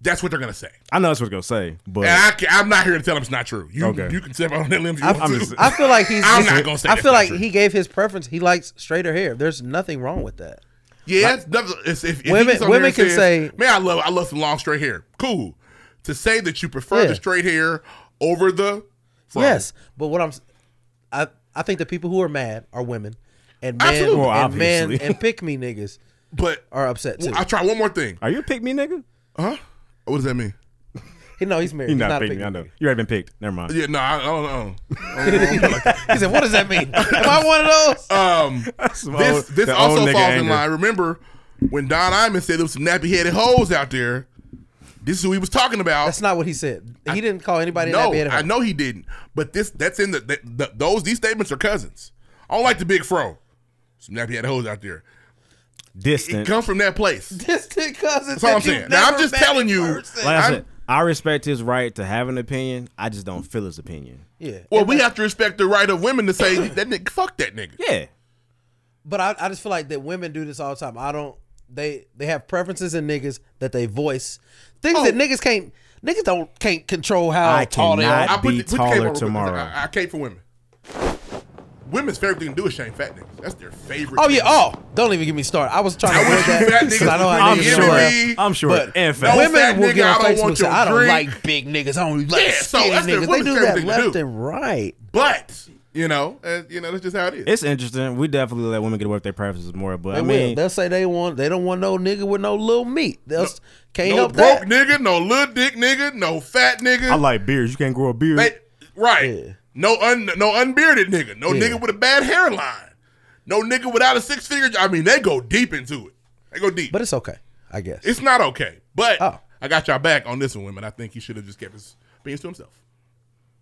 That's what they're gonna say.
I know that's what you're gonna say, but
and I can, I'm not here to tell him it's not true. You
Okay.
you can step out on that limb. If you
I,
want to.
I feel like he's.
I'm not gonna say.
I
that's
feel
not
like
true.
he gave his preference. He likes straighter hair. There's nothing wrong with that.
Yeah, it's nothing- it's- if, if he
Women-
gets on
women
there and
can
says,
say-
"Man, I love I love some long straight hair." Cool. To say that you prefer the
Yeah.
straight hair over the fro.
Yes, but what I'm, I I think the people who are mad are women, and men
Absolutely. Well,
and men
obviously.
and pick me niggas,
but
are upset too.
I'll try one more thing.
Are you a pick me nigga?
Huh? What does that mean?
He no, he's married.
He's
he's
not,
not
picked.
pick
me. I know.
me.
You already been picked. Never mind.
Yeah, no, I, I don't know.
he said, "What does that mean? Am I one
of those?"
Um,
this
old-
this
the
also
old
falls
nigga
in
anger.
line. Remember when Don Iman said there was some nappy headed hoes out there? This is who he was talking about. That's
not what he said. He didn't call anybody
No,
nappy-headed
I
hoe.
know he didn't. But this that's in the, th th- those these statements are cousins. I don't like the big fro. Some nappy headed hoes out there.
Distant.
It comes from that place.
Distant cousins.
That's all I'm saying. Now I'm just telling you.
Like I
I'm-
said, I respect his right to have an opinion. I just don't feel his opinion.
Yeah.
Well, we have to respect the right of women to say that nigga, fuck that nigga.
Yeah.
But I, I just feel like that women do this all the time. I don't. They they have preferences in niggas that they voice
Oh.
things that niggas can't. Niggas don't can't control how
I
tall they are.
cannot be taller tomorrow.
I, I came for women. Women's favorite thing to do is shame fat niggas. That's their favorite.
Oh
thing.
yeah. Oh, don't even get me started. I was trying to avoid
you fat
that.
niggas
'cause I know
to
how
be
niggas
the
are.
enemy.
I'm short
But
and fat.
no
fat
women will
nigga,
get on
I don't want
Facebook say,
your
"I don't
drink."
like big niggas. I only like
Yeah, so
skinny
that's their
niggas." They
women's
do
favorite
that
thing to
left
do.
and right.
But you know, uh, you know, that's just how it is.
It's interesting. We definitely let women get away with their preferences more, but
They
I
will.
mean,
They'll say they want. They don't want no nigga with no little meat. They'll s- can't
no
help
broke
that.
nigga, no little dick nigga, no fat nigga.
I like beards. You can't grow a beard.
They- right. No un no unbearded nigga. No nigga with a bad hairline. No nigga without a six figure. I mean, they go deep into it. They go deep.
But Oh. it's okay, I guess.
It's not okay. But I got y'all back on this one, women. I think he should have just kept his beans to himself.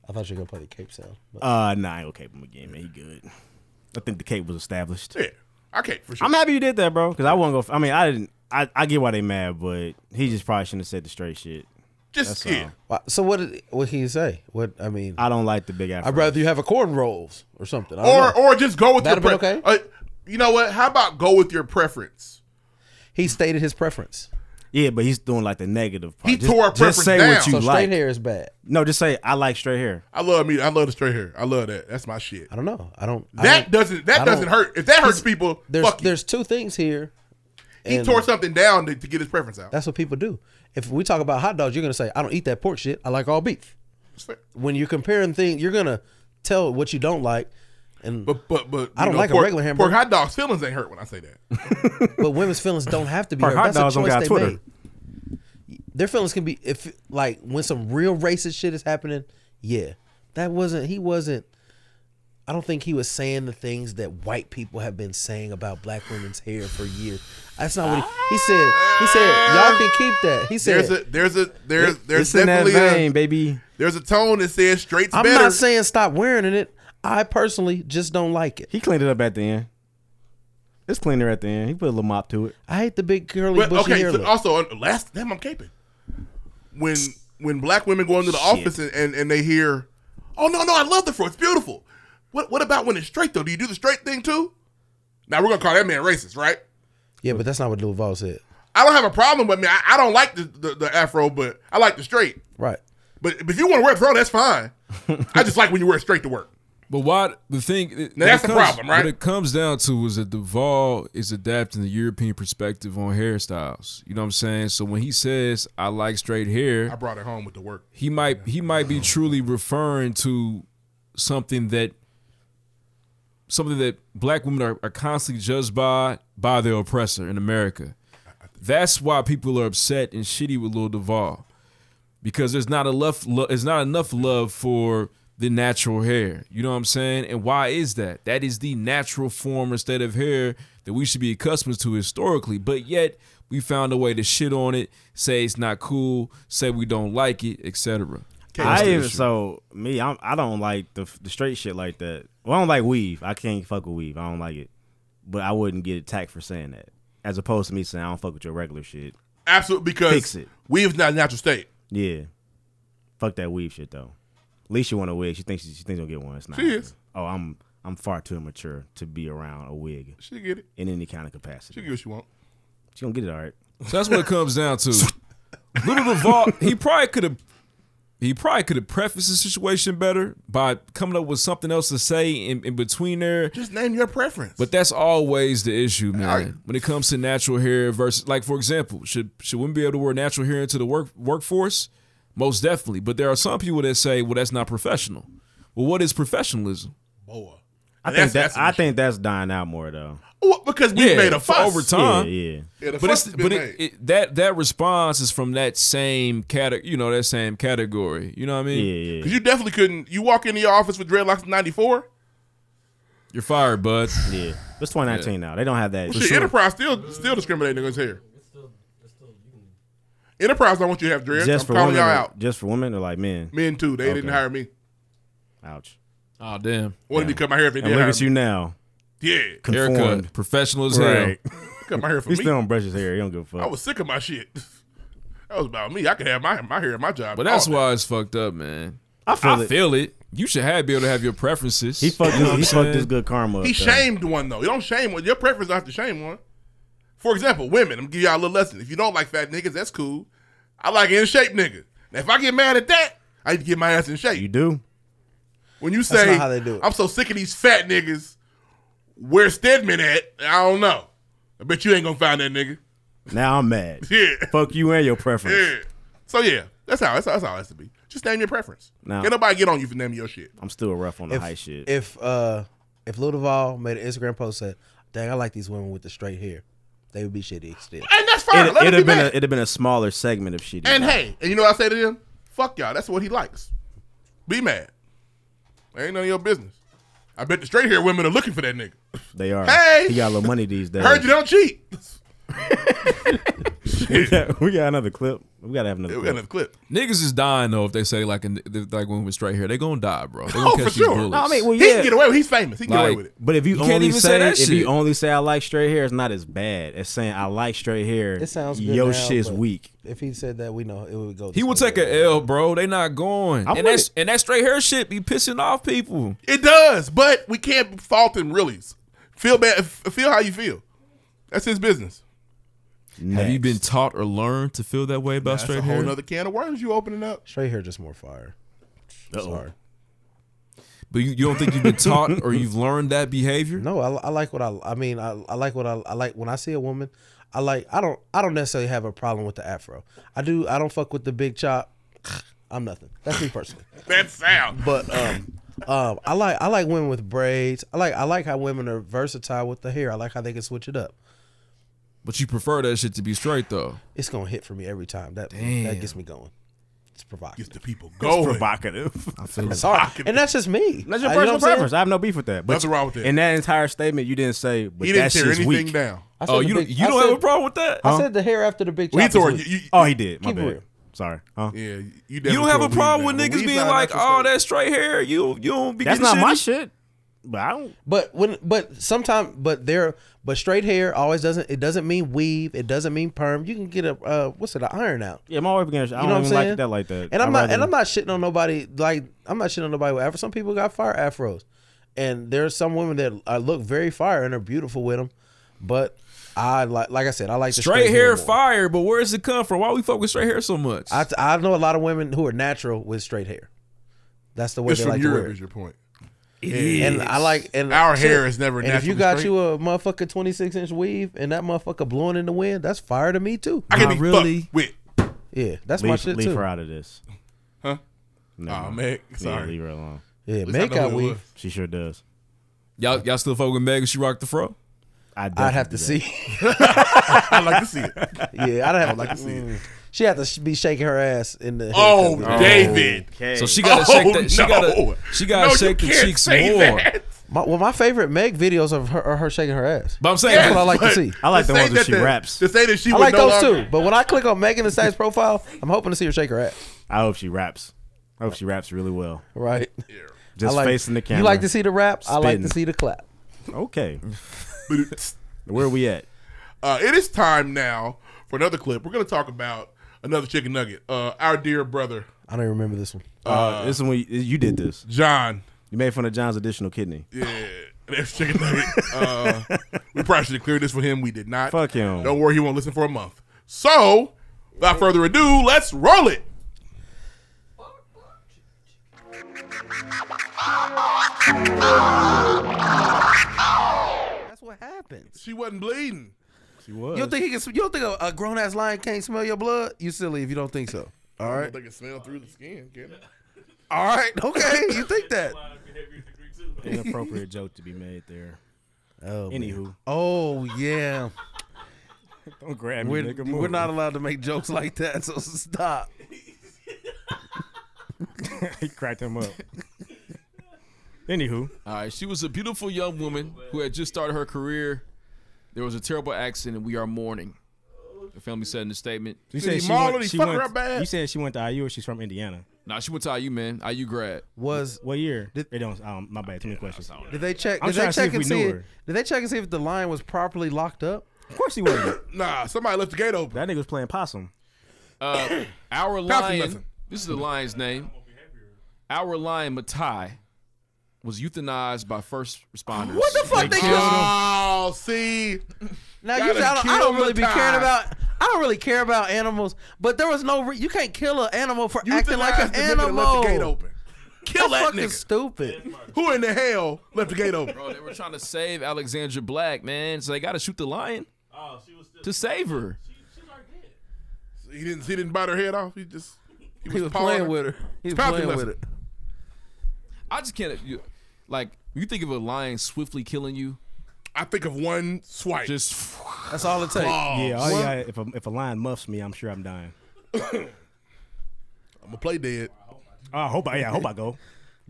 I thought you were gonna play the cape sound.
uh, nah, I ain't gonna cape him again, man. He good. I think the cape was established.
Yeah, I can't for sure.
I'm happy you did that, bro. Because I won't go. f- I mean, I didn't. I, I get why they mad, but he just probably shouldn't have said the straight shit.
Just
That's
yeah.
all.
Why- uh, So what? Did, what he say? What I mean?
I don't like the big afro.
I'd rather you have a corn rolls or something. I don't
Or
know.
or just go with
That'd
your
have been
preference. you know what? How about go with your preference?
he stated his preference.
Yeah, but he's doing like the negative part.
He tore our preference
Just say
down.
what you
So straight
like.
hair is bad.
No, just say I like straight hair.
I love me. I love the straight hair. I love that. That's my shit.
I don't know. I don't. I
That
don't-
doesn't. That
I don't-
doesn't hurt. If that hurts people,
There's
fuck you.
there's two things here.
He
and
tore something down to, to get his preference out.
That's what people do. If we talk about hot dogs, you're gonna say, "I don't eat that pork shit. I like all beef."
fair.
When you're comparing things, you're gonna tell what you don't like. And
but but but
I
you
don't
know,
like
pork-
a regular
Pork
hamburger.
hot dogs feelings ain't hurt when I say that.
but women's feelings don't have to be
Pork
hurt.
hot
That's a
dogs don't
choice
got
they
Twitter.
made. their feelings can be if like when some real racist shit is happening. Yeah, that wasn't he wasn't. I don't think he was saying the things that white people have been saying about black women's hair for years. That's not what he, he said. He said y'all can keep that. He said
There's a there's a there's
It's-
there's
it's in that
definitely
vein,
a,
baby.
There's a tone that says straight's
I'm
better.
not saying stop wearing it. I personally just don't like it.
He cleaned it up at the end. It's cleaner at the end. He put a little mop to it.
I hate the big curly
But, okay, so also on last damn I'm caping. When when black women go into the office and, and, and they hear, Oh no, no, I love the fro, it's beautiful. What what about when it's straight though? Do you do the straight thing too? Now we're gonna call that man racist, right?
Yeah, but that's not what Lil Vol said.
I don't have a problem with me. I, I don't like the, the, the afro, but I like the straight.
Right.
But but if you want to wear a fro, that's fine. I just like when you wear it straight to work.
But why the thing?
Now
what
that's
it
the
comes-
problem, right?
What it comes down to is that Duvall is adapting the European perspective on hairstyles. You know what I'm saying? So when he says I like straight hair,
I brought it home with the work.
he might he might be truly referring to something that something that black women are, are constantly judged by by their oppressor in America. That's why people are upset and shitty with Lil Duval because there's not enough lo- there's not enough love for the natural hair. You know what I'm saying? And why is that? That is the natural form or state of hair that we should be accustomed to historically. But yet we found a way to shit on it, say it's not cool, say we don't like it, etc. That's
I
the
even
issue.
so me. I'm, I don't like the the straight shit like that. Well, I don't like weave. I can't fuck with weave. I don't like it. But I wouldn't get attacked for saying that, as opposed to me saying I don't fuck with your regular shit.
Absolutely, because
Fix it.
weave's not a natural state.
Yeah, fuck that weave shit though. At least she want a wig. She thinks she, she thinks she'll get one. It's not.
She is.
Oh, I'm I'm far too immature to be around a wig.
She get it
in any kind of capacity.
She get what she want.
She gonna get it all right.
So that's what it comes down to. Little DeVault, he probably could have he probably could have prefaced the situation better by coming up with something else to say in, in between there.
Just name your preference.
But that's always the issue, man. when it comes to natural hair versus, like for example, should should women be able to wear natural hair into the work workforce? Most definitely. But there are some people that say, well, that's not professional. Well, what is professionalism?
Boy.
I
And
think
that's-
that
that's an
I think that's dying out more though.
Well, because we
Yeah,
made a
for
fuss
over time.
Yeah, yeah.
Yeah, the
but
fuss
it's,
has been
but it, it, that that response is from that same category, you know, that same category. You know what I mean?
Yeah, yeah.
Because you definitely couldn't. You walk into your office with dreadlocks in '94.
You're fired, bud.
Yeah, it's 2019 now. They don't have that.
Well, shit, Enterprise still still discriminating against hair. Enterprise, don't want you to have dreads.
just
I'm
for
calling
women,
y'all
or-
out.
Just for women or like men.
Men too. They didn't
Okay.
hire me.
Ouch.
Oh damn.
Wanted me to cut my hair if they
And
did
look
hire
at
me.
you now.
Yeah.
Conformed.
Haircut. Professional as hell.
Cut my hair for
he
me.
still don't brush his hair. He don't give a fuck.
I was sick of my shit. that was about me. I could have my my hair at my job.
But that's
Oh,
why it's fucked up, man.
I feel
I
it.
feel it. You should have be able to have your preferences.
He fucked
You
his- he
know what I'm
fucked
saying?
his good karma
He shamed one though. You don't shame one. Your preference not to shame one. For example, women. I'm gonna give y'all a little lesson. If you don't like fat niggas, that's cool. I like in shape niggas. Now, if I get mad at that, I need to get my ass in shape. You
do.
When you
That's
say
not how they do it.
I'm so sick of these fat niggas, where Stedman at? I don't know. I bet you ain't gonna find that nigga.
Now I'm mad.
Yeah.
Fuck you and your preference.
Yeah. So yeah, that's how that's, how- that's how it has to be. Just name your preference.
Now-
Can't nobody get on you for naming your shit.
I'm still rough on the
if,
high shit.
If uh if Lil Duval made an Instagram post said, "Dang, I like these women with the straight hair," they would be shitty still.
And that's fine. Let
it'd
him
have
be
been
mad.
a, it'd have been a smaller segment of shitty.
And hey, and you know what I say to them? Fuck y'all. That's what he likes. Be mad. Ain't none of your business. I bet the straight hair women are looking for that nigga.
they are.
Hey!
he got a little money these days.
Heard you don't cheat.
we, got, we got another clip. We gotta have another.
We
clip.
got another clip.
Niggas is dying though if they say like a, like women with straight hair, they gonna die, bro. They gonna catch these bullets.
He can get away with it. He's famous. He can get away
Like,
with it.
But if you,
You can't
only
even
say,
say that
if
shit.
you only say I like straight hair, it's not as bad as saying I like straight hair.
It sounds good
your
now,
shit's
but
weak.
If he said that, we know it would go.
He will take a L, bro. They not going.
I'm
and
with
that's and that straight hair shit be pissing off people.
It does, but we can't fault him really. Feel bad. f- Feel how you feel. That's his business.
Have you been taught or learned to feel that way about
That's
straight
a
hair?
whole other can of worms you opening up.
Straight hair just more fire. Sorry.
but you, you don't think you've been taught or you've learned that behavior?
No, I, I like what I. I mean, I, I like what I, I like when I see a woman. I like. I don't. I don't necessarily have a problem with the afro. I do. I don't fuck with the big chop. I'm nothing. That's me personally.
That sound.
But um, um, I like I like women with braids. I like I like how women are versatile with the hair. I like how they can switch it up.
But you prefer that shit to be straight though.
It's gonna hit for me every time. That
Damn.
that gets me going. It's provocative. Gets
the people
going.
provocative. I feel
It's hard.
provocative.
And that's just me.
That's your
Uh, you know what
personal
I'm saying?
preference. I have no beef with that. But
Nothing wrong with that.
In that entire statement, you didn't say. But
He didn't
that
tear
shit's
anything
weak.
down. I said
Oh,
the
you don't-
big-
you
I
don't
said-
have a problem with that?
I
Huh?
said the hair after the big.
We
chop is
tore-
weak.
you- you- Oh, he did. My
Keep it
bad.
real.
Sorry. Huh?
Yeah, you
You don't have a problem with niggas being like, "Oh, that straight hair." You you don't be. getting shitty?"
But I don't.
But when, but sometimes, but there, but straight hair always doesn't. It doesn't mean weave. It doesn't mean perm. You can get a uh, what's it, an iron out.
Yeah, my wife against. I
You
don't
know what
even
I'm
like
saying?
it that like that.
And I'm
I'd
not,
rather-
and I'm not shitting on nobody. Like I'm not shitting on nobody with afro. Some people got fire afros, and there's some women that I look very fire and are beautiful with them. But I like, like I said, I like the
Straight hair
more.
fire, but where does it come from? Why we fuck with straight hair so much?
I I know a lot of women who are natural with straight hair. That's the way
It's
they
from
like to
Europe
wear.
is your point.
It
It
and
is.
I like and
Our
shit,
hair is never
And if you
naturally
got
straight.
you a motherfucker twenty six inch weave and that motherfucker blowing in the wind, that's fire to me too.
I can be really? fucked with.
Yeah, that's my
Leave-
shit
leave
too.
her out of this.
Huh?
No,
Aw,
no.
Meg,
Yeah,
Oh, sorry.
leave her alone.
Yeah, At least I Meg know got who it weave. was.
She sure does.
Y'all y'all still fuck with Meg and she rocked the fro?
I
I'd have to see.
I'd like to see it.
Yeah, I'd have
I'd like to see it.
mm. She had to sh- be shaking her ass in the.
Oh,
haircut.
David. Okay.
So she gotta shake that. She
no.
gotta she gotta
No, you
shake the
can't
cheeks
say
more.
that.
My, well, my favorite Meg videos of her are her shaking her ass.
But I'm saying-
that's what I like to
Yes,
see.
but I like to the say ones where that she the- raps.
to say that she
I
would
like
no
those
longer-
too. But when I click on Megan Thee Stallion's profile, I'm hoping to see her shake her ass.
I hope she raps. I hope she raps really well.
Right.
Just
I like-
facing the camera.
You like to see the rap? I like to
spitting.
see the clap.
Okay. Where are we at?
Uh, it is time now for another clip. We're going to talk about another chicken nugget. Uh, our dear brother,
I don't even remember this one.
Uh, this is when you, you did this.
John.
You made fun of John's additional kidney.
Yeah, there's chicken nugget. Uh, we probably should have cleared this for him. We did not.
Fuck him.
Don't worry, he won't listen for a month. So, without further ado, let's roll it.
That's what happens.
She wasn't bleeding.
She was.
You don't think he can? sm- You don't think a, a grown ass lion can't smell your blood? You silly if you don't think so. All right.
They can smell through the skin. Can it?
All right. Okay. You think that?
Inappropriate joke to be made there.
Oh, man.
Anywho.
Oh yeah.
Don't grab me,
we're,
nigga,
We're
move.
not allowed to make jokes like that. So stop.
he cracked him up. Anywho.
All right, she was a beautiful young woman who had just started her career. There was a terrible accident, and we are mourning. The family said in a statement.
You said she went, she went- You said she went to IU or she's from Indiana.
Nah, she went to IU, man. IU grad.
Was
what year? it don't. Um, my bad. Too many questions.
Did they check?
I'm
Did
trying
they
to see
check
if we
and
knew
see?
her.
It, did they check and see if the lion was properly locked up?
Of course he wasn't.
nah, somebody left the gate open.
That nigga was playing possum.
Uh, our
Pouncey
lion.
lesson.
This is the lion's name. Our lion Matai was euthanized by first responders.
What the fuck they killed him?
Oh, see.
Now
Gotta
you I don't, I don't
kill
really be
the
caring
time.
about. I don't really care about animals, but there was no. Re- you can't kill an animal for acting like
Euthanized
an
the nigga that left
animal.
the gate open. Kill
That's
that
fucking
nigga.
Stupid.
Who in the hell left the gate open?
Bro, they were trying to save Alexandra Black, man. So they got to shoot the lion. to save her.
He didn't. He didn't bite her head off. He just. He was,
was playing
pawing
with her. He was
Pouncey
playing with
lesson.
it.
I just can't. You, like you think of a lion swiftly killing you.
I think of one swipe. Oh,
Just
that's all it takes.
Yeah. All you gotta- if a, if a lion muffs me, I'm sure I'm dying.
I'm gonna play dead.
I hope I. Yeah. I hope I go.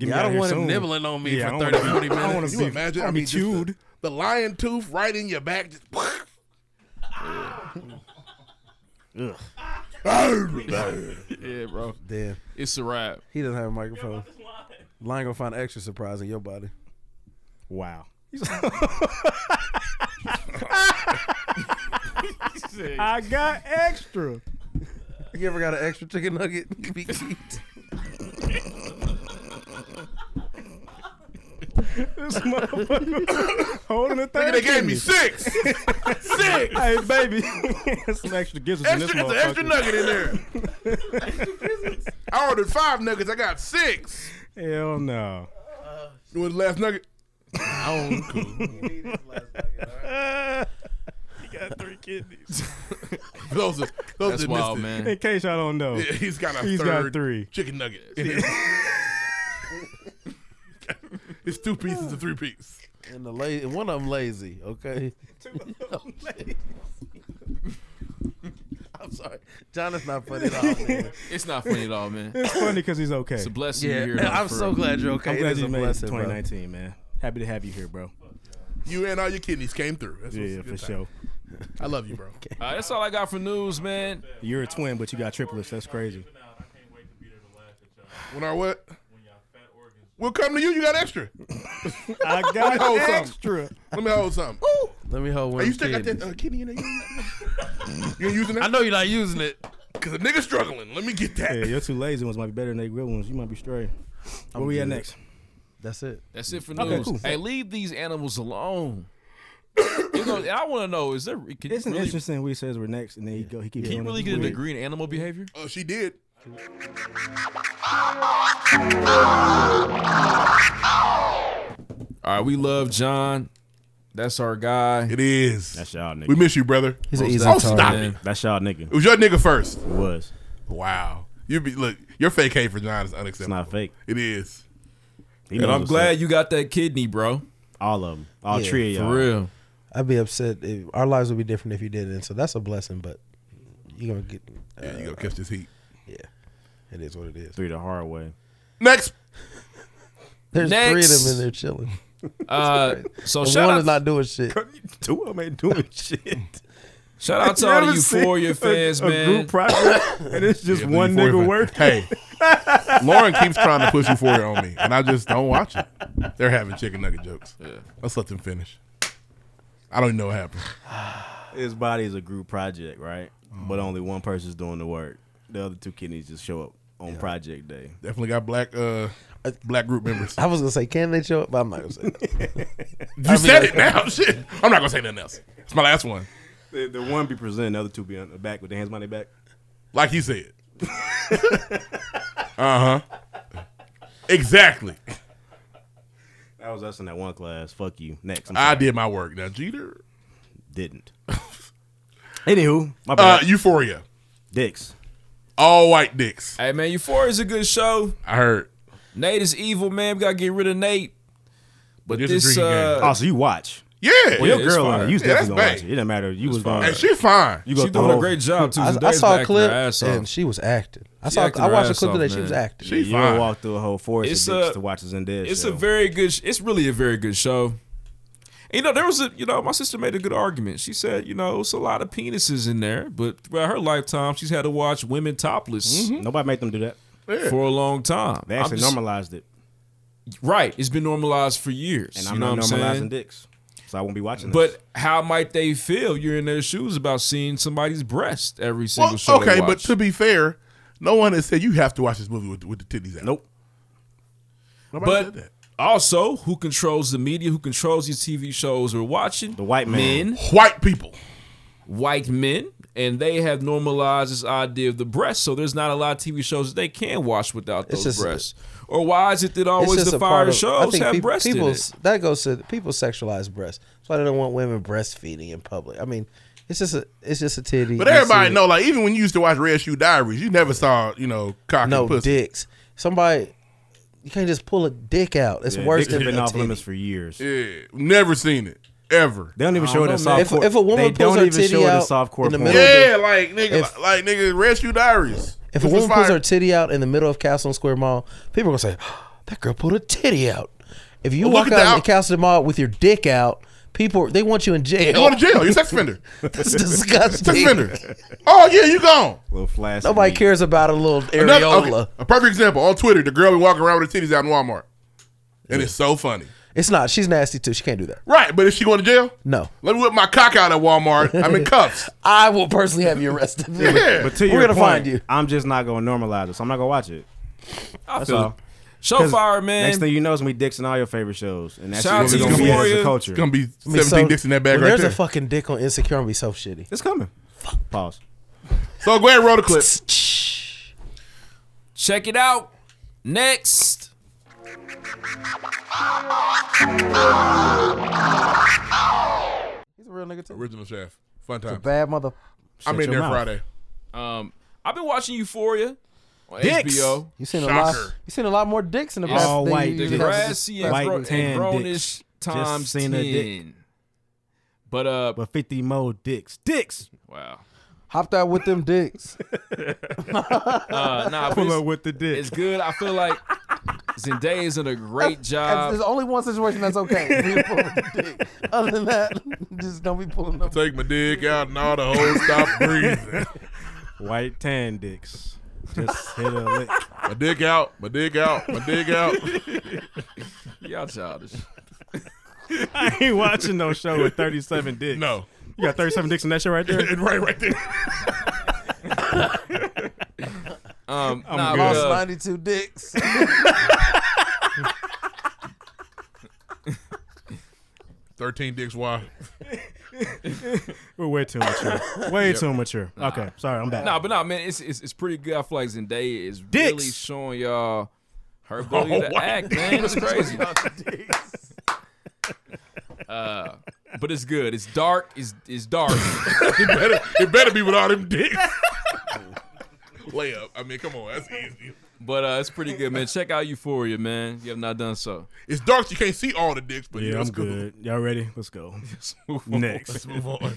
Get me
Yeah, I
out
don't
of here
want him
soon.
nibbling on me
Yeah,
for
I don't
30,
wanna-
40 minutes.
I want to
You
be,
imagine?
I
I
wanna be
mean, just the-
chewed.
The lion tooth right in your back. Just.
Ugh.
yeah, bro.
Damn.
It's a wrap.
He doesn't have a microphone. Lion gonna find an extra surprise in your body.
Wow.
I
got extra.
You ever got an extra chicken nugget? You be cute.
This motherfucker holding a
Nigga,
thing.
they gave me six. six.
Hey, baby. There's some extra gizzards in
Extra,
this
it's an extra
motherfucker.
nugget in there. I ordered five nuggets. I got six.
Hell no.
You want the last nugget? I don't cool.
he got three kidneys.
those are, those
That's
that missed
wild,
it.
man.
In case y'all don't know,
Yeah, he's got a
he's
third
got three.
chicken nugget. in his- it's two pieces of three piece.
And the la- and one of them lazy. Okay. I'm sorry. John is not funny at all. man.
It's not funny at all, man.
It's funny because he's okay.
It's a blessing
Yeah,
you're here.
man,
though,
I'm
for
so
real.
glad you're okay.
I'm
It
glad
is
you
a
made
blessing, bro.
2019, man. Happy to have you here, bro.
You and all your kidneys came through. That's what's
yeah,
good
for
time.
sure.
I love you, bro.
Uh, that's all I got for news, man.
You're a twin, but you got triplets. That's crazy.
When our what? We'll come to you. You got extra.
I
Let me
got
hold
extra.
something. Let me hold something.
Let me hold one.
Are you still got
kid.
that uh, kidney in there? You ain't using that?
I know you're not using it.
Cause a nigga struggling. Let me get that.
Yeah, your two lazy ones might be better than they real ones. You might be straight. Where we at
good.
next?
That's it.
That's it for news.
Okay, cool.
Hey, leave these animals alone. you know, and I want to know: Is there? Can you
It's an
really, can
interesting. We says we're next, and then he go. He keeps.
you
doing it.
really get a
Weird.
degree in animal behavior?
Oh, she did.
All right, we love John. That's our guy.
It is.
That's y'all nigga.
We miss you, brother.
He's an
oh,
easy target.
stop it.
Man, That's y'all nigga.
It was your nigga first.
It was.
Wow. You be look. Your fake hate for John is unacceptable.
Not fake.
It is.
He
and
knows
I'm
what's
glad you got that kidney, bro.
All of them. All
Yeah,
three of
For
y'all.
real.
I'd be upset. If, our lives would be different if you didn't. So that's a blessing, but you're going to get.
Yeah, you
Uh,
gonna catch this heat.
Yeah. It is what it is.
Three the hard way.
Next.
There's three of
Next.
them in there chilling.
Uh, so
And
shout
one
out,
is not doing shit.
Two of them ain't doing shit.
shout out to
You
all
ever
the Euphoria
seen a-
fans,
a
man.
group project, and it's just
Yeah,
one
the Euphoria
nigga
fan.
working.
Hey, Lauren keeps trying to push Euphoria on me, and I just don't watch it. They're having chicken nugget jokes. Let's let them finish. I don't even know what happened.
His body is a group project, right?
Mm-hmm.
But only one person's doing the work. The other two kidneys just show up on project day.
Definitely got black uh black group members.
I was going to say, can they show up? But I'm not going to say that.
You said it now. Shit. I'm not gonna say nothing else. It's my last one.
The, the one be presenting, the other two be on the back with their hands behind their back.
Like he said. uh huh. Exactly.
That was us in that one class. Fuck you. Next. I'm
I
sorry.
did my work. Now Jeter.
Didn't. Anywho, my
Uh,
bad.
Euphoria.
Dicks.
All white dicks.
Hey man, Euphoria is a good show.
I heard.
Nate is evil, man. We gotta get rid of Nate. But
This
this,
is drinking
uh,
game.
Oh, so you watch.
Yeah.
Well, your
it's
girl,
fire.
on it. you was
Yeah, that's
definitely gonna watch
bad.
it. It didn't matter. You was
fine.
gonna.
Hey, she fine.
You
she's
go
doing
through-
a great job too.
I, I
Today's
saw a
back
clip,
her ass off.
and she was acting. I
She
saw.
acted
I
her
watched a
ass
clip
off,
today. She
man.
was acting.
She
you
fine.
don't walk through a whole forest
It's
of dicks
a-
to watch us in dead.
It's
show.
a very good. sh- It's really a very good show. And, you know, there was a. You know, my sister made a good argument. She said, you know, it's a lot of penises in there, but throughout her lifetime, she's had to watch women topless
Nobody made them do that.
Yeah.
for a long time.
Mm-hmm. They
I'm
actually
just-
normalized it,
Right, it's been normalized for years.
and
you
I'm
know
not
what I'm
normalizing
saying?
dicks, so I won't be watching.
But how might they feel? You're in their shoes about seeing somebody's breast every single
Well,
show. they
okay, but
watch.
to be fair, no one has said you have to watch this movie with, with the titties out.
Nope.
Nobody
but
said that.
also, who controls the media? Who controls these TV shows we're watching? The
white man.
men,
White people.
white men, and they have normalized this idea of the breast. So there's not a lot of TV shows that they can watch without
It's
those
just-
breasts. Or why is it that
It's
always
just
the
a part
fire
of- I
shows
think
have
peop-
breasts in
people's-
it?
That goes to people sexualize breasts. That's why they don't want women breastfeeding in public. I mean, it's just a it's just a titty.
But
You
everybody
see it.
know, like even when you used to watch Red Shoe Diaries, you never saw you know cock
no
and pussy.
dicks. Somebody, you can't just pull a dick out. It's worse than
been
a
off
titty.
limits for years.
Yeah, never seen it ever.
They don't even show it in soft
If, if a woman
they
pulls
don't
her
even
titty
show it in
out
soft core
in the
porn.
middle, of
Yeah, like nigga,
If-
like nigga, Red Shoe Diaries.
if a
Which was
woman pulls
fire.
her titty out in the middle of Castle and Square Mall, people are gonna say, "Ah, "That girl pulled a titty out." If you
Well,
walk
look at the
out in
out-
the Castle Mall with your dick out, people they want you in jail.
you go to jail. You're a sex offender.
That's
Sex
disgusting.
offender. Oh yeah, you gone.
little flash.
Nobody cares about a little
Another-
areola.
okay, a perfect example on Twitter, the girl be walking around with her titties out in Walmart, and it's so funny.
It's not. She's nasty too. She can't do that.
Right, but is she going to jail?
No.
Let me whip my cock out at Walmart. I'm in cuffs.
I will personally have you arrested.
Yeah.
But to
We're
your
gonna
point,
find you.
I'm just not gonna normalize it, so I'm not gonna watch it.
I
That's
feel
all.
it. Show
'Cause
fire, man.
Next thing you know, it's gonna be dicks in all your favorite shows, and that's
Shout
just
out
gonna
to
be as
Euphoria.
a culture.
It's gonna be
I mean,
17
so-
dicks in that bag
when
right
there's
there.
a fucking dick on Insecure and be so shitty.
it's coming. Pause.
so go ahead, roll the clip.
Check it out. Next.
He's a real nigga too.
Original Chef. Fun
A
time.
bad mother.
I'm
Shut
in
your
there
mouth.
Friday.
Um, I've been watching Euphoria on
Dicks.
HBO.
You seen a lot.
Shocker.
You seen a lot more dicks in the
It's
past.
all
than
white
you
The
dicks.
usually have to
grassy and,
discuss.
White
gro- and
tan
grownish
dicks.
times
Just seen a dick.
ten. But uh,
But 50 more dicks. Dicks.
wow.
Hopped out with them dicks.
Uh, nah,
Pull
but
up with the dick.
It's good. I feel like Zendaya is in a great job.
There's only one situation that's okay. Other than that, just don't be pulling up.
Take my dick out and all the hoes stop breathing.
White tan dicks. Just hit a lick.
My dick out. My dick out. My dick out.
Y'all childish.
I ain't watching no show with 37 dicks. No. You got 37 dicks in that show right there?
right, right there.
Um,
I'm
nah,
lost
but, uh,
92 dicks.
Thirteen dicks wide.
We're way too mature. Way
Yep.
too mature. Okay, sorry, I'm back.
Nah, but nah, man, it's, it's it's pretty good. I feel like Zendaya is
Dicks.
really showing y'all her ability
Oh,
to
wow.
act, man. It's crazy.
Dicks.
uh, but it's good. It's dark. It's it's dark.
it better it better be with all them dicks. Layup. I mean, come on, that's easy.
But uh, it's pretty good, man. Check out Euphoria, man. If you have not done so.
It's dark. You can't see all the dicks, but
yeah,
yeah,
I'm
that's cool.
good. Y'all ready? Let's go.
move
on.
Next.
Let's move on.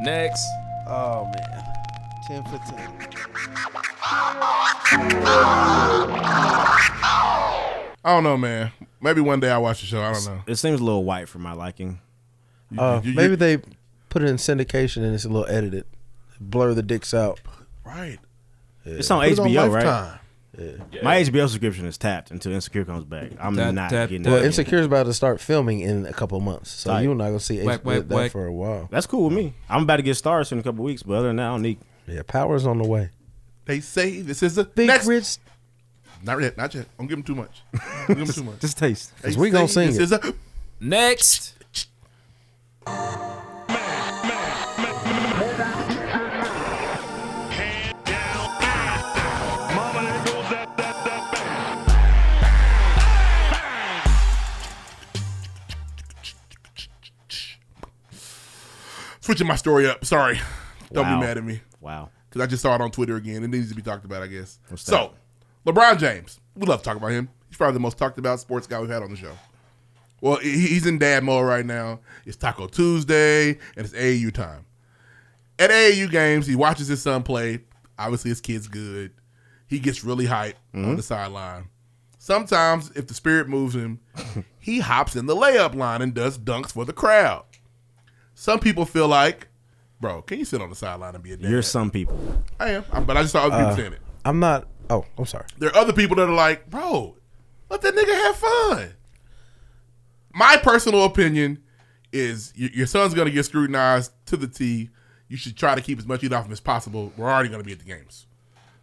Next.
Oh man. Ten for ten.
I don't know, man. Maybe one day I will watch the show. I don't know.
It seems a little white for my liking.
Uh,
You- you-
maybe they put it in syndication and it's a little edited. Blur the dicks out.
Right.
It's on
Put it on
HBO, right?
Lifetime.
My HBO subscription is tapped until Insecure comes back. I'm
Tap,
not
tap,
getting
Well,
that.
Uh, Insecure is about to start filming in a couple months, so
Tight.
you're not gonna see
Whack,
H-
whack,
that
whack.
for a while.
That's cool with me. I'm about to get stars in a couple weeks, but other than that, I don't need.
Yeah, power's on the way.
They say this is the
big
next.
rich.
Not yet. Not yet. Don't give them too much. Don't give them too much.
just taste.
They
'Cause we gonna
say
sing
this
it.
is a-
Next.
switching my story up. Sorry. Don't
Wow.
be mad at me.
Wow.
Because I just saw it on Twitter again. It needs to be talked about, I guess.
What's
so, LeBron James. We love to talk about him. He's probably the most talked about sports guy we've had on the show. Well, he- he's in dad mode right now. It's Taco Tuesday and it's AAU time. At AAU games, he watches his son play. Obviously, his kid's good. He gets really hyped on
Mhm.
the sideline. Sometimes, if the spirit moves him, he hops in the layup line and does dunks for the crowd. Some people feel like, bro, can you sit on the sideline and be a dad?
You're some people.
I am, but I just saw other people
Uh,
saying it.
I'm not. Oh, I'm sorry.
There are other people that are like, bro, let that nigga have fun. My personal opinion is y- your son's going to get scrutinized to the T. You should try to keep as much heat off him as possible. We're already going to be at the games.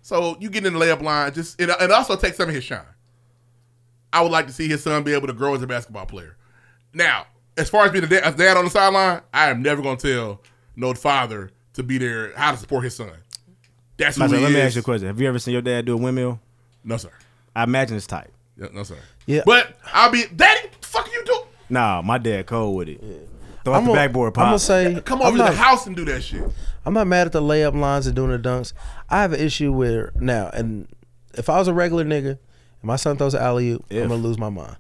So you get in the layup line, just and, and also take some of his shine. I would like to see his son be able to grow as a basketball player. Now, as far as being a da- a dad on the sideline, I am never going to tell no father to be there how to support his son. That's who
Matter
he
of fact, let
is.
me ask you a question. Have you ever seen your dad do a windmill?
No, sir.
I imagine it's tight.
Yeah, no, sir.
Yeah.
But I'll be daddy. Fuck you do.
Nah, my dad cold with it. Throw out the
gonna-
backboard pop.
I'm gonna say.
Come over
I'm
to
not-
the house and do that shit.
I'm not mad at the layup lines and doing the dunks. I have an issue where now, and if I was a regular nigga and my son throws an alley oop, I'm gonna lose my mind.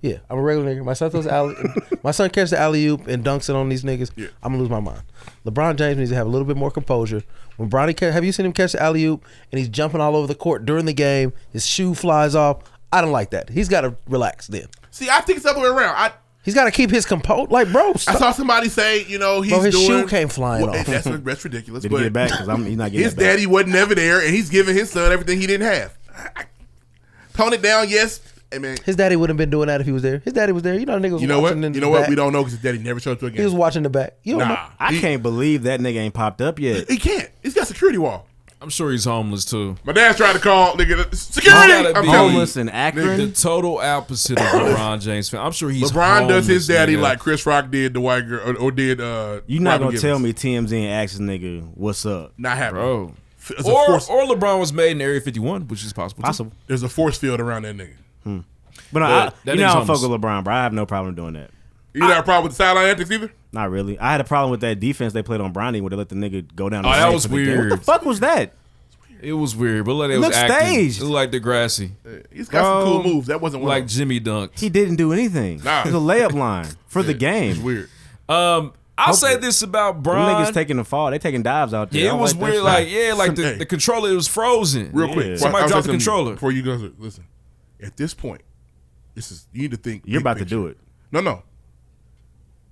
Yeah, I'm a regular nigga. My son throws alley. my son catches the alley oop and dunks it on these niggas. I'm gonna lose my mind. LeBron James needs to have a little bit more composure. When Bronny, ca- have you seen him catch the alley oop and he's jumping all over the court during the game? His shoe flies off. I don't like that. He's got to relax then.
See, I think it's the other way around. I
He's got to keep his composure. Like, bro,
I
stop.
saw somebody say, you know, he's
Bro, his
doing,
shoe came flying
Well,
off.
That's, that's ridiculous.
Did
but
he get it back? Because I'm he's not getting
his
it back.
daddy wasn't ever there, and he's giving his son everything he didn't have. I- I- tone it down, yes. Hey man,
His daddy wouldn't have been doing that if he was there. His daddy was there. You know, nigga was
you know what?
watching
You
in
know
the
what?
back.
We don't know because his daddy never showed up to a
He was
game.
watching the back. You don't
Nah.
know.
I can't believe that nigga ain't popped up yet.
He can't. He's got security wall.
I'm sure he's homeless too.
My dad's trying to call nigga security.
Gotta
I'm
be
telling you.
The total opposite of LeBron James. Fan. I'm sure he's
LeBron does his
homeless,
daddy
nigga.
like Chris Rock did the white girl or, or did uh
You not
Robin
gonna
Givens.
tell me TMZ and ask this nigga what's up?
Not happening.
Bro.
F- it's a
Or,
force-
or LeBron was made in Area 51, which is possible. too.
Possible.
There's a force field around that nigga.
But, no,
But
I,
that
you know
nigga's
I don't fuck
homeless.
with LeBron, bro. I have no problem doing that.
You don't have a problem with the sideline antics either?
Not really. I had a problem with that defense they played on Bronny where they let the nigga go down.
Oh,
the
that
lane
was
for the game. What
weird.
the fuck was that?
It was weird, but like it
It
was
looked
acting.
staged.
It looked like Degrassi.
He's got some
Bro.
cool moves. That wasn't one.
Like
of them.
Jimmy dunked.
He didn't do anything.
Nah.
It was a layup line for the game.
weird.
Um, I'll say this about
Them
Bron.
niggas taking the fall. They taking dives out there.
Yeah,
I
it
don't
was
like that
weird.
shit.
Like, yeah, like the, the controller it was frozen.
Real
Yeah.
quick,
somebody
I'll say
dropped the
something
controller.
before you guys listen. At this point, this is you need to think.
You're
big
about to do
picture. No, no.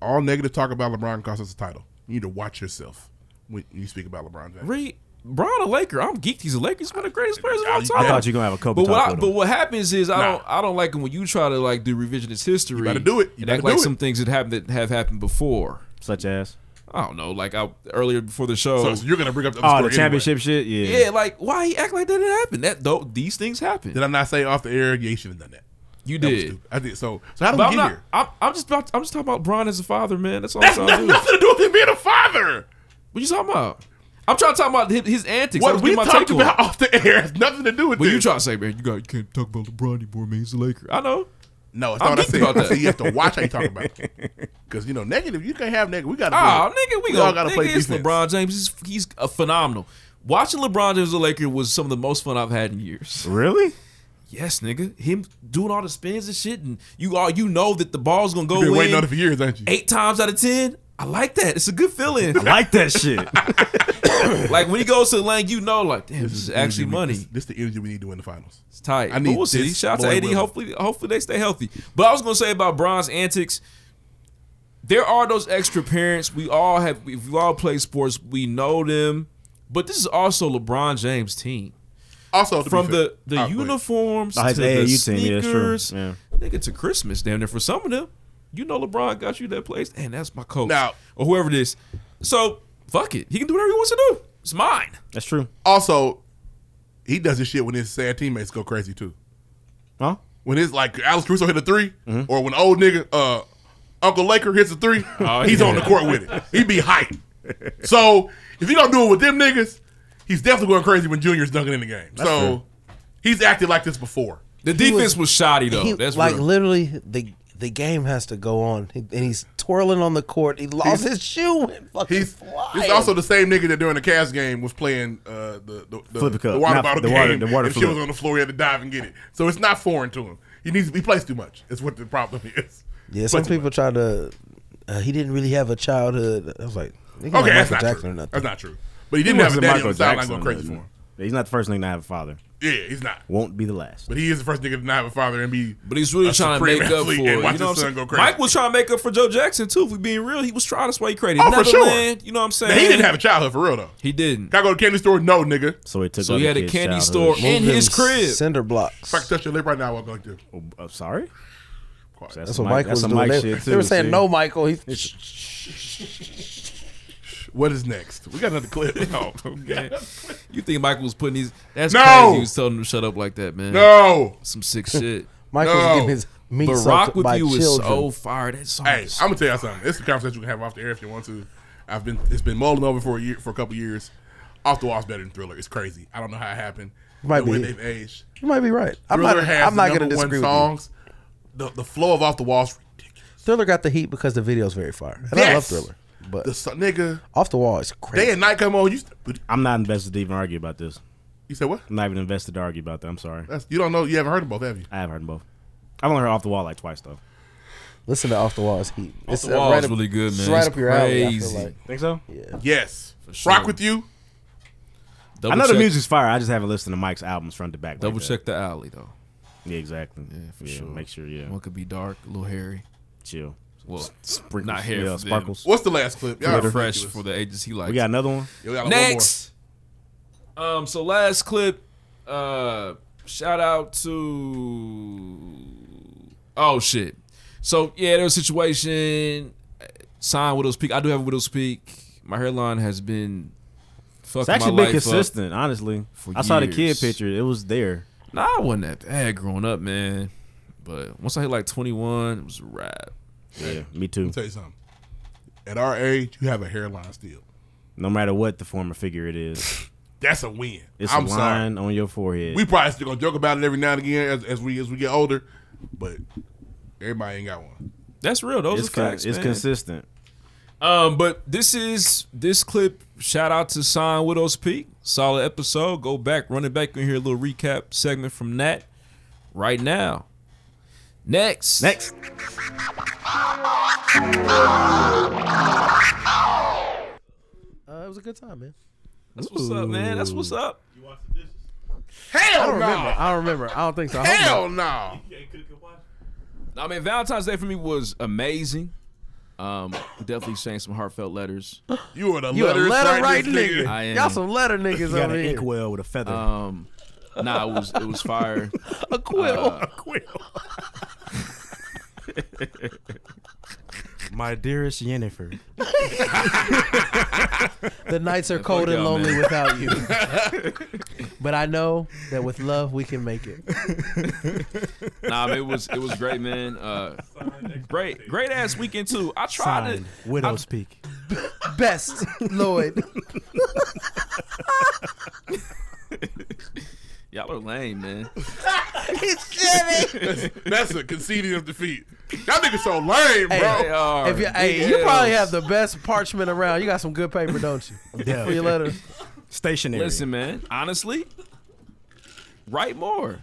All negative talk about LeBron costs us a title. You need to watch yourself when you speak about LeBron James.
Reed, Bron a Laker. I'm geeked. He's a Laker. He's one of the greatest players of all time.
I thought you were gonna have a couple talk
But what, I,
with
but
him.
what happens is I
Nah.
don't I don't like it when you try to like do revisionist history. You
better do it. You
and
better
act like
do it.
some things that happened that have happened before,
such as
I don't know, like I, earlier before the show.
So, so you're gonna bring up the,
Oh,
other
the
story anyway.
Championship shit. Yeah.
yeah, like why he act like that didn't happen? That though these things happen.
Did I not say off the air? Yeah, you should have done that.
You
That was
did.
stupid. I did. So, so how did
But
we
I'm
get
not-
here?
I'm, I'm just about, I'm just talking about Bron as a father, man. That's all
That's
I'm
not,
trying to do.
nothing to do with him being a father.
What you talking about? I'm trying to talk about his, his antics. I
What
was
we
giving my
talked
take on it.
about off the air has nothing to do with
What
this.
you trying to say, man? You got you can't talk about LeBron anymore, man. He's a Laker. I know.
No, it's
I'm
not what I
geeked
said.
about
I
that.
said you have to watch how you talk about it. Because, you know, negative, you can't have negative. We got to
Oh, nigga, we,
all
got
gotta
to
play
It's
defense.
LeBron James. He's, he's a phenomenal. Watching LeBron James as a Laker was some of the most fun I've had in years.
Really?
Yes, nigga. Him doing all the spins and shit, and you all you know that the ball's gonna go
You've been
in
waiting on it for years, ain't you?
eight times out of ten. I like that. It's a good feeling.
I like that shit.
like when he goes to the lane, you know, like damn, this, is actually
energy we-
money.
This, this the energy we need to win the finals.
It's tight.
I
I
need
need we'll see.
this
Shout out
boy
to AD.
Willem.
Hopefully, hopefully they stay healthy. But I was gonna say about Bron's antics. There are those extra parents. We all have. We've all played sports. We know them. But this is also LeBron James' team.
Also, to be
from
fair-
the the
Oh, go ahead.
uniforms
Oh,
to
his
the
AAU team, yeah, that's true.
sneakers,
Yeah.
nigga, to Christmas down there for some of them. You know, LeBron got you that place, and that's my coach
Now-
or whoever it is. So fuck it. He can do whatever he wants to do. It's mine.
That's true.
Also, he does his shit when his sad teammates go crazy, too.
Huh?
When it's like Alex Caruso hit a 3 or when old nigga uh, Uncle Laker hits a three,
Oh,
he's
yeah.
on the court with it. He be hype. so if he don't do it with them niggas, he's definitely going crazy when Junior's dunking in the game.
That's
so
true.
he's acted like this before.
The
He
defense was, shoddy though.
he-
that's
like
real.
literally the the game has to go on, He- and he's twirling on the court. He lost his shoe. And fucking
He's
flying.
this is also the same nigga that during the Cavs game was playing uh, the, the, the,
Flip a cup.
the water
Not-
bottle
the
game.
water- the water
and she
flip.
was on the floor, he had to dive and get it. So it's not foreign to him. He needs he plays too much. Is what the problem is.
yeah. Some
Plays too
people try to. Uh, he didn't really have a childhood. I was like,
much.
nigga,
okay, that's
Michael
not
Jackson
true.
or nothing.
That's not true. But he didn't have a
wasn't
daddy
Michael
on the sideline
Jackson,
going crazy for
wasn't
him.
he? He's not the first nigga to have a father.
Yeah, he's not.
Won't be the last.
But he is the first nigga to not have a father and be.
But he's really
a
trying to
supreme
make up for
athlete
it. You
and watch
know what
his
I'm
son
saying?
go crazy.
Mike was trying to make up for Joe Jackson too. If we being real, he was trying. That's why he created
Oh, for
another
sure.
land. You know what I'm saying?
Now, he didn't have a childhood for real though.
He didn't.
Can I go to the candy store? No, nigga.
So he took.
So he
other
had a
kids'
candy
childhood.
store in
Moved
his
them
crib.
Cinder blocks.
If I can touch your lip right now, I'm going to.
Oh, I'm sorry.
Quiet.
So
That's
some
what
Mike-
Michael was
some
doing.
Mike
they,
shit
they were
too,
saying
see?
no, Michael. He,
What is next? We got another clip. No.
Oh, Man, you think Michael was putting these? That's
No.
crazy. He was telling them to shut up like that, man.
No.
some sick shit.
Michael's
No.
getting his meat
But
sucked
rock with
by
you
children.
is so fire. That song.
Hey,
is-
I'm gonna tell y'all something. It's a conversation we can have off the air if you want to. I've been it's been mulling over for a year for a couple years. Off the wall's better than Thriller. It's crazy. I don't know how it happened.
You might
the way
be-
they've aged.
you might be right. I'm
Thriller
not.
has
I'm not
the
going
number
to
one
disagree. With
songs. The the flow of Off the Wall's
you. Thriller got the heat because the video's very fire, and I love
Yes.
Thriller. But
the so- nigga
off the wall is crazy.
day and night come on. You
I'm not invested to even argue about this.
You said what?
I'm not even invested to argue about that. I'm sorry.
that's, you don't know. You haven't heard them both, have you?
I have heard them both. I've only heard off the wall like twice though.
Listen to Off the Wall is heat.
Off the Wall is really good, man.
It's right
It's
up your alley. I feel
crazy.
like.
Think so?
Yeah.
Yes.
sure.
Rock with you.
I know the
check-
music's fire. I just haven't listened to Mike's albums front to back. like
Double
that.
check the alley though.
Yeah, exactly. Yeah,
for sure.
Make sure. Yeah.
One could be dark, a little hairy.
Chill.
Well,
S- sprinkles.
not hair.
Yeah,
for them.
sparkles.
What's the last clip? Y'all
Twitter
are
fresh
ridiculous.
for the ages he likes.
We got another one.
Yeah, we got one more.
Next. Oh, Um. So last clip. Uh. Shout out to. Oh shit. So yeah, there's a situation. Sign Widow's Peak. I do have a Widow's Peak. My hairline has been. Fucking
It's actually
my
been
life up
consistent, honestly.
for
I saw the kid
years.
picture. It was there.
Nah, I wasn't that bad growing up, man. But once I hit like 21, it was a wrap.
Yeah, me too.
Let me tell you something. At our age, you have a hairline still.
No matter what the form or figure it is,
That's a win.
it's
I'm
a
sorry.
line on your forehead.
We probably still gonna joke about it every now and again as, as we as we get older, but everybody ain't got one.
That's real. Those
it's
are
con-
facts.
it's
man.
consistent.
Um, but this is this clip. Shout out to Sign Widow's Peak. Solid episode. Go back, running back in here. A little recap segment from that right now. Next. Next.
Uh, it was a good time, man.
That's what's up, man. That's what's up.
I
Hell
don't remember.
no.
I don't remember. I don't think so. I hope
Hell
not.
no.
I mean, Valentine's Day for me was amazing. Um, we definitely exchanged some heartfelt letters.
You are the
You a
letter
letter
right
writing
nigga.
I am.
Y'all some letter niggas over here.
inkwell with a feather.
Um, nah, it was it was fire.
A quill.
Uh,
a quill.
My dearest Jennifer.
The nights
are
Yeah,
cold
fuck
and
y'all,
lonely
man.
without you. but I know that with love we can make it.
nah, man, it was it was great, man. Uh, great, great ass weekend too. I tried
Signed,
to
Widow's Peak.
Best Lloyd.
Y'all are lame, man.
He's
kidding. That's a conceding of defeat. Y'all niggas so lame,
Hey,
bro.
if you, hey, you probably have the best parchment around. You got some good paper, don't you?
Yeah.
For your letters.
Stationary.
Listen, man. Honestly, write more.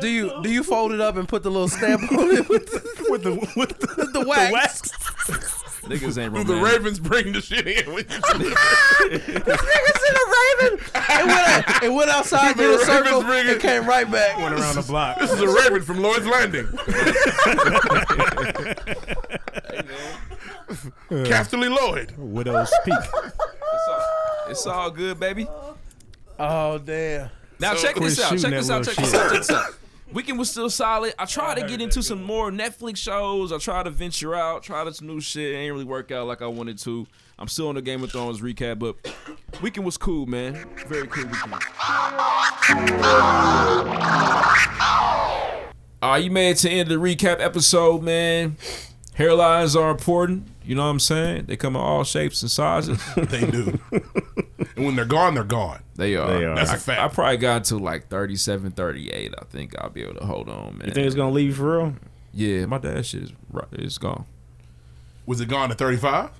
Do you do you fold it up and put the little stamp on it with the
with the, with
the, wax?
Niggas ain't
Do the
romantic.
Ravens bring the shit in with you?
This nigga's in a raven. It went, out- it went outside,
The
did a
Ravens
circle,
bring
and
it.
came right back.
Went
around the block.
This is a Raven from Lloyd's Landing. Casterly Lloyd.
Widow's Peak.
It's all good, baby.
Oh damn!
Now
So-
check this
Quit
out.
shooting
Check this
that
out. Check
little
this
shit.
out. Check this out. Weekend was still solid. I tried to get into some more Netflix shows. I tried to venture out. Tried some new shit. It ain't really work out like I wanted to. I'm still on the Game of Thrones recap, but weekend was cool, man. Very cool weekend. All right, you made it to the end of the recap episode, man. Hairlines are important. You know what I'm saying? They come in all shapes and sizes.
they do. And when they're gone, they're gone.
They are.
They are. That's
I,
a fact.
I probably got to like 37, 38. I think I'll be able to hold on, man.
You think it's
gonna leave you for real?
Yeah, my dad shit is right. It's gone.
Was it gone to 35?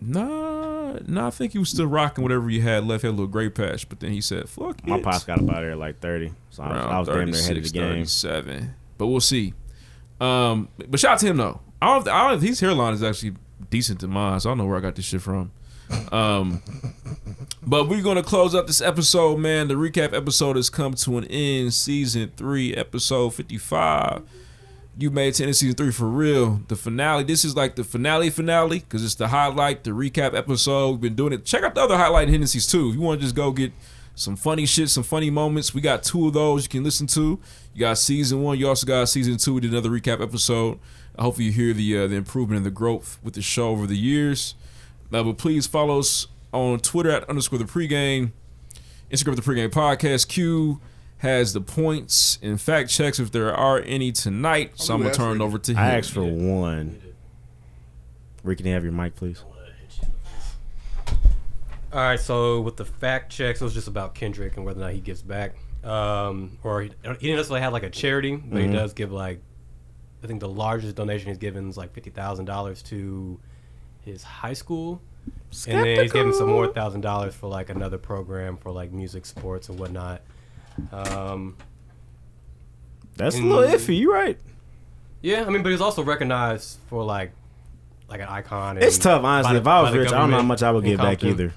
Nah, nah. I think he was still rocking whatever he had left. He had a little gray patch, but then he said, "Fuck
My
it."
pops got up out of there at like 30. So I was, I was damn near ahead of the
36,
game.
37. But we'll see. Um, but shout out to him though. I don't. I don't. His hairline is actually decent to mine, so I don't know where I got this shit from. Um, but we're gonna close up this episode, man. The recap episode has come to an end. Season three, episode fifty-five. You made it to end of season three for real. The finale. This is like the finale finale because it's the highlight, the recap episode. We've been doing it. Check out the other highlight Hennessy's too. If you want to just go get some funny shit, some funny moments. We got two of those you can listen to. You got season one. You also got season two. We did another recap episode. Hopefully you hear the uh, the improvement and the growth with the show over the years. Uh, but please follow us on Twitter at underscore the pregame, Instagram the pregame podcast. Q has the points and fact checks if there are any tonight.
Oh,
So I'm gonna turn it over to him.
I asked for one. Rick, can you have your mic, please?
All right, so with the fact checks, it was just about Kendrick and whether or not he gives back. Um, or he, he didn't necessarily have like a charity, but
Mhm.
he does give like, I think the largest donation he's given is like $50,000 to his high school. And then he's given some more thousand dollars for like another program for like music, sports, and whatnot. Um,
That's
and-
a little iffy. You right?
Yeah, I mean, but he's also recognized for like, like an icon.
It's
and-
tough, honestly.
by the-
If I was
by the
rich, I don't know how
government
much I would
in
give back
Compton.
either.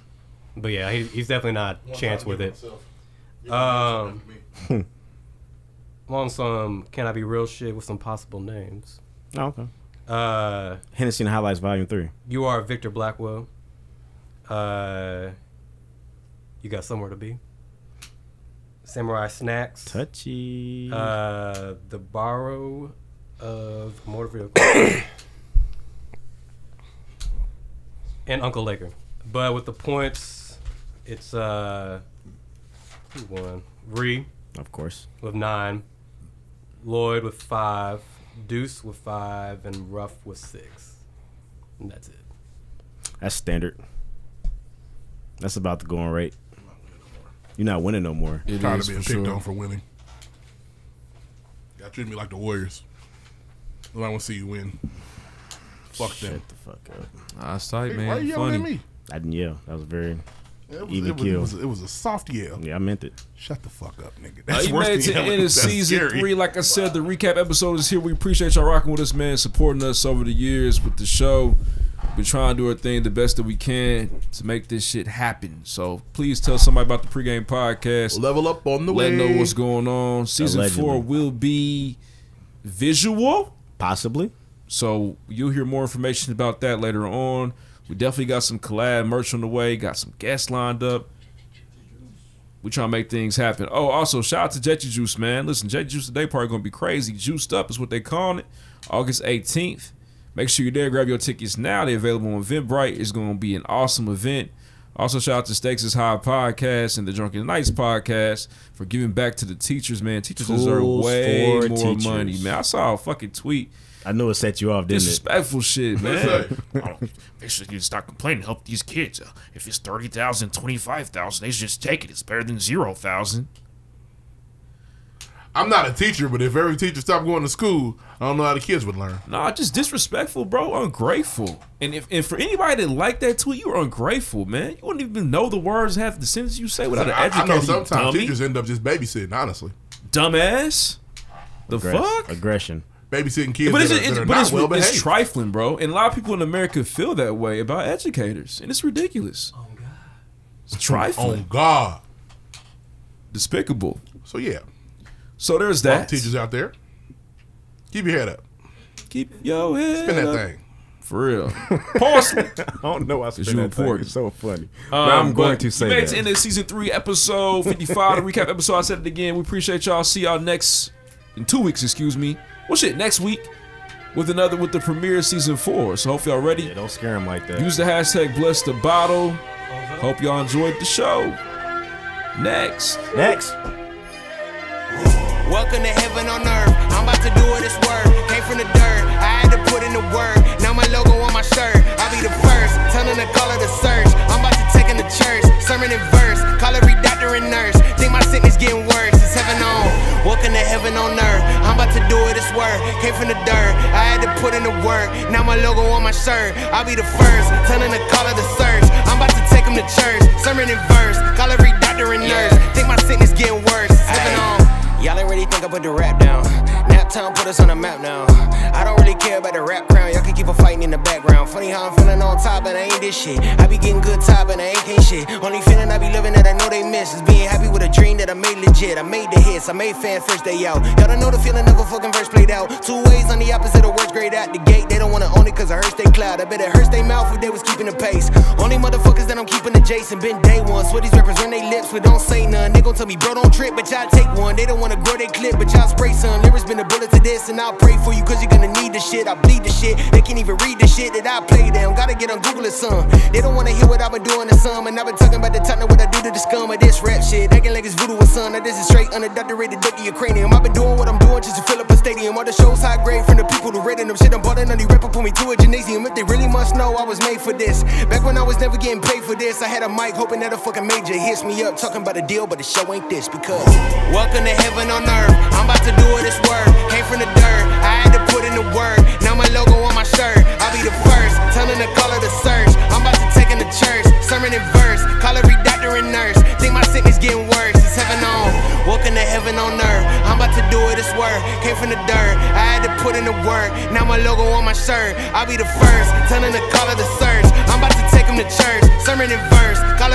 But yeah, he, he's definitely not chance with it. Um, I'm on some can I be real shit with some possible names.
Oh, okay.
Uh,
Hennessy and Highlights Volume 3.
you are Victor Blackwell. Uh, you got somewhere to be. Samurai Snacks.
Touchy.
Uh, the Borrow of Motor Vehicle. and Uncle Laker. But with the points, it's uh, who won? Ree.
Of course.
With nine. Lloyd with five. Deuce with five. And Ruff with six. And that's it.
That's standard. That's about the going rate. You're not winning no more.
I'm tired of being picked on for winning. Y'all treat me like the Warriors. I want to see you win. Fuck them.
Shut the fuck up.
That's tight,
Hey, why man. you yelling at Funny. me?
I didn't yell. That was very
It was,
Even
it, was,
keel.
it, was, it was a soft yell.
Yeah, I meant it.
Shut the fuck up, nigga.
Uh,
That's
he
worse
made it to
than
the
yelling.
end of
That's
season
scary.
three. Like I said, the recap episode is here. We appreciate y'all rocking with us, man, supporting us over the years with the show. We're trying to do our thing the best that we can to make this shit happen. So please tell somebody about the pregame podcast.
Level up on the
Let
way.
know what's going on. Season four
Allegedly.
will be visual,
possibly.
So you'll hear more information about that later on. We definitely got some collab merch on the way. Got some guests lined up. We trying to make things happen. Oh, also shout out to Jetty Juice, man. Listen, Jetty Juice today party gonna be crazy. Juiced up is what they calling it. August 18th. Make sure you're there. Grab your tickets now. They're available on Eventbrite. It's gonna be an awesome event. Also, shout out to Stakes is High podcast and the Drunken Nights podcast for giving back to the teachers, man. Teachers deserve
Tools
way more
for teachers.
money, man. I saw a fucking tweet.
I know it set you off, didn't it?
Disrespectful shit, man.
They should just stop complaining. Help these kids. Uh, If it's 30,000, 25,000, they should just take it. It's better than 0,000.
I'm not a teacher, but if every teacher stopped going to school, I don't know how the kids would learn.
Nah, just disrespectful, bro. Ungrateful. And if and for anybody that liked that tweet, you were ungrateful, man. You wouldn't even know the words half the sentence you say without an
I, I
educator.
know
you
sometimes
dummy.
teachers end up just babysitting, honestly.
dumbass. The
Aggress-
fuck?
Aggression.
Babysitting kids
But it's,
that are-
it's-
that are
but
not
it's,
well
it's
behaved.
trifling, bro. And a lot of people in America feel that way about educators, and it's ridiculous. Oh God, it's trifling.
Oh, God,
despicable.
So yeah.
So there's that.
teachers out there, keep your head up.
Keep your head
Spin that
up.
thing.
For real. Parsley. I
don't know. I
spit
that thing. It's so funny. But I'm going to say
we Um, made it
that.
to end of season three, episode 55. the recap episode. I said it again. We appreciate y'all. See y'all next, in two weeks, excuse me. Well, shit, next week with another, with the premiere of season four. So hopefully y'all ready. Yeah,
don't scare them like that.
Use the hashtag bless the bottle. Hope y'all enjoyed the show. Next.
Next.
Welcome to heaven on earth. I'm about to do what it's worth. Came from the dirt. I had to put in the work. Now my logo on my shirt. I'll be the first. Tell them the call of the search. I'm about to take in the church. Sermon and verse. Call every doctor and nurse. Think my sickness getting worse. It's heaven on. Welcome to heaven on earth. I'm about to do what it's worth. Came from the dirt. I had to put in the work. Now my logo on my shirt. I'll be the first. Tell them the call of the search. I'm about to take them to church. Sermon and verse. Call every doctor and nurse. Think my sickness getting worse. It's heaven on. Y'all ain't really think I put the rap down. Nap time put us on the map now. I don't really care about the rap crown. Y'all can keep a fighting in the background. Funny how I'm feeling on top and I ain't this shit. I be getting good top and I ain't can't shit. Only feeling I be living that I know they miss is being happy with a dream that I made legit. I made the hits. I made fan first day out. Y'all don't know the feeling of a fucking verse played out. Two ways on the opposite of words grayed out the gate. They don't wanna own it cause I hurts they cloud. I bet it hurts they mouth if they was keeping the pace. Only motherfuckers that I'm keeping adjacent been day one. Swear these rappers run they lips but don't say none. They gon' tell me bro don't trip but y'all take one. They don't wanna grow they clip but y'all spray some. Lyrics been a bullet to this and I'll pray for you cause you're gonna need the shit. I bleed the shit. They can't even read the shit that I play down. Gotta get on Google or some. They don't wanna hear what I've been doing to some. And I've been talking about the time that what I do to the scum of this rap shit. Acting like it's voodoo or son. Now this is straight unadulterated dirty Ukrainian. I've been doing what I'm doing just to fill up a stadium. All the shows high grade from the people who rated them shit. I'm bought on the rapper put me to a gymnasium. If they really must know I was made for this. Back when I was never getting paid for this, I had a mic hoping that a fucking major hits me up. Talking about a deal, but the show ain't this because. Welcome to heaven on earth. I'm about to do what it's worth. Came from the dirt. I had to put in the work. Now my logo on my shirt. I'll be the first. Telling the color to search. I'm about to take in the church. Sermon and verse. Call every doctor and nurse. Think my sickness getting worse. It's heaven on. Welcome to heaven on earth. I'm about to do what it's worth. Came from the dirt. I had to put in the work. Now my logo on my shirt. I'll be the first. Telling the color to search. I'm about to take 'em to church. Sermon and verse. Call